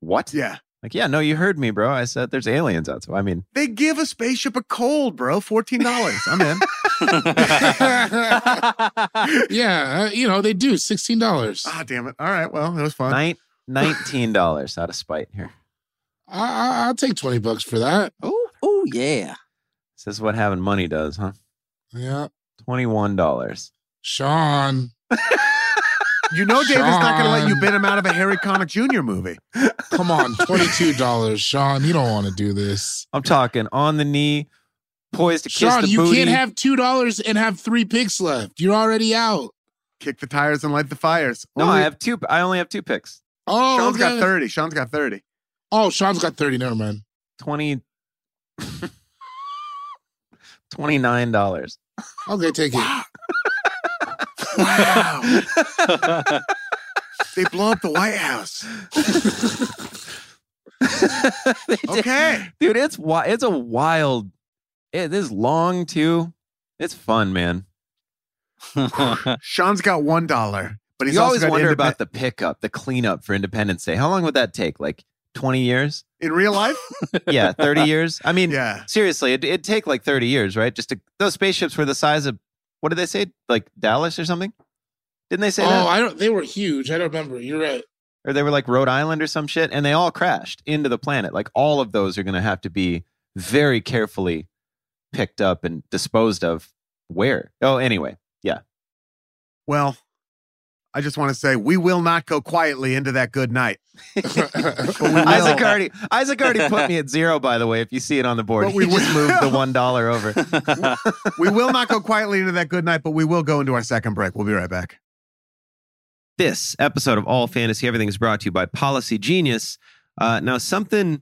Speaker 6: What?
Speaker 2: Yeah.
Speaker 6: Like yeah, no, you heard me, bro. I said there's aliens out. So I mean,
Speaker 2: They give a spaceship a cold, bro. $14. I'm in.
Speaker 5: yeah, uh, you know, they do. $16.
Speaker 2: Ah, damn it. All right. Well, it was fun.
Speaker 6: nine, nineteen dollars out of spite here.
Speaker 5: I, I, I'll take 20 bucks for that.
Speaker 3: oh, oh yeah.
Speaker 6: This is what having money does, huh?
Speaker 5: Yeah.
Speaker 6: Twenty-one dollars.
Speaker 5: Sean.
Speaker 2: You know David's not going to let you
Speaker 5: Sean.
Speaker 2: bid him out of a Harry Connick Jr. movie.
Speaker 5: Come on, $22. Sean, you don't want to do this.
Speaker 6: I'm talking on the knee, poised to kiss
Speaker 5: Sean,
Speaker 6: the
Speaker 5: you
Speaker 6: booty.
Speaker 5: can't have $2 and have three picks left. You're already out.
Speaker 2: Kick the tires and light the fires.
Speaker 6: no,
Speaker 2: Only-
Speaker 6: I have two. I only have two picks.
Speaker 5: Oh,
Speaker 2: Sean's got
Speaker 5: okay.
Speaker 2: 30. Sean's got 30.
Speaker 5: Oh, Sean's got 30. Never mind.
Speaker 6: Twenty. Twenty-nine dollars.
Speaker 5: Okay, take it.
Speaker 2: Wow. they blow up the White House. Okay.
Speaker 6: dude, it's wi- It's a wild. It is long too. It's fun, man.
Speaker 2: Sean's got one dollar, but he's
Speaker 6: you
Speaker 2: also
Speaker 6: always
Speaker 2: got
Speaker 6: wonder
Speaker 2: independ-
Speaker 6: about the pickup, the cleanup for Independence Day. How long would that take? Like twenty years?
Speaker 2: in real life.
Speaker 6: Yeah, thirty years. I mean,
Speaker 2: yeah,
Speaker 6: seriously, it, it'd take like 30 years, right? Just to, those spaceships were the size of, what did they say? Like Dallas or something? Didn't they say
Speaker 5: Oh,
Speaker 6: that?
Speaker 5: I don't. They were huge. I don't remember. You're right.
Speaker 6: or they were like Rhode Island or some shit, and they all crashed into the planet. Like all of those are going to have to be very carefully picked up and disposed of. Where? Oh, anyway.
Speaker 2: well, I just want to say we will not go quietly into that good night,
Speaker 6: Isaac already, Isaac already put me at zero, by the way, if you see it on the board.
Speaker 2: But we
Speaker 6: he just
Speaker 2: will.
Speaker 6: moved the $1 over.
Speaker 2: we will not go quietly into that good night, but we will go into our second break. We'll be right back.
Speaker 6: This episode of All Fantasy Everything is brought to you by Policy Genius. Uh, now, something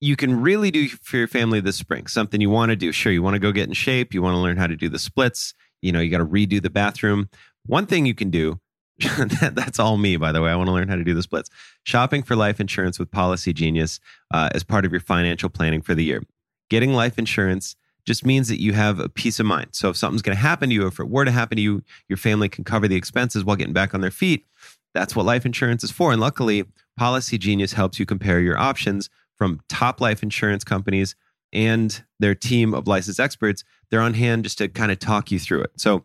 Speaker 6: you can really do for your family this spring, something you want to do. Sure, you want to go get in shape, you want to learn how to do the splits, you know, you got to redo the bathroom. One thing you can do, that, that's all me, by the way. I want to learn how to do the splits. Shopping for life insurance with Policy Genius uh, as part of your financial planning for the year. Getting life insurance just means that you have a peace of mind. So if something's going to happen to you, if it were to happen to you, your family can cover the expenses while getting back on their feet. That's what life insurance is for. And luckily, Policy Genius helps you compare your options from top life insurance companies and their team of licensed experts. They're on hand just to kind of talk you through it. So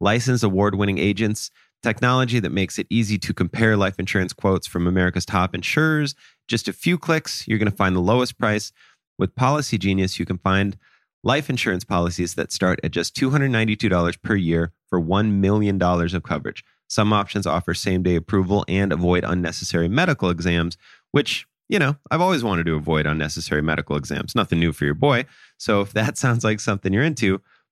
Speaker 6: licensed award winning agents, technology that makes it easy to compare life insurance quotes from America's top insurers. Just a few clicks, you're going to find the lowest price. With Policy Genius, you can find life insurance policies that start at just $292 per year for $1 million of coverage. Some options offer same day approval and avoid unnecessary medical exams, which, you know, I've always wanted to avoid unnecessary medical exams. Nothing new for your boy. So if that sounds like something you're into,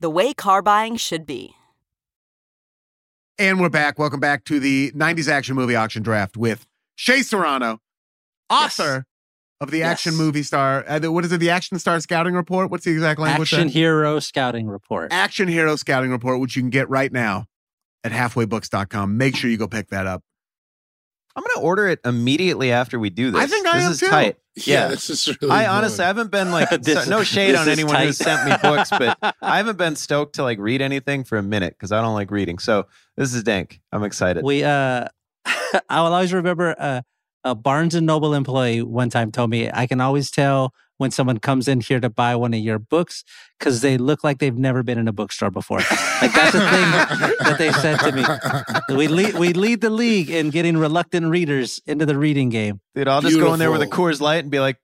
Speaker 9: the way car buying should be.
Speaker 2: And we're back. Welcome back to the 90s action movie auction draft with Shay Serrano, author of the action
Speaker 3: Yes.
Speaker 2: movie star. uh, the- what is it? The action star scouting report? What's the exact language?
Speaker 3: Action
Speaker 2: there?
Speaker 3: Hero Scouting Report.
Speaker 2: action hero scouting report, which you can get right now at halfwaybooks.com. Make sure you go pick that up.
Speaker 6: I'm going to order it immediately after we do this.
Speaker 2: I think I
Speaker 6: this
Speaker 2: am
Speaker 6: is
Speaker 2: too.
Speaker 6: tight. Yeah.
Speaker 5: this is really.
Speaker 6: I
Speaker 5: good.
Speaker 6: honestly I haven't been like
Speaker 3: This-
Speaker 6: so- no shade
Speaker 3: this
Speaker 6: on
Speaker 3: is
Speaker 6: anyone who
Speaker 3: tight.
Speaker 6: sent me books, but I haven't been stoked to like read anything for a minute because I don't like reading. So this is dank. I'm excited.
Speaker 3: We uh I will always remember uh, a Barnes and Noble employee one time told me I can always tell when someone comes in here to buy one of your books because they look like they've never been in a bookstore before. Like that's the thing that they said to me. We lead we lead the league in getting reluctant readers into the reading game.
Speaker 6: Dude, I'll just go in there with a
Speaker 5: Beautiful.
Speaker 6: Coors Light and be like,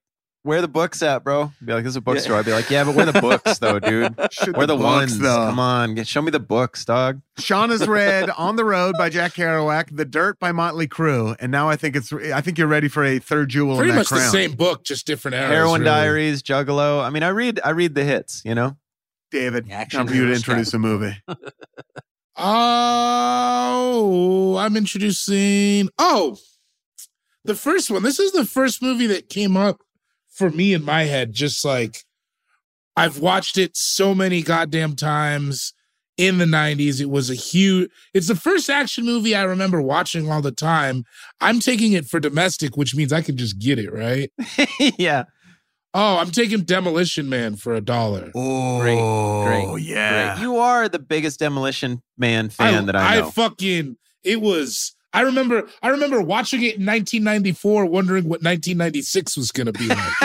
Speaker 6: "Where the books at, bro?" Be like, "This is a bookstore." I'll be like, "Yeah, but where the books though, dude?
Speaker 2: Should
Speaker 6: Where the,
Speaker 2: books,
Speaker 6: ones?
Speaker 2: though.
Speaker 6: Come on, get, show me the books, dog."
Speaker 2: Sean has read On the Road by Jack Kerouac, The Dirt by Motley Crue, and now I think it's I think you're ready for a third jewel
Speaker 5: Pretty
Speaker 2: in that
Speaker 5: much
Speaker 2: crown.
Speaker 5: the same book, just different eras.
Speaker 6: Heroin
Speaker 5: really.
Speaker 6: Diaries, Juggalo. I mean, I read, I read the hits. You know,
Speaker 2: David,
Speaker 3: Yeah, action
Speaker 2: time for you to
Speaker 3: hero
Speaker 2: introduce a movie.
Speaker 5: Oh, I'm introducing. Oh, the first one. This is the first movie that came up for me in my head. Just like I've watched it so many goddamn times in the 90s. It was a huge, it's the first action movie I remember watching all the time. I'm taking it for domestic, which means I can just get it, right?
Speaker 6: yeah.
Speaker 5: Oh, I'm taking Demolition Man for a dollar.
Speaker 2: Oh,
Speaker 3: great,
Speaker 2: yeah.
Speaker 6: You are the biggest Demolition Man fan that I know.
Speaker 5: fucking it was. I remember. I remember watching it in 1994, wondering what 1996 was gonna be like.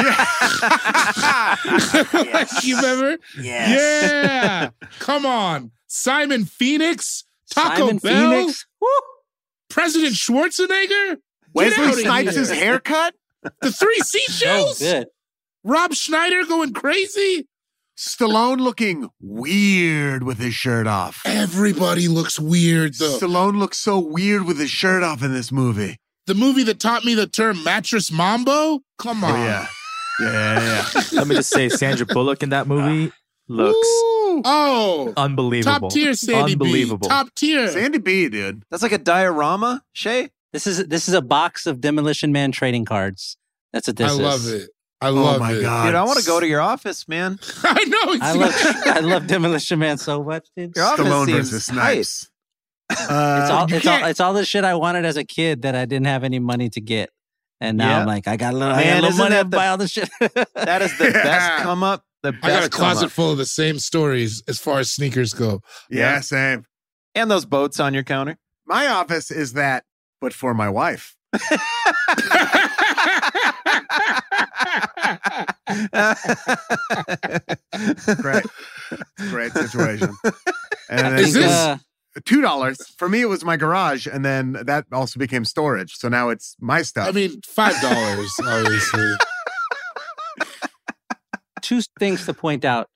Speaker 5: like you remember? Yeah. Come on, Simon Phoenix, Taco
Speaker 3: Simon
Speaker 5: Bell,
Speaker 3: Phoenix. Oh, Woo!
Speaker 5: President Schwarzenegger,
Speaker 2: Wesley
Speaker 5: outta
Speaker 2: Snipes'
Speaker 5: here.
Speaker 2: haircut?
Speaker 5: the three
Speaker 3: So
Speaker 5: seashells,
Speaker 3: good.
Speaker 5: Rob Schneider going crazy.
Speaker 2: Stallone looking weird with his shirt off.
Speaker 5: Everybody looks weird though.
Speaker 2: Stallone looks so weird with his shirt off in this movie.
Speaker 5: the movie that taught me the term mattress mambo. Come on.
Speaker 2: Oh, yeah. Yeah, yeah, yeah.
Speaker 4: Let me just say, Sandra Bullock in that movie looks
Speaker 5: Oh,
Speaker 4: unbelievable.
Speaker 5: top tier, Sandy
Speaker 4: unbelievable.
Speaker 5: B. Top tier.
Speaker 2: Sandy B, dude.
Speaker 6: That's like a diorama, Shay.
Speaker 3: This is this is a box of Demolition Man trading cards. That's what
Speaker 5: I
Speaker 3: this is.
Speaker 5: love it. I
Speaker 2: Oh
Speaker 5: love
Speaker 2: my
Speaker 5: it.
Speaker 2: god.
Speaker 6: Dude, I want to go to your office, man.
Speaker 5: I know. It's
Speaker 3: I love I love Demolition Man so much. dude.
Speaker 6: Your office
Speaker 2: Stallone
Speaker 6: seems
Speaker 2: versus
Speaker 6: tight.
Speaker 2: Snipes. Uh,
Speaker 3: It's all
Speaker 2: you
Speaker 3: it's all,
Speaker 2: can't-
Speaker 3: it's all the shit I wanted as a kid that I didn't have any money to get, and now
Speaker 6: Yeah.
Speaker 3: I'm like I got a little,
Speaker 6: Man,
Speaker 3: I got a little
Speaker 6: isn't
Speaker 3: money
Speaker 6: that
Speaker 3: to
Speaker 6: the-
Speaker 3: buy all this shit.
Speaker 6: That is the
Speaker 2: Yeah.
Speaker 6: best come up. The best
Speaker 5: I got a
Speaker 6: come up.
Speaker 5: closet full of the same stories as far as sneakers go.
Speaker 2: yeah, same.
Speaker 6: and those boats on your counter.
Speaker 2: My office is that, but for my wife.
Speaker 6: Great.
Speaker 2: Great situation. And
Speaker 3: I
Speaker 2: then-
Speaker 3: Uh,
Speaker 5: Is this-
Speaker 2: two dollars for me. It was my garage, and then that also became storage. So now it's my stuff.
Speaker 5: I mean, five dollars, obviously.
Speaker 3: Two things to point out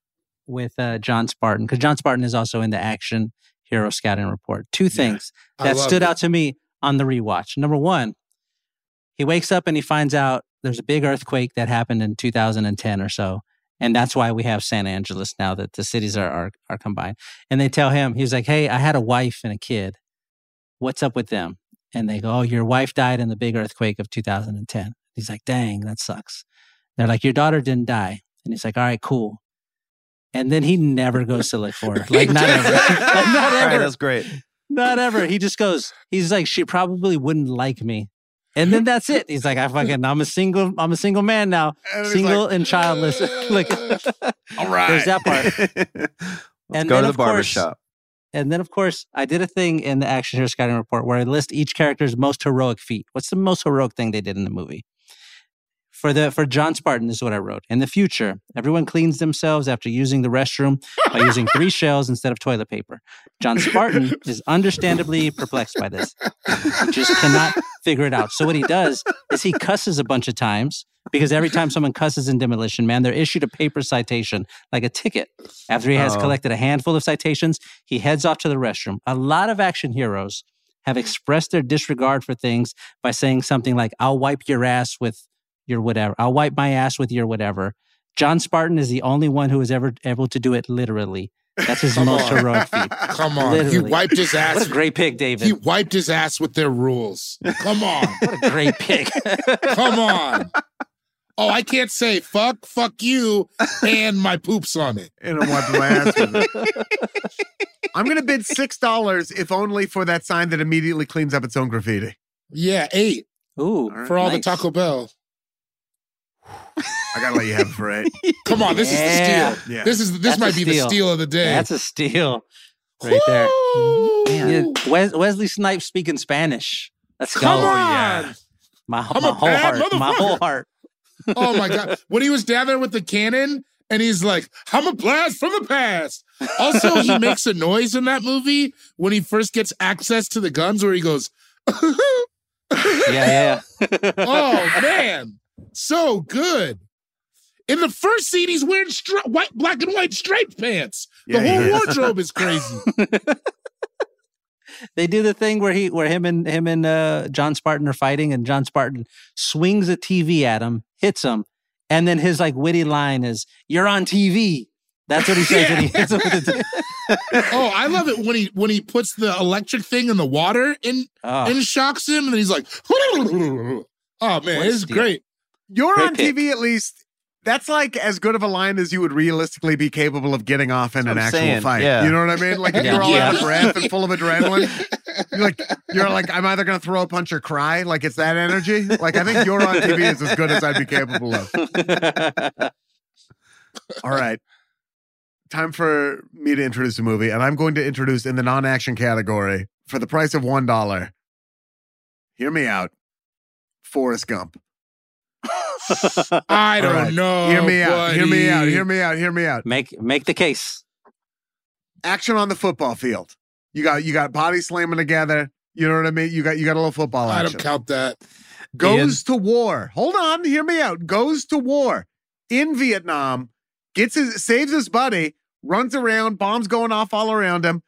Speaker 3: with uh, John Spartan, because John Spartan is also in the Action Hero Scouting Report. Two things
Speaker 5: I
Speaker 3: that
Speaker 5: love
Speaker 3: stood
Speaker 5: it.
Speaker 3: out to me on the rewatch. Number one, he wakes up and he finds out there's a big earthquake that happened in 2010 or so. And that's why we have San Angeles now that the cities are, are, are combined. And they tell him, he's like, hey, I had a wife and a kid. What's up with them? And they go, oh, your wife died in the big earthquake of 2010. He's like, dang, that sucks. They're like, your daughter didn't die. And he's like, all right, cool. And then he never goes to look for it. Like, not ever. Like, not
Speaker 6: All right,
Speaker 3: ever.
Speaker 6: that's great.
Speaker 3: Not ever. He just goes, he's like, she probably wouldn't like me. And then that's it. He's like, I fucking, I'm a single, I'm a single man now,
Speaker 2: And it's
Speaker 3: single
Speaker 2: like, "Uh,
Speaker 3: and childless. Look,
Speaker 2: all right.
Speaker 3: there's that part.
Speaker 6: Let's
Speaker 3: And then,
Speaker 6: go to the
Speaker 3: of course-
Speaker 6: barber shop.
Speaker 3: And then, of course, I did a thing in the Action Hero Scouting Report where I list each character's most heroic feat. What's the most heroic thing they did in the movie? For the for John Spartan, this is what I wrote. In the future, everyone cleans themselves after using the restroom by using three shells instead of toilet paper. John Spartan is understandably perplexed by this. He just cannot figure it out. So what he does is he cusses a bunch of times because every time someone cusses in Demolition Man, they're issued a paper citation, like a ticket. After he has
Speaker 6: Oh.
Speaker 3: collected a handful of citations, he heads off to the restroom. A lot of action heroes have expressed their disregard for things by saying something like, I'll wipe your ass with your whatever. I'll wipe my ass with your whatever. John Spartan is the only one who is ever able to do it literally. That's his
Speaker 5: Come
Speaker 3: most
Speaker 5: on.
Speaker 3: heroic feat.
Speaker 5: Come on, he
Speaker 3: Literally.
Speaker 5: wiped his
Speaker 3: What
Speaker 5: ass.
Speaker 3: a great pick, David.
Speaker 5: he wiped his ass with their rules. Come on,
Speaker 3: What a great pick.
Speaker 5: come on. Oh, I can't say fuck, fuck you, and my poops on it.
Speaker 2: and I'm wiping my ass with it. I'm gonna bid six dollars, if only for that sign that immediately cleans up its own graffiti.
Speaker 5: Yeah, eight
Speaker 3: Ooh,
Speaker 5: for all
Speaker 3: nice.
Speaker 5: the Taco Bell.
Speaker 2: I gotta let you have it for eight.
Speaker 5: Come on, this
Speaker 3: Yeah.
Speaker 5: is the steal.
Speaker 2: Yeah.
Speaker 5: This is this
Speaker 3: That's a
Speaker 5: might be
Speaker 3: steal.
Speaker 5: the steal of the day.
Speaker 3: That's a steal right there.
Speaker 5: Woo!
Speaker 3: Yeah, Wes- Wesley Snipes speaking Spanish. Let's go.
Speaker 5: Come
Speaker 3: Oh, Yeah.
Speaker 5: on.
Speaker 3: My,
Speaker 5: I'm
Speaker 3: my
Speaker 5: a
Speaker 3: whole
Speaker 5: bad
Speaker 3: heart. My whole
Speaker 5: motherfucker.
Speaker 3: heart.
Speaker 5: Oh my god! When he was down there with the cannon, and he's like, "I'm a blast from the past." Also, he makes a noise in that movie when he first gets access to the guns, where he goes, "Oh
Speaker 3: Yeah, yeah.
Speaker 5: man, so good." In the first scene, he's wearing stri- white, black and white striped pants.
Speaker 2: Yeah,
Speaker 5: the
Speaker 2: he
Speaker 5: whole
Speaker 2: is.
Speaker 5: wardrobe is crazy.
Speaker 3: they do the thing where he where him and him and uh, John Spartan are fighting and John Spartan swings a TV at him, hits him, and then his like witty line is "You're on TV." That's what he says when he hits him with the t-
Speaker 5: oh, I love it when he when he puts the electric thing in the water and
Speaker 2: Ah.
Speaker 3: Oh,
Speaker 5: and shocks him, and then he's like, "Oh man,
Speaker 3: What
Speaker 5: it's
Speaker 3: steal.
Speaker 5: great."
Speaker 2: You're
Speaker 3: Great
Speaker 2: on
Speaker 3: pick.
Speaker 2: TV at least. That's like as good of a line as you would realistically be capable of getting off in
Speaker 6: That's
Speaker 2: an
Speaker 6: what I'm
Speaker 2: actual
Speaker 6: saying,
Speaker 2: fight.
Speaker 6: yeah.
Speaker 2: You know what I mean? Like if
Speaker 3: Yeah.
Speaker 2: you're all out of
Speaker 3: Yeah.
Speaker 2: breath and full of adrenaline, you're like you're like I'm either gonna throw a punch or cry. Like it's that energy. Like I think you're on TV is as good as I'd be capable of. All right. Time for me to introduce a movie, and I'm going to introduce in the non action category for the price of $1. Hear me out. Forrest Gump. All
Speaker 5: I don't
Speaker 2: right.
Speaker 5: know.
Speaker 2: hear me out. Hear me out.
Speaker 5: buddy.
Speaker 2: Hear me out. Hear me out.
Speaker 3: make make the case.
Speaker 2: Action on the football field. You got you got bodies slamming together. You know what I mean? You got you got a little football
Speaker 5: I
Speaker 2: action.
Speaker 5: don't count that.
Speaker 2: goes to war. Hold on, hear me out. Goes to war in Vietnam, gets his saves his buddy, runs around, bombs going off all around him.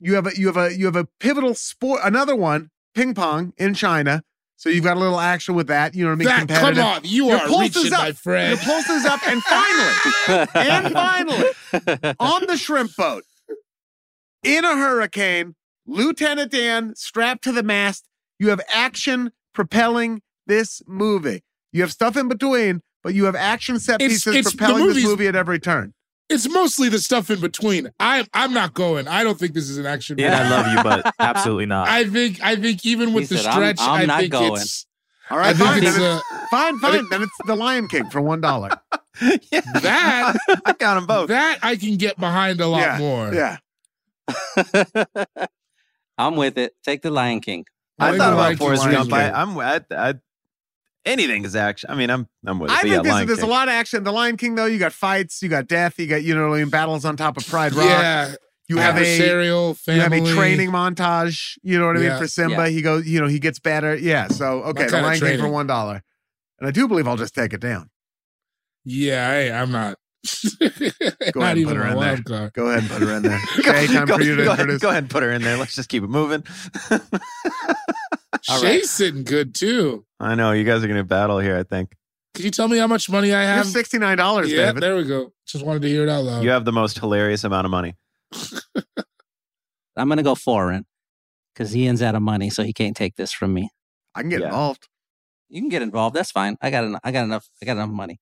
Speaker 2: You have a you have a you have a pivotal sport another one, ping pong in China. So you've got a little action with that. You know what I mean?
Speaker 5: that come
Speaker 2: Competitive.
Speaker 5: on, you
Speaker 2: Your
Speaker 5: are
Speaker 2: pulse is
Speaker 5: reaching,
Speaker 2: up.
Speaker 5: my friend.
Speaker 2: Your pulse is up, and finally, and finally, on the shrimp boat, in a hurricane, Lieutenant Dan strapped to the mast. You have action propelling this movie. You have stuff in between, but you have action set
Speaker 5: It's-
Speaker 2: pieces
Speaker 5: it's- the
Speaker 2: propelling this
Speaker 5: movie's-
Speaker 2: movie at every turn.
Speaker 5: it's mostly the stuff in between. I I'm not going. I don't think this is an action.
Speaker 4: And
Speaker 5: movie.
Speaker 4: I love you, but absolutely not.
Speaker 5: I think I think even with
Speaker 3: He
Speaker 5: the
Speaker 3: said, I'm-
Speaker 5: stretch,
Speaker 3: I'm
Speaker 5: I
Speaker 3: not
Speaker 5: think
Speaker 3: going.
Speaker 5: it's.
Speaker 2: All
Speaker 5: I
Speaker 2: right,
Speaker 5: think
Speaker 2: fine,
Speaker 5: it's
Speaker 2: then
Speaker 5: uh,
Speaker 2: it's, fine, fine. Then it's the Lion King for one dollar.
Speaker 6: Yeah.
Speaker 5: That-
Speaker 6: I count them both.
Speaker 5: that I can get behind a lot
Speaker 2: Yeah,
Speaker 5: more.
Speaker 2: yeah,
Speaker 3: I'm with it. Take the Lion King.
Speaker 6: I
Speaker 2: Lion
Speaker 6: thought about
Speaker 2: King,
Speaker 6: Forrest
Speaker 2: Lion
Speaker 6: Gump. I,
Speaker 2: King.
Speaker 6: I'm I, I, anything is action. I mean, I'm I'm with it.
Speaker 2: I
Speaker 6: but
Speaker 2: think
Speaker 6: yeah,
Speaker 2: this,
Speaker 6: Lion
Speaker 2: there's
Speaker 6: King.
Speaker 2: a lot of action. The Lion King, though, you got fights, you got death, you got you know what I mean, battles on top of Pride Rock.
Speaker 5: Yeah,
Speaker 2: You have a
Speaker 5: adversarial
Speaker 2: you have
Speaker 5: family.
Speaker 2: a training montage. You know what I mean
Speaker 5: Yeah.
Speaker 2: for Simba.
Speaker 3: Yeah.
Speaker 2: He goes, you know, he gets better. Yeah. So okay, the
Speaker 5: kinda
Speaker 2: line came for
Speaker 5: training?
Speaker 2: one dollar, and I do believe I'll just take it down.
Speaker 5: Yeah, I, I'm not.
Speaker 2: put
Speaker 5: not even
Speaker 2: her in
Speaker 5: a
Speaker 2: there.
Speaker 5: wild card.
Speaker 2: Go ahead and put her in there. Okay, time for you to introduce.
Speaker 6: go Ahead, go ahead and put her in there. Let's just keep it moving.
Speaker 5: Shay's sitting good too.
Speaker 6: I know you guys are going to battle here. I think
Speaker 5: Can you tell me how much money I
Speaker 2: You're
Speaker 5: have?
Speaker 2: sixty nine dollars,
Speaker 5: yeah,
Speaker 2: David.
Speaker 5: there we go. Just wanted to hear it out loud.
Speaker 6: you have the most hilarious amount of money.
Speaker 3: I'm going to go foreign because Ian's out of money, so he can't take this from me.
Speaker 2: I can get
Speaker 6: Yeah.
Speaker 2: involved.
Speaker 3: You can get involved. That's fine. I got enough. I got enough. I got enough money.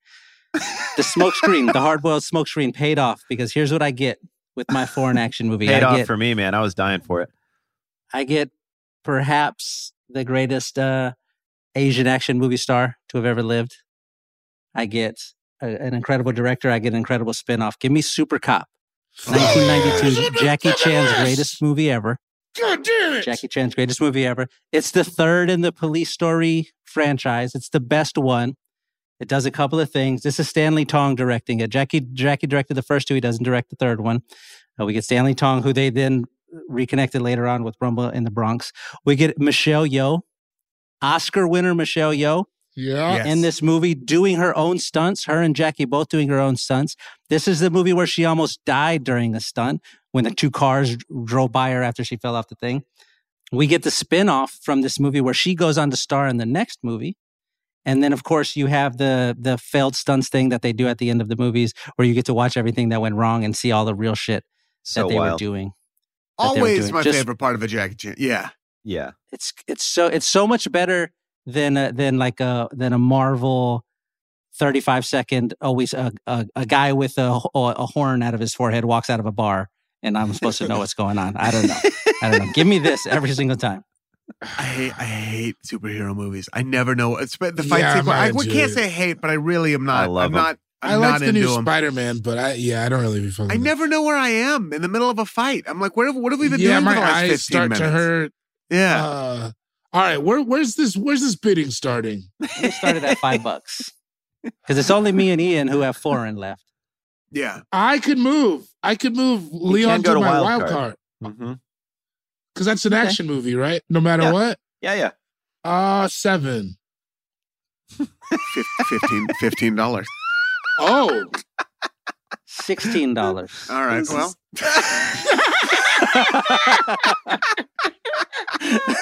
Speaker 3: The smoke screen, the hard boiled smoke screen paid off because here's what I get with my foreign action movie.
Speaker 6: Paid
Speaker 3: I
Speaker 6: off
Speaker 3: get,
Speaker 6: for me, man. I was dying for it.
Speaker 3: I get perhaps the greatest uh, Asian action movie star to have ever lived. I get a, an incredible director. I get an incredible spinoff. Give me Super Cop,
Speaker 5: Oh,
Speaker 3: 1992, Jackie Chan's greatest movie ever.
Speaker 5: God damn it!
Speaker 3: Jackie Chan's greatest movie ever. It's the third in the police story franchise. It's the best one. It does a couple of things. This is Stanley Tong directing it. Jackie Jackie directed the first two. He doesn't direct the third one. Uh, we get Stanley Tong, who they then reconnected later on with Rumble in the Bronx. We get Michelle Yeoh, Oscar winner Michelle Yeoh
Speaker 5: Yeah.
Speaker 2: Yes.
Speaker 3: uh, in this movie doing her own stunts, her and Jackie both doing her own stunts. This is the movie where she almost died during a stunt when the two cars d- drove by her after she fell off the thing. We get the spin-off from this movie where she goes on to star in the next movie. And then of course you have the the failed stunts thing that they do at the end of the movies where you get to watch everything that went wrong and see all the real shit that
Speaker 6: So
Speaker 3: they were
Speaker 6: wild.
Speaker 3: doing. that they were
Speaker 2: Always
Speaker 3: doing.
Speaker 2: my
Speaker 3: Just-
Speaker 2: favorite part of a Jackie Chan. Yeah.
Speaker 6: Yeah.
Speaker 3: it's it's so it's so much better than a, than like a than a Marvel thirty five second always a, a a guy with a ho- a horn out of his forehead walks out of a bar and I'm supposed to know what's going on. I don't know. I don't know. Give me this every single time.
Speaker 2: I hate, I hate superhero movies. I never know. It's but the fight
Speaker 5: Yeah, I'm
Speaker 2: sequence.
Speaker 5: not
Speaker 2: I,
Speaker 5: into
Speaker 2: can't
Speaker 5: it.
Speaker 2: say hate, but I really am not.
Speaker 6: I love
Speaker 2: I'm
Speaker 6: 'em.
Speaker 2: not. I'm
Speaker 5: I like
Speaker 2: not
Speaker 5: the new
Speaker 2: into 'em.
Speaker 5: Spider Man, but I yeah, I don't really be fucking.
Speaker 2: I never know where I am in the middle of a fight. I'm like, where? have- What have we been
Speaker 5: yeah,
Speaker 2: doing
Speaker 5: my
Speaker 2: for the last
Speaker 5: eyes
Speaker 2: 15
Speaker 5: start
Speaker 2: minutes?
Speaker 5: to hurt.
Speaker 2: Yeah.
Speaker 5: Uh, all right, where where's this where's this bidding starting?
Speaker 3: It started at five bucks because it's only me and Ian who have foreign left.
Speaker 2: Yeah.
Speaker 5: I could move. I could move
Speaker 6: can
Speaker 5: Leon
Speaker 6: go to
Speaker 5: to, my
Speaker 6: wild
Speaker 5: wild
Speaker 6: card.
Speaker 5: card
Speaker 6: hmm
Speaker 5: because that's an
Speaker 3: Okay.
Speaker 5: action movie, right? No matter
Speaker 6: Yeah.
Speaker 5: what.
Speaker 6: Yeah. Yeah.
Speaker 5: Uh seven.
Speaker 2: Fif- 15 15 dollars.
Speaker 5: Oh,
Speaker 3: Sixteen dollars.
Speaker 2: All right. Well,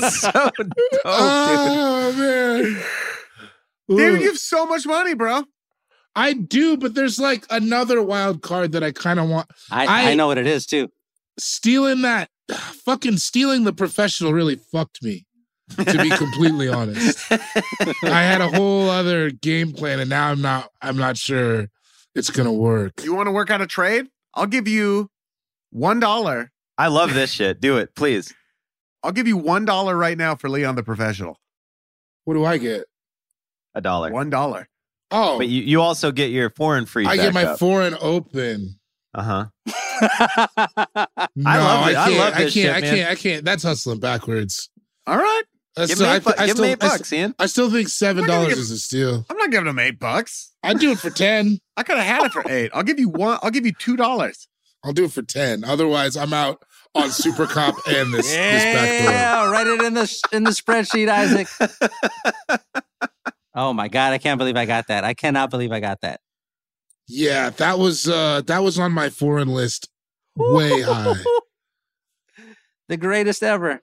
Speaker 6: so dope, dude.
Speaker 5: oh man,
Speaker 2: dude,
Speaker 5: Ooh.
Speaker 2: you have so much money, bro.
Speaker 5: I do, but there's like another wild card that I kind of want.
Speaker 3: I, I
Speaker 5: I-
Speaker 3: know what it is too.
Speaker 5: Stealing that, fucking stealing the professional really fucked me. To be completely honest, I had a whole other game plan, and now I'm not. I'm not sure it's gonna work.
Speaker 2: You want to work out a trade? I'll give you one dollar.
Speaker 6: I love this shit. Do it, please.
Speaker 2: I'll give you one dollar right now for Leon the Professional.
Speaker 5: What do I get?
Speaker 6: A dollar.
Speaker 2: One dollar.
Speaker 5: Oh,
Speaker 6: But you, you also get your foreign free.
Speaker 5: I get my foreign open.
Speaker 6: Uh huh.
Speaker 5: No,
Speaker 6: I love it. I
Speaker 5: can't,
Speaker 6: love
Speaker 5: I can't.
Speaker 6: this shit,
Speaker 5: I
Speaker 6: man.
Speaker 5: can't. I can't. That's hustling backwards.
Speaker 2: All right.
Speaker 5: That's
Speaker 6: Give
Speaker 5: still-
Speaker 6: me
Speaker 5: I
Speaker 6: eight, bu-
Speaker 5: th- I
Speaker 6: give
Speaker 5: still-
Speaker 6: me
Speaker 5: I
Speaker 6: eight
Speaker 5: st-
Speaker 6: bucks, Ian.
Speaker 5: I still think seven dollars
Speaker 2: give-
Speaker 5: is a steal.
Speaker 2: I'm not giving him eight bucks.
Speaker 5: I'd do it for ten.
Speaker 2: I could have had it for eight. I'll give you one. I'll give you two dollars.
Speaker 5: I'll do it for ten. Otherwise, I'm out on Super Cop and this this back door.
Speaker 3: Yeah, write it in the in the spreadsheet, Isaac. oh my god, I can't believe I got that. I cannot believe I got that.
Speaker 5: Yeah, that was uh that was on my foreign list way high.
Speaker 3: the greatest ever.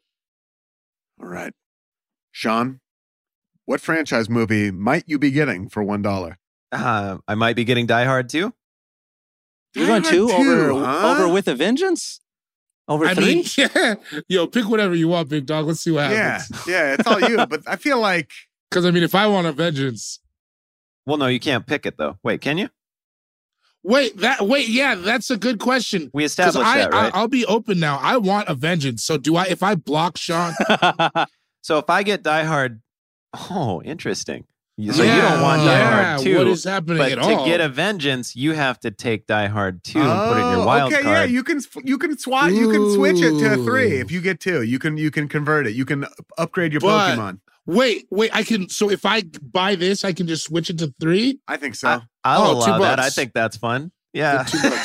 Speaker 2: All right. Sean, what franchise movie might you be getting for one dollar?
Speaker 6: Uh, I might be getting Die Hard too.
Speaker 3: You're going
Speaker 2: Die
Speaker 3: two
Speaker 2: Hard
Speaker 3: over
Speaker 2: 2, huh?
Speaker 3: over with a vengeance? Over
Speaker 5: I
Speaker 3: three?
Speaker 5: mean, yeah. Yo, pick whatever you want, big dog. Let's see what
Speaker 2: Yeah,
Speaker 5: happens.
Speaker 2: yeah, it's all you. But I feel like
Speaker 5: Because I mean, if I want a vengeance,
Speaker 6: Well, no, you can't pick it though. Wait, can you?
Speaker 5: wait that wait yeah, that's a good question.
Speaker 6: We
Speaker 5: 'Cause
Speaker 6: established
Speaker 5: I,
Speaker 6: that, right?
Speaker 5: I I'll be open now. I want a vengeance. So do I? If I block Sean,
Speaker 6: so if I get Die Hard, oh, interesting. You- So you
Speaker 5: Yeah,
Speaker 6: don't want Die
Speaker 5: yeah,
Speaker 6: Hard two,
Speaker 5: What is happening
Speaker 6: but
Speaker 5: at
Speaker 6: to
Speaker 5: all?
Speaker 6: get a vengeance, you have to take Die Hard two and put it in
Speaker 2: Oh,
Speaker 6: your wild
Speaker 2: okay, yeah,
Speaker 6: card.
Speaker 2: you can you can swat you can switch it to a three
Speaker 5: Ooh.
Speaker 2: if you get two. You can you can convert it. You can up- upgrade your
Speaker 5: But-
Speaker 2: Pokemon.
Speaker 5: wait, wait. I can. So if I buy this, I can just switch it to three.
Speaker 2: I think so.
Speaker 6: I, will
Speaker 5: Oh, two
Speaker 6: allow that. I
Speaker 5: bucks.
Speaker 6: think that's fun. Yeah.
Speaker 5: Two bucks.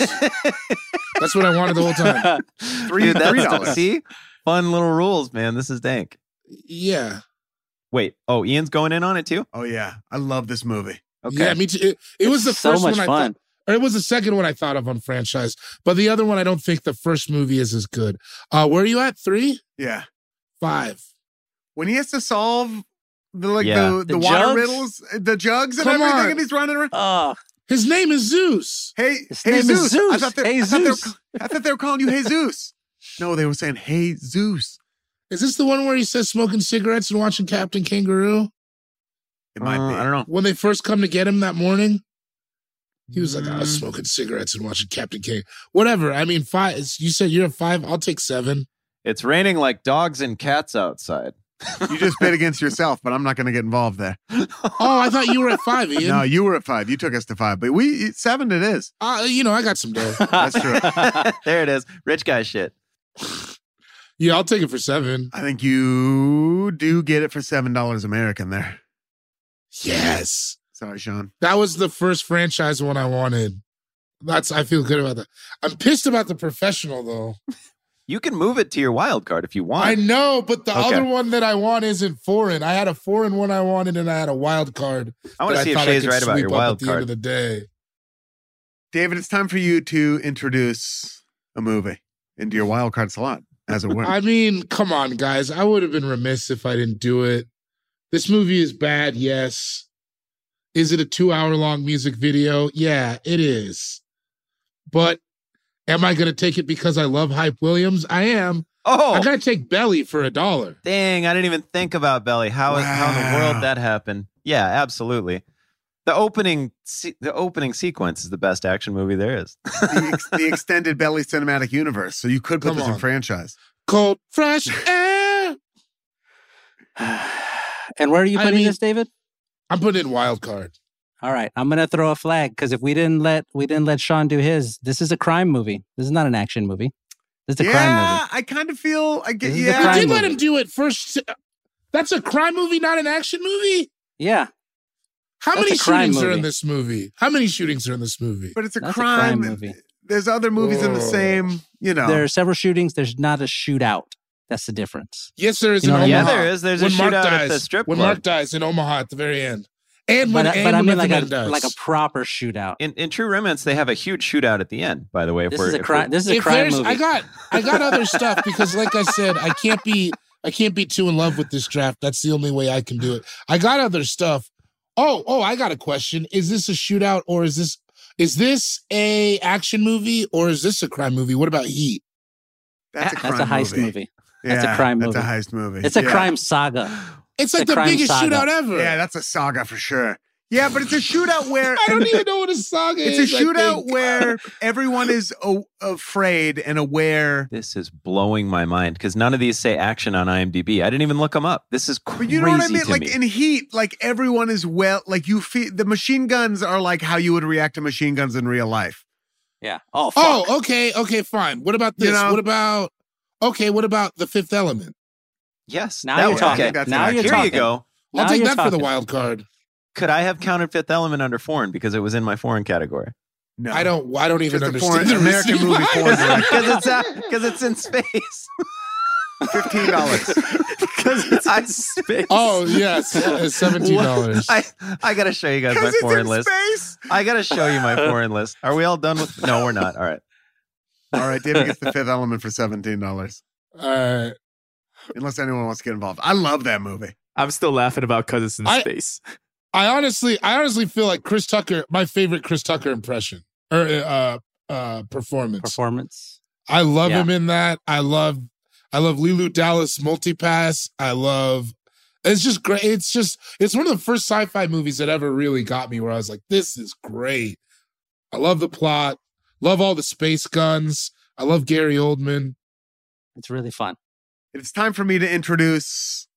Speaker 5: That's what I wanted the whole time.
Speaker 2: Three-
Speaker 6: Dude, that's
Speaker 2: three dollars.
Speaker 6: see, fun little rules, man. This is dank.
Speaker 5: Yeah.
Speaker 6: Wait, oh, Ian's going in on it too.
Speaker 2: Oh yeah, I love this movie.
Speaker 6: Okay,
Speaker 5: Yeah, me too. It, it was the
Speaker 3: so
Speaker 5: first
Speaker 3: much
Speaker 5: one I
Speaker 3: fun.
Speaker 5: thought, or it was the second one I thought of on franchise. But the other one, I don't think the first movie is as good. Uh, where are you at? Three,
Speaker 2: Yeah,
Speaker 5: five.
Speaker 2: when he has to solve the like
Speaker 6: Yeah.
Speaker 2: the, the,
Speaker 3: The
Speaker 2: water
Speaker 3: jugs?
Speaker 2: riddles, the jugs and
Speaker 5: Come
Speaker 2: everything,
Speaker 5: on.
Speaker 2: and he's running around.
Speaker 3: Oh,
Speaker 5: His name is Zeus.
Speaker 2: Hey,
Speaker 3: His name
Speaker 2: hey
Speaker 3: is
Speaker 2: Zeus. I
Speaker 3: Zeus.
Speaker 2: thought they,
Speaker 3: Hey,
Speaker 2: I, thought they were,
Speaker 3: Zeus.
Speaker 2: I thought they were calling you Jesus. No, they were saying Hey Zeus.
Speaker 5: Is this the one where he says smoking cigarettes and watching Captain Kangaroo?
Speaker 2: It might
Speaker 6: Uh,
Speaker 2: be.
Speaker 6: I don't know.
Speaker 5: When they first come to get him that morning, he was like, "I
Speaker 2: Mm.
Speaker 5: was smoking cigarettes and watching Captain Kangaroo." Whatever. I mean, five. it's- You said you're a five. I'll take seven.
Speaker 6: It's raining like dogs and cats outside.
Speaker 2: You just bid against yourself, but I'm not going to get involved there.
Speaker 5: Oh, I thought you were at five, Ian.
Speaker 2: No, you were at five. You took us to five, but we seven. It is.
Speaker 5: Uh, you know, I got some dough.
Speaker 2: That's true.
Speaker 6: there it is. Rich guy shit.
Speaker 5: Yeah, I'll take it for seven.
Speaker 2: I think you do get it for seven dollars American there.
Speaker 5: Yes.
Speaker 2: Sorry, Sean.
Speaker 5: That was the first franchise one I wanted. That's I feel good about that. I'm pissed about the professional though.
Speaker 6: You can move it to your wild card if you want.
Speaker 5: I know, but the
Speaker 6: Okay.
Speaker 5: other one that I want isn't foreign. I had a foreign one I wanted, and I had a wild card.
Speaker 6: I want
Speaker 5: that
Speaker 6: to see if
Speaker 5: thought I
Speaker 6: Shay's
Speaker 5: could
Speaker 6: right about
Speaker 5: sweep
Speaker 6: your
Speaker 5: up
Speaker 6: wild
Speaker 5: at the End
Speaker 6: card.
Speaker 5: of the day,
Speaker 2: David, it's time for you to introduce a movie into your wild card slot, as it were.
Speaker 5: I mean, come on, guys. I would have been remiss if I didn't do it. This movie is bad. Yes. Is it a two-hour-long music video? Yeah, it is. But am I going to take it because I love Hype Williams? I am.
Speaker 6: Oh,
Speaker 5: I gotta take belly for a dollar.
Speaker 6: dang! I didn't even think about Belly. How how in the
Speaker 2: Wow.
Speaker 6: world that happened? Yeah, absolutely. The opening se- the opening sequence is the best action movie there is.
Speaker 2: the, ex- the extended belly cinematic universe. So you could put
Speaker 5: Come
Speaker 2: this in
Speaker 5: on.
Speaker 2: franchise.
Speaker 5: Cold fresh air.
Speaker 3: and where are you
Speaker 5: I
Speaker 3: putting
Speaker 5: mean-
Speaker 3: this, David?
Speaker 5: I'm putting in wild card.
Speaker 3: All right, I'm gonna throw a flag because if we didn't let we didn't let Sean do his, this is a crime movie. This is not an action movie. This is a crime movie.
Speaker 2: I kind of feel I get
Speaker 3: This is a
Speaker 2: yeah.
Speaker 5: I
Speaker 3: Crime
Speaker 5: did let
Speaker 3: movie.
Speaker 5: him do it first. That's a crime movie, not an action movie.
Speaker 3: Yeah,
Speaker 5: How
Speaker 3: That's
Speaker 5: many
Speaker 3: a crime
Speaker 5: shootings are in
Speaker 3: movie.
Speaker 5: this movie? How many shootings are in this movie?
Speaker 2: But it's a
Speaker 3: That's a
Speaker 2: crime.
Speaker 3: crime movie.
Speaker 2: There's other movies in the
Speaker 5: Whoa.
Speaker 2: same, you know.
Speaker 3: there are several shootings. There's not a shootout. That's the difference.
Speaker 5: Yes, there is
Speaker 3: You
Speaker 5: in
Speaker 3: know what I mean?
Speaker 5: Omaha.
Speaker 6: Yeah, there is. There's a
Speaker 5: when Mark
Speaker 6: shootout at
Speaker 5: dies,
Speaker 6: the strip
Speaker 5: When
Speaker 6: club.
Speaker 5: Mark dies in Omaha at the very end, and when
Speaker 3: But, I-
Speaker 5: and
Speaker 3: but I
Speaker 5: when
Speaker 3: mean
Speaker 5: the
Speaker 3: like a
Speaker 5: man dies.
Speaker 3: like a proper shootout.
Speaker 6: In, in True Romance, they have a huge shootout at the end. By the way, if
Speaker 3: This
Speaker 6: we're,
Speaker 3: is a
Speaker 6: if
Speaker 3: crime.
Speaker 6: we're-
Speaker 3: This is a
Speaker 5: If
Speaker 3: crime
Speaker 5: there's-
Speaker 3: movie.
Speaker 5: I got I got other stuff because, like I said, I can't be I can't be too in love with this draft. That's the only way I can do it. I got other stuff. Oh, oh, I got a question. Is this a shootout or is this is this a action movie or is this a crime movie? What about Heat?
Speaker 2: that's a crime
Speaker 3: That's a heist movie. That's a
Speaker 2: Yeah,
Speaker 3: crime
Speaker 2: That's a
Speaker 3: movie.
Speaker 2: heist movie.
Speaker 3: It's a
Speaker 2: Yeah.
Speaker 3: crime saga.
Speaker 5: It's like
Speaker 3: The
Speaker 5: the,
Speaker 3: crime
Speaker 5: biggest
Speaker 3: saga.
Speaker 5: shootout ever.
Speaker 2: Yeah, that's a saga for sure. Yeah, but it's a shootout where
Speaker 5: I don't even know what a saga
Speaker 2: it's
Speaker 5: is.
Speaker 2: a
Speaker 5: I
Speaker 2: shootout
Speaker 5: think.
Speaker 2: where everyone is a- afraid and aware.
Speaker 6: This is blowing my mind because none of these say action on IMDb. I didn't even look them up. This is crazy
Speaker 2: But you know what I mean?
Speaker 6: to
Speaker 2: Like
Speaker 6: me.
Speaker 2: in Heat, like everyone is well, like you feel the machine guns are like how you would react to machine guns in real life.
Speaker 3: Yeah. Oh, fuck.
Speaker 5: Oh, okay, okay, fine. What about
Speaker 2: You
Speaker 5: this?
Speaker 2: know?
Speaker 5: What about okay? What about the Fifth Element?
Speaker 6: yes,
Speaker 3: Now
Speaker 6: that
Speaker 3: you're
Speaker 6: was-
Speaker 3: talking.
Speaker 6: okay.
Speaker 2: That's
Speaker 3: now
Speaker 2: an
Speaker 3: you're
Speaker 6: Here
Speaker 3: talking.
Speaker 6: you go.
Speaker 5: I'll
Speaker 3: Now
Speaker 5: take
Speaker 3: you're
Speaker 5: that for
Speaker 3: talking.
Speaker 5: the wild card.
Speaker 6: Could I have counted Fifth Element under foreign because it was in my foreign category?
Speaker 2: No,
Speaker 5: I don't. I don't even
Speaker 2: Just a
Speaker 5: understand
Speaker 2: foreign-
Speaker 5: the
Speaker 2: American
Speaker 5: reasoning
Speaker 2: movie
Speaker 5: why.
Speaker 2: foreign direct.
Speaker 6: because it's because it's in space.
Speaker 2: Fifteen dollars.
Speaker 6: Because it's in space.
Speaker 5: Oh yes, uh, seventeen dollars.
Speaker 6: I I gotta show you guys my foreign list.
Speaker 2: space.
Speaker 6: I gotta show you my foreign list. Are we all done with? No, we're not. All right.
Speaker 2: All right, David gets the Fifth Element for seventeen dollars.
Speaker 5: Uh,
Speaker 2: Unless anyone wants to get involved, I love that movie.
Speaker 4: I'm still laughing about because it's in
Speaker 5: I-
Speaker 4: space.
Speaker 5: I honestly, I honestly feel like Chris Tucker. My favorite Chris Tucker impression or uh, uh, performance.
Speaker 3: Performance.
Speaker 5: I love
Speaker 3: Yeah.
Speaker 5: him in that. I love I love Lilu Dallas multipass. I love it's just great. It's just it's one of the first sci-fi movies that ever really got me where I was like, this is great. I love the plot. Love all the space guns. I love Gary Oldman.
Speaker 3: It's really fun.
Speaker 2: It's time for me to introduce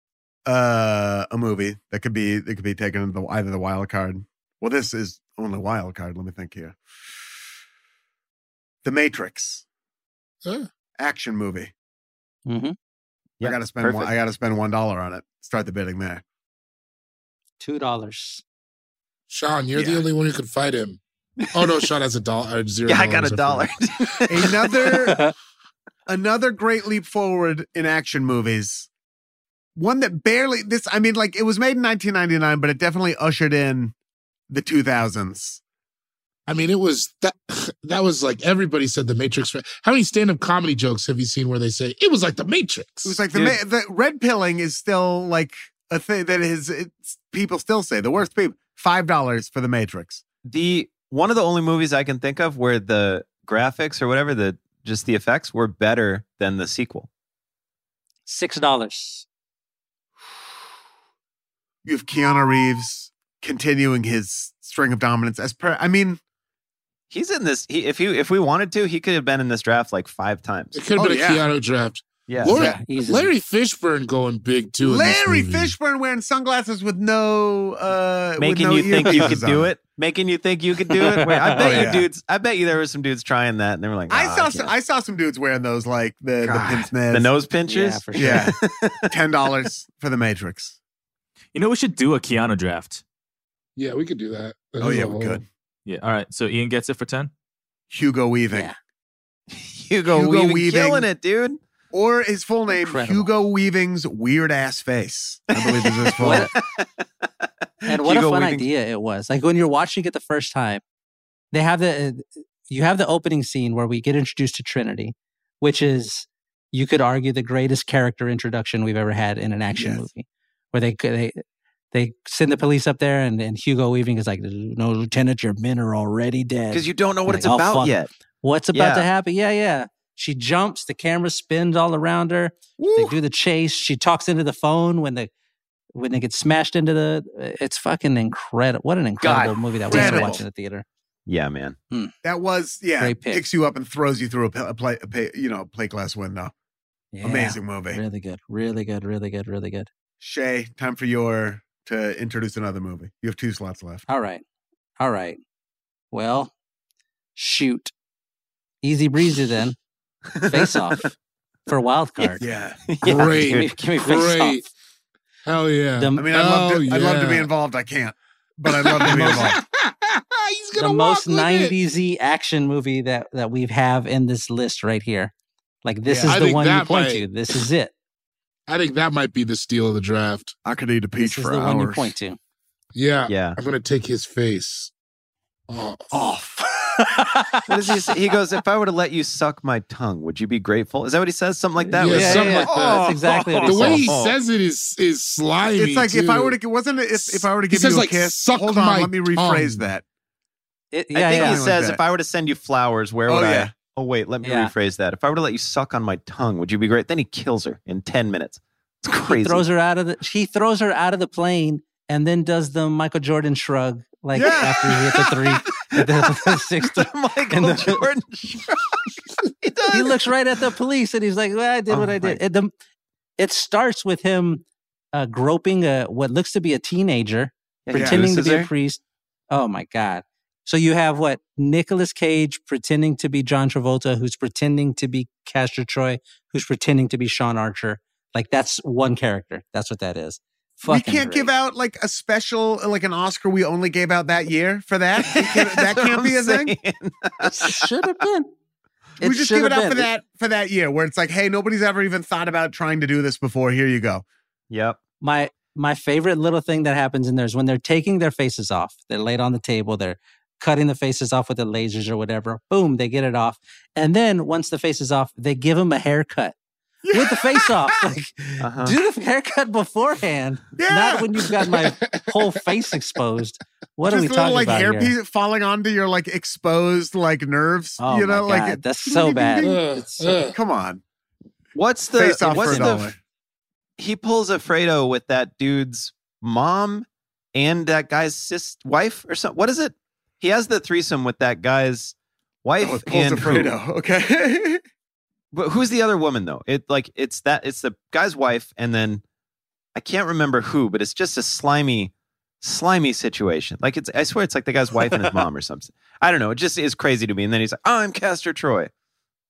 Speaker 2: uh, a movie that could be that could be taken into the, either the wild card. Well, this is only wild card. Let me think here. The Matrix
Speaker 5: Huh.
Speaker 2: action movie.
Speaker 3: hmm
Speaker 6: Yeah,
Speaker 2: I gotta spend.
Speaker 6: perfect.
Speaker 2: One, I gotta spend one dollar on it. Start the bidding there.
Speaker 3: Two dollars.
Speaker 5: Sean, you're the
Speaker 2: Yeah.
Speaker 5: only one who can fight him. Oh no, Sean has a dollar. or Zero.
Speaker 6: Yeah, I got
Speaker 5: dollars
Speaker 6: a
Speaker 5: for
Speaker 6: dollar.
Speaker 5: that.
Speaker 2: Another another great leap forward in action movies. One that barely this I mean like it was made in 1999 but it definitely ushered in the 2000s.
Speaker 5: I mean, it was that. That was like everybody said the Matrix. How many stand-up comedy jokes have you seen where they say it was like the Matrix?
Speaker 2: It was like the ma- the red pilling is still like a thing that is it's, people still say the worst people $5 for the Matrix.
Speaker 6: the one of the only movies I can think of where the graphics or whatever the just the effects were better than the sequel.
Speaker 3: Six dollars.
Speaker 2: you have Keanu Reeves continuing his string of dominance as per I mean
Speaker 6: He's in this. He, if he if we wanted to, he could have been in this draft like five times.
Speaker 5: It could have
Speaker 2: Oh,
Speaker 5: been
Speaker 2: yeah.
Speaker 5: a Keanu draft.
Speaker 6: Yeah,
Speaker 5: Laura-
Speaker 3: Yeah, he's-
Speaker 5: Larry Fishburne going big too. in this
Speaker 2: Larry
Speaker 5: movie.
Speaker 2: Fishburne wearing sunglasses with no uh with
Speaker 6: making
Speaker 2: no
Speaker 6: you think you could
Speaker 2: earpieces on.
Speaker 6: do it. Making you think you could do it. Wait, I
Speaker 2: Oh,
Speaker 6: bet
Speaker 2: yeah.
Speaker 6: you dudes. I bet you there were some dudes trying that, and they were like,
Speaker 2: I
Speaker 6: "Nah,
Speaker 2: saw
Speaker 6: can't."
Speaker 2: some, I saw some dudes wearing those like the
Speaker 6: God,
Speaker 2: the pince
Speaker 6: the nose pinchers.
Speaker 3: Yeah, for sure.
Speaker 2: Yeah. Ten dollars for the Matrix.
Speaker 4: You know, we should do a Keanu draft.
Speaker 5: Yeah, we could do that.
Speaker 2: Oh yeah, we could.
Speaker 4: Yeah. All right. So Ian gets it for 10.
Speaker 2: Hugo Weaving.
Speaker 3: Yeah.
Speaker 6: Hugo,
Speaker 2: Hugo
Speaker 6: Weaving,
Speaker 2: Weaving.
Speaker 6: killing it, dude.
Speaker 2: Or his full name,
Speaker 3: Incredible.
Speaker 2: Hugo Weaving's weird ass face. I believe is his full name.
Speaker 3: What And what
Speaker 6: Hugo
Speaker 3: a fun
Speaker 6: Weaving-
Speaker 3: idea it was. Like when you're watching it the first time, they have the you have the opening scene where we get introduced to Trinity, which is you could argue the greatest character introduction we've ever had in an action
Speaker 2: Yes.
Speaker 3: movie, where they they they send the police up there and, and Hugo Weaving is like, "No, Lieutenant, your men are already dead."
Speaker 6: Because you don't know what
Speaker 3: Like,
Speaker 6: it's
Speaker 3: oh,
Speaker 6: about
Speaker 3: fuck.
Speaker 6: yet.
Speaker 3: What's about to
Speaker 6: Yeah.
Speaker 3: happen? Yeah, yeah. She jumps. The camera spins all around her. They do the chase. She talks into the phone when the when they get smashed into the. It's fucking incredible. What an incredible movie that we had to
Speaker 2: incredible.
Speaker 3: watch in the theater.
Speaker 6: Yeah, man.
Speaker 2: That was yeah,
Speaker 3: Great pick.
Speaker 2: picks you up and throws you through a, pla- a, pla- a pa- you know plate glass window.
Speaker 3: Yeah.
Speaker 2: Amazing movie.
Speaker 3: Really good. Really good. Really good. Really good.
Speaker 2: Shay, time for your to introduce another movie. You have two slots left.
Speaker 3: All right. All right. Well, shoot. Easy breezy then. Face off for wild card.
Speaker 2: Yeah.
Speaker 5: Great.
Speaker 3: Give me, give me face off.
Speaker 5: Great. Hell yeah.
Speaker 3: The-
Speaker 2: I mean, I'd love
Speaker 5: Oh,
Speaker 2: to I'd love to be
Speaker 5: yeah.
Speaker 2: involved. I can't. But I'd love to be involved.
Speaker 5: He's gonna
Speaker 3: the most
Speaker 5: walk with it.
Speaker 3: 90s y action movie that that we have in this list right here. Like this
Speaker 5: Yeah, I
Speaker 3: is the
Speaker 5: think
Speaker 3: one you
Speaker 5: that
Speaker 3: point
Speaker 5: might-
Speaker 3: to. This is it.
Speaker 5: I think that might be the steal of the draft.
Speaker 2: I could eat a
Speaker 3: This
Speaker 2: peach
Speaker 3: is
Speaker 2: for
Speaker 3: the
Speaker 2: hours.
Speaker 3: one you point to.
Speaker 2: Uh,
Speaker 5: Yeah,
Speaker 6: Yeah.
Speaker 5: I'm gonna take his face. Oh,
Speaker 2: Off.
Speaker 6: What does he say? He goes, If I were to let you suck my tongue, would you be grateful? Is that what he says? Something like that?
Speaker 5: Yeah,
Speaker 6: Was-
Speaker 5: yeah, something yeah. like that.
Speaker 3: That's exactly what he
Speaker 5: the
Speaker 3: said.
Speaker 5: way he
Speaker 6: Oh.
Speaker 5: says it is is slimy.
Speaker 2: It's like if
Speaker 5: too.
Speaker 2: I were to gi- wasn't it if, if I were to
Speaker 5: He
Speaker 2: give
Speaker 5: says,
Speaker 2: you a
Speaker 5: like,
Speaker 2: kiss.
Speaker 5: "Suck
Speaker 2: Hold on,
Speaker 5: my
Speaker 2: let me rephrase
Speaker 5: tongue."
Speaker 2: that.
Speaker 3: It-
Speaker 6: I
Speaker 3: yeah,
Speaker 6: think he
Speaker 3: yeah.
Speaker 2: like
Speaker 6: says,
Speaker 2: that.
Speaker 6: If I were to send you flowers, where
Speaker 2: Oh,
Speaker 6: would
Speaker 2: yeah.
Speaker 6: I? Oh, wait, let me
Speaker 3: Yeah.
Speaker 6: rephrase that. If I were to let you suck on my tongue, would you be great? Then he kills her in 10 minutes. It's
Speaker 3: He
Speaker 6: crazy.
Speaker 3: throws her out of the he throws her out of the plane and then does the Michael Jordan shrug like
Speaker 2: Yeah.
Speaker 3: after he hit the three the, the six
Speaker 6: The Michael
Speaker 3: And the-
Speaker 6: oh, Jordan shrug. he does.
Speaker 3: he looks right at the police and he's like, well, I did
Speaker 6: Oh
Speaker 3: what I
Speaker 6: my-
Speaker 3: did. It, the, it starts with him uh, groping a, what looks to be a teenager,
Speaker 6: Yeah, he
Speaker 3: pretending to
Speaker 6: gooses
Speaker 3: be a
Speaker 6: her.
Speaker 3: priest. Oh my God. So you have what? Nicolas Cage pretending to be John Travolta, who's pretending to be Castor Troy, who's pretending to be Sean Archer. Like that's one character. That's what that is.
Speaker 2: We
Speaker 3: Fucking
Speaker 2: can't give
Speaker 3: great.
Speaker 2: out like a special like an Oscar we only gave out that year for that. We can't- that
Speaker 6: That's what
Speaker 2: can't be
Speaker 6: I'm
Speaker 2: a thing.
Speaker 6: saying.
Speaker 3: It should have been.
Speaker 2: We just give
Speaker 3: should
Speaker 2: it
Speaker 3: have
Speaker 2: out for
Speaker 3: been.
Speaker 2: that for that year where it's like, hey, nobody's ever even thought about trying to do this before. Here you go.
Speaker 6: Yep.
Speaker 3: my my favorite little thing that happens in there is when they're taking their faces off. They're laid on the table. They're cutting the faces off with the lasers or whatever. Boom, they get it off. And then once the face is off, they give him a haircut with the face off. Like
Speaker 6: Uh-huh.
Speaker 3: do the haircut beforehand,
Speaker 2: Yeah.
Speaker 3: not when you've got my whole face exposed. What
Speaker 2: Just
Speaker 3: are we
Speaker 2: little
Speaker 3: talking
Speaker 2: like
Speaker 3: about
Speaker 2: hair
Speaker 3: here?
Speaker 2: piece falling onto your like exposed like nerves.
Speaker 3: Oh
Speaker 2: you
Speaker 3: my
Speaker 2: know, like
Speaker 3: God,
Speaker 2: it-
Speaker 3: that's so bad.
Speaker 5: Ugh,
Speaker 3: It's so-
Speaker 5: ugh.
Speaker 2: Come on,
Speaker 6: What's the.
Speaker 2: face off for
Speaker 6: what's
Speaker 2: a
Speaker 6: the
Speaker 2: dollar.
Speaker 6: he pulls a Fredo with that dude's mom and that guy's sis wife or something. What is it? He has the threesome with that guy's wife
Speaker 2: Oh, it pulls a
Speaker 6: and who-
Speaker 2: Fredo. Okay.
Speaker 6: but who's the other woman though? It like it's that it's the guy's wife and then I can't remember who, but it's just a slimy, slimy situation. Like it's I swear it's like the guy's wife and his mom or something. I don't know. It just is crazy to me. And then he's like, "Oh, I'm Castor Troy.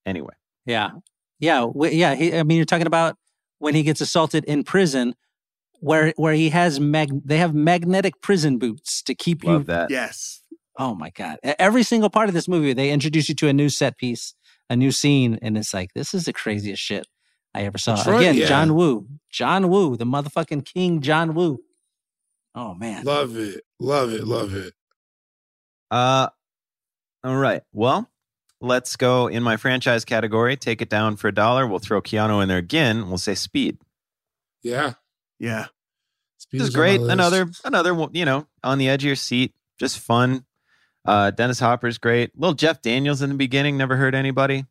Speaker 6: Anyway,
Speaker 3: Yeah. Yeah. W- yeah. He, I mean, you're talking about when he gets assaulted in prison where, where he has mag, they have magnetic prison boots to keep you
Speaker 6: love that.
Speaker 2: yes.
Speaker 3: oh my god E- every single part of this movie they introduce you to a new set piece a new scene and it's like this is the craziest shit i ever saw
Speaker 5: That's right,
Speaker 3: again
Speaker 5: yeah.
Speaker 3: john woo john woo the motherfucking king john woo oh man
Speaker 5: Love it. Love it. Love it.
Speaker 6: Uh, all right. Well, let's go in my franchise category. Take it down for a dollar. We'll throw Keanu in there again. We'll say Speed.
Speaker 5: Yeah.
Speaker 2: Yeah.
Speaker 5: Speed
Speaker 6: This is
Speaker 5: on my
Speaker 6: great.
Speaker 5: list.
Speaker 6: Another another one, you know on the edge of your seat, just fun. Uh, Dennis Hopper's great. Little Jeff Daniels in the beginning. Never hurt anybody.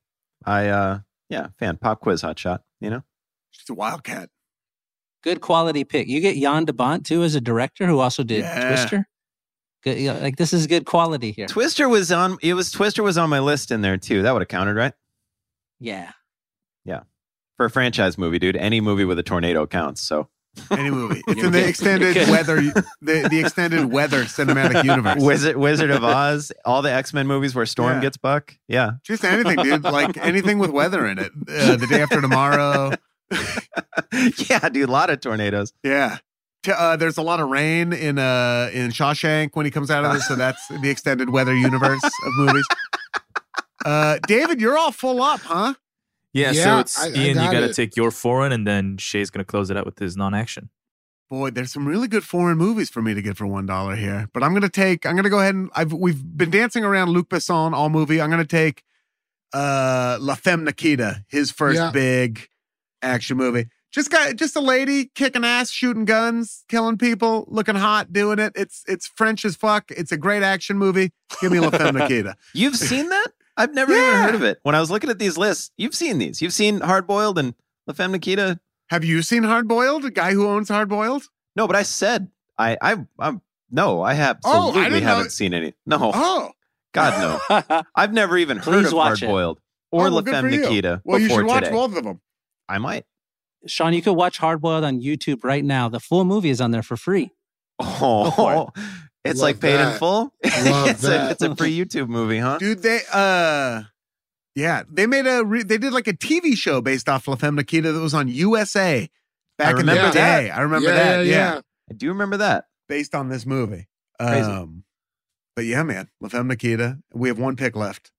Speaker 6: I uh, yeah, fan. Pop quiz, hot shot. You know.
Speaker 2: She's a wildcat.
Speaker 3: good quality pick you get jan debont too as a director who also did
Speaker 2: Yeah.
Speaker 3: twister good, you know, like this is good quality here
Speaker 6: Twister was on. It was Twister was on my list in there too. That would have counted, right?
Speaker 3: yeah
Speaker 6: For a franchise movie, dude. Any movie with a tornado counts. So
Speaker 2: Any movie. It's
Speaker 3: You're
Speaker 2: in
Speaker 3: good.
Speaker 2: the extended
Speaker 3: You're good.
Speaker 2: weather, the, the extended weather cinematic universe.
Speaker 6: Wizard Wizard of Oz, all the X Men movies where Storm
Speaker 2: Yeah.
Speaker 6: gets Buck. Yeah,
Speaker 2: Just anything, dude. Like anything with weather in it. Uh, the day after tomorrow.
Speaker 6: yeah, dude. A lot of tornadoes.
Speaker 2: Yeah. T- Uh, there's a lot of rain in uh in Shawshank when he comes out of this, so that's the extended weather universe of movies. Uh, David, you're all full up, huh?
Speaker 4: Yeah,
Speaker 5: Yeah,
Speaker 4: so it's
Speaker 5: I- I
Speaker 4: Ian,
Speaker 5: got
Speaker 4: you got to
Speaker 5: it.
Speaker 4: take your foreign, and then Shay's going to close it out with his non action.
Speaker 2: Boy, there's some really good foreign movies for me to get for one dollar here. But I'm gonna take. I'm gonna go ahead and I've we've been dancing around Luc Besson all movie. I'm gonna take uh La Femme Nikita, his first
Speaker 5: Yeah.
Speaker 2: big action movie. Just got just a lady kicking ass, shooting guns, killing people, looking hot, doing it. It's it's French as fuck. It's a great action movie. Give me La Femme Nikita.
Speaker 6: You've seen that? I've never even
Speaker 2: Yeah.
Speaker 6: heard of it. When I was looking at these lists, you've seen these. You've seen Hard Boiled and La Femme Nikita.
Speaker 2: Have you seen Hard Boiled? A guy who owns Hard Boiled?
Speaker 6: No, but I said I I I'm no, I have
Speaker 2: Oh, I didn't know
Speaker 6: absolutely haven't
Speaker 2: it-
Speaker 6: seen any. No,
Speaker 2: Oh,
Speaker 6: God no. I've never even heard
Speaker 3: Please
Speaker 6: of Hard
Speaker 3: watch it.
Speaker 6: Boiled or
Speaker 2: oh,
Speaker 6: La
Speaker 2: well, good
Speaker 6: Femme
Speaker 2: for you.
Speaker 6: Nikita
Speaker 2: Well, you
Speaker 6: before
Speaker 2: should watch
Speaker 6: today.
Speaker 2: both of them.
Speaker 6: I might.
Speaker 3: Sean, you could watch Hardboiled on YouTube right now. The full movie is on there for free. for
Speaker 6: Oh, it's
Speaker 5: Love
Speaker 6: like paid in
Speaker 5: that.
Speaker 6: full.
Speaker 5: Love
Speaker 6: it's, a,
Speaker 5: that.
Speaker 6: it's a free YouTube movie, huh?
Speaker 2: dude they uh yeah they made a re- they did like a tv show based off la femme nikita that was on usa back in the
Speaker 6: remember
Speaker 2: day
Speaker 6: that.
Speaker 2: i remember that yeah,
Speaker 6: I do remember that.
Speaker 2: based on this movie
Speaker 6: Crazy.
Speaker 2: um but yeah man la femme nikita we have one pick left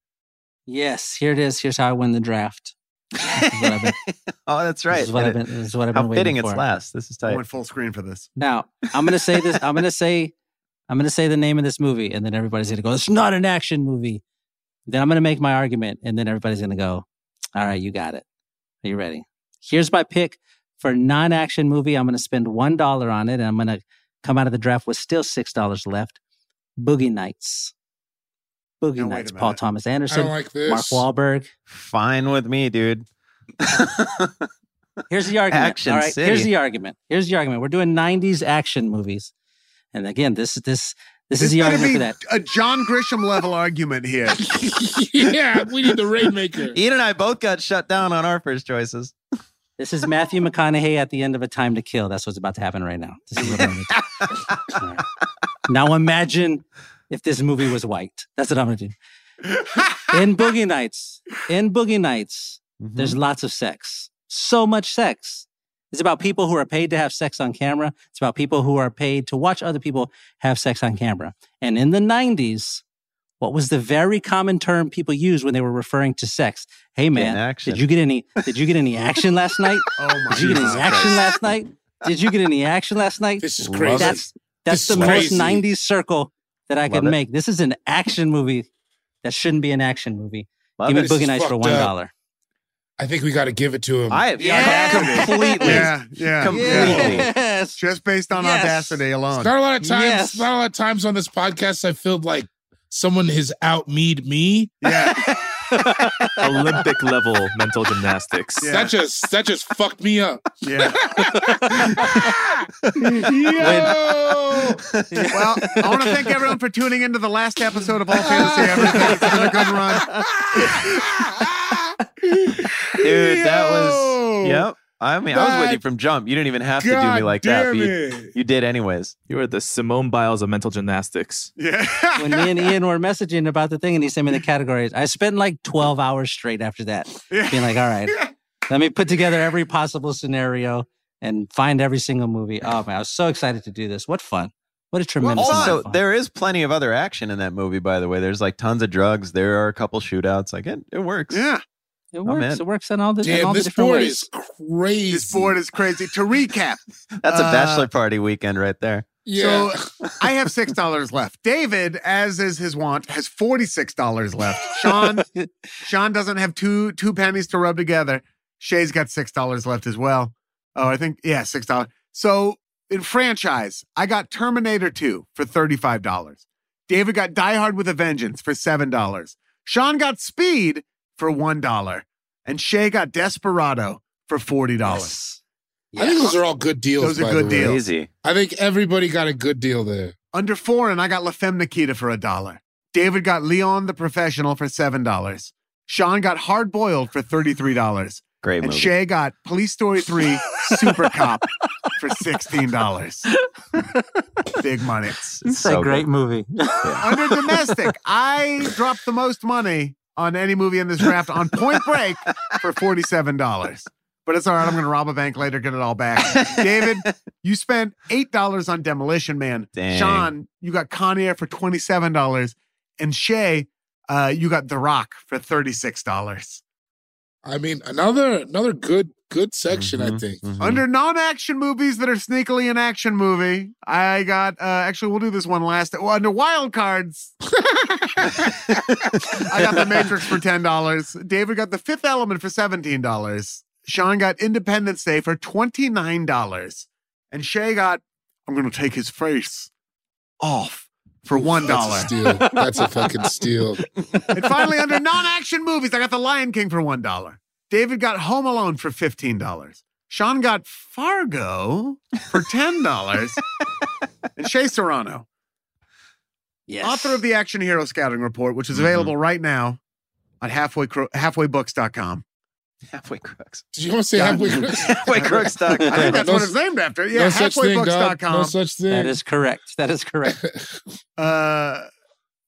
Speaker 3: Yes, here it is. Here's how I win the draft. what I've been-
Speaker 6: oh, that's right.
Speaker 3: This is what I've
Speaker 6: And
Speaker 3: been,
Speaker 6: it-
Speaker 3: this is what I've been
Speaker 6: How
Speaker 3: waiting
Speaker 6: fitting
Speaker 3: for.
Speaker 6: it's last. This is
Speaker 2: i
Speaker 6: tight.
Speaker 2: went full screen for this
Speaker 3: Now, I'm gonna say this. I'm gonna say, I'm gonna say the name of this movie, and then everybody's gonna go, "It's not an action movie." Then I'm gonna make my argument, and then everybody's gonna go, "All right, you got it. Are you ready?" Here's my pick for non-action movie. I'm gonna spend one dollar on it, and I'm gonna come out of the draft with still six dollars left. Boogie Nights. Boogie
Speaker 2: Now, wait a
Speaker 3: Nights. Paul
Speaker 2: minute.
Speaker 3: Thomas
Speaker 5: I don't
Speaker 3: Anderson.
Speaker 5: like this.
Speaker 3: Mark Wahlberg.
Speaker 6: Fine with me, dude.
Speaker 3: Here's the argument.
Speaker 6: Action
Speaker 3: All right.
Speaker 6: City.
Speaker 3: Here's the argument. Here's the argument. We're doing '90s action movies, and again, this is this this, is the
Speaker 2: gonna
Speaker 3: argument
Speaker 2: be
Speaker 3: for that.
Speaker 2: a john grisham level argument here
Speaker 5: yeah, we need the Rainmaker.
Speaker 6: Ian and I both got shut down on our first choices.
Speaker 3: This is Matthew McConaughey at the end of A Time to Kill. That's what's about to happen right now. This is what I'm gonna do. All right. Now imagine if this movie was white. That's what I'm gonna do. In Boogie Nights, in Boogie Nights, there's lots of sex. So much sex. It's about people who are paid to have sex on camera. It's about people who are paid to watch other people have sex on camera. And in the 90s, what was the very common term people used when they were referring to sex? Hey man,
Speaker 6: Mm-hmm. action.
Speaker 3: did you get any did you get any action last night?
Speaker 2: oh my
Speaker 3: Did you get
Speaker 2: Jesus
Speaker 3: any action
Speaker 2: Christ.
Speaker 3: last night? Did you get any action last night?
Speaker 5: This is
Speaker 6: Love
Speaker 5: crazy.
Speaker 3: That's that's
Speaker 5: This
Speaker 3: the
Speaker 5: is
Speaker 3: most
Speaker 5: crazy.
Speaker 3: '90s circle that I could
Speaker 6: Love it.
Speaker 3: make. This is an action movie that shouldn't be an action movie.
Speaker 6: Love
Speaker 3: Give me
Speaker 6: it.
Speaker 5: This is
Speaker 3: Boogie Nights for
Speaker 5: fucked
Speaker 3: one
Speaker 5: up.
Speaker 3: dollar.
Speaker 5: I think we got to give it to him.
Speaker 6: I have
Speaker 3: Yeah.
Speaker 6: completely.
Speaker 2: yeah yeah
Speaker 6: Completely.
Speaker 2: yeah.
Speaker 3: Yes.
Speaker 2: just based on
Speaker 3: Yes.
Speaker 2: audacity alone
Speaker 5: Not a lot of times.
Speaker 3: Yes.
Speaker 5: Not a lot of times on this podcast. I feel like someone has out me'd me.
Speaker 2: yeah
Speaker 4: Olympic level mental gymnastics.
Speaker 2: Yeah.
Speaker 5: That just that just fucked me up.
Speaker 2: yeah
Speaker 5: Yo!
Speaker 2: Well, I want to thank everyone for tuning into the last episode of All Fantasy Everything. It's been a good run.
Speaker 6: Dude, that was.
Speaker 5: Yo!
Speaker 6: Yep. I mean, I was with
Speaker 5: That-
Speaker 6: you from jump. You didn't even have to do
Speaker 5: God
Speaker 6: me like that, but
Speaker 5: damn
Speaker 6: you,
Speaker 5: it.
Speaker 6: you did anyways.
Speaker 4: You are the Simone Biles of mental gymnastics.
Speaker 2: Yeah.
Speaker 3: When me and Ian were messaging about the thing, and he sent me the categories, I spent like 12 hours straight after that, being like, "All right, let me put together every possible scenario and find every single movie." Oh man, I was so excited to do this. What fun! What a tremendous amount
Speaker 6: also,
Speaker 3: of fun.
Speaker 6: there is plenty of other action in that movie, by the way. There's like tons of drugs. There are a couple shootouts. Like it, it works.
Speaker 2: Yeah.
Speaker 3: It
Speaker 6: I'm
Speaker 3: works.
Speaker 6: in.
Speaker 3: It works in all the, in
Speaker 5: Damn,
Speaker 3: all the
Speaker 5: this
Speaker 3: different
Speaker 5: board
Speaker 3: ways.
Speaker 5: is crazy.
Speaker 2: This board is crazy. To recap,
Speaker 6: That's a
Speaker 2: Uh,
Speaker 6: bachelor party weekend right there.
Speaker 5: yeah.
Speaker 2: So I have six dollars left. David, as is his wont, has forty six dollars left. Sean, Sean doesn't have two two pennies to rub together. Shay's got six dollars left as well. Oh, I think yeah, six dollars. So in franchise, I got Terminator Two for thirty five dollars. David got Die Hard with a Vengeance for seven dollars. Sean got Speed for one dollar, and Shay got Desperado for forty dollars.
Speaker 5: I think those are all good deals.
Speaker 2: Those are
Speaker 5: by
Speaker 2: good
Speaker 5: the way.
Speaker 2: deals.
Speaker 6: Easy.
Speaker 5: I think everybody got a good deal there.
Speaker 2: Under four, and I got La Femme Nikita for a dollar. David got Leon the Professional for seven dollars. Sean got Hard Boiled for thirty-three dollars,
Speaker 6: Great
Speaker 2: and
Speaker 6: movie.
Speaker 2: Shay got Police Story Three Super Cop for sixteen dollars. Big money.
Speaker 6: It's,
Speaker 3: It's a great movie.
Speaker 2: Under domestic, I dropped the most money on any movie in this draft on Point Break for forty-seven dollars. But it's all right. I'm going to rob a bank later, get it all back. David, you spent eight dollars on Demolition Man.
Speaker 6: Dang.
Speaker 2: Sean, you got Con Air for twenty seven dollars, and Shay, uh, you got The Rock for thirty six dollars.
Speaker 5: I mean, another another good good section. I
Speaker 6: Mhm,
Speaker 5: think.
Speaker 6: mhm.
Speaker 2: Under non action movies that are sneakily an action movie, I got. Uh, actually, we'll do this one last. Well, under wild cards, I got The Matrix for ten dollars. David got The Fifth Element for seventeen dollars. Sean got Independence Day for twenty nine dollars, and Shay got. I'm going to take his face off for one dollar.
Speaker 5: That's a steal. That's a fucking steal.
Speaker 2: and finally, under non-action movies, I got The Lion King for one dollar. David got Home Alone for fifteen dollars. Sean got Fargo for ten dollars, and Shay Serrano,
Speaker 3: yes.
Speaker 2: author of the Action Hero Scouting Report, which
Speaker 5: Mm-hmm.
Speaker 2: is available right now on halfway cro- halfwaybooks.com.
Speaker 6: Halfway crooks.
Speaker 5: Did you want to say
Speaker 2: God.
Speaker 5: halfway?
Speaker 6: Halfway crooks. Doc.
Speaker 2: I think that's
Speaker 5: No
Speaker 2: what
Speaker 5: s-
Speaker 2: it's named after. Yeah,
Speaker 5: no such thing, dog.
Speaker 2: halfwaybooks.com.
Speaker 5: No such thing.
Speaker 3: that is correct. That is correct.
Speaker 2: uh,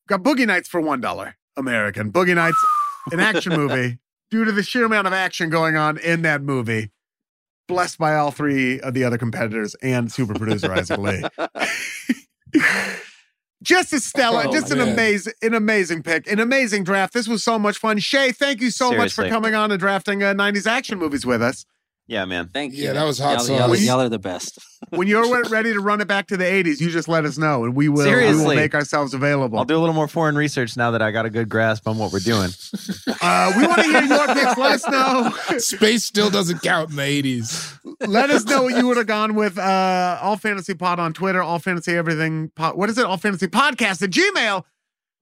Speaker 2: got Boogie Nights for one dollar American. Boogie Nights, an action movie. Due to the sheer amount of action going on in that movie, blessed by all three of the other competitors and super producer Isaac Lee. just a stellar,
Speaker 3: Oh,
Speaker 2: just an
Speaker 5: man.
Speaker 2: amazing, an amazing pick, an amazing draft. This was so much fun. Shay, thank you so much for
Speaker 6: Seriously.
Speaker 2: coming on and drafting uh, '90s action movies with us.
Speaker 6: Yeah, man.
Speaker 3: Thank you.
Speaker 5: Yeah, that was hot
Speaker 3: y'all, y'all-
Speaker 2: sauce.
Speaker 3: y'all are the best.
Speaker 2: When you're re- ready to run it back to the '80s, you just let us know, and we will, we will
Speaker 6: Seriously.
Speaker 2: make ourselves available.
Speaker 6: I'll do a little more foreign research now that I got a good grasp on what we're doing.
Speaker 2: Uh, we want to hear your picks. Let us know.
Speaker 5: Space still doesn't count in the eighties.
Speaker 2: Let us know what you would have gone with. Uh, all fantasy pod on Twitter, all fantasy everything. Pod, what is it? All fantasy podcast at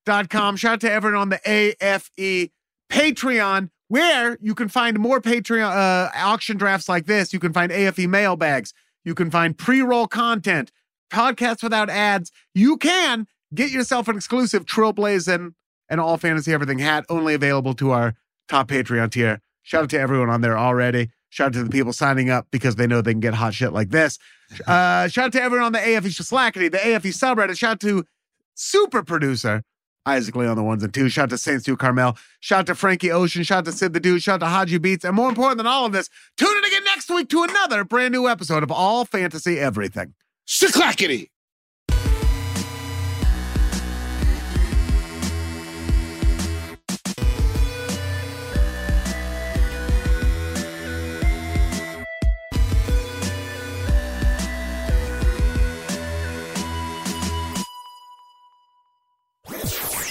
Speaker 2: gmail.com. Shout out to everyone on the AFE Patreon, where you can find more Patreon uh, auction drafts like this. You can find AFE mailbags. You can find pre roll content, podcasts without ads. You can get yourself an exclusive Trailblazing and All Fantasy Everything hat, only available to our top Patreon tier. Shout out to everyone on there already. Shout out to the people signing up because they know they can get hot shit like this. Uh, shout out to everyone on the AFE Slackity, the AFE subreddit. Shout out to super producer Isaac Lee on the ones and twos. Shout out to Saints 2 Carmel. Shout out to Frankie Ocean. Shout out to Sid the Dude. Shout out to Haji Beats. And more important than all of this, tune in again next week to another brand new episode of All Fantasy Everything.
Speaker 5: Shiklackety.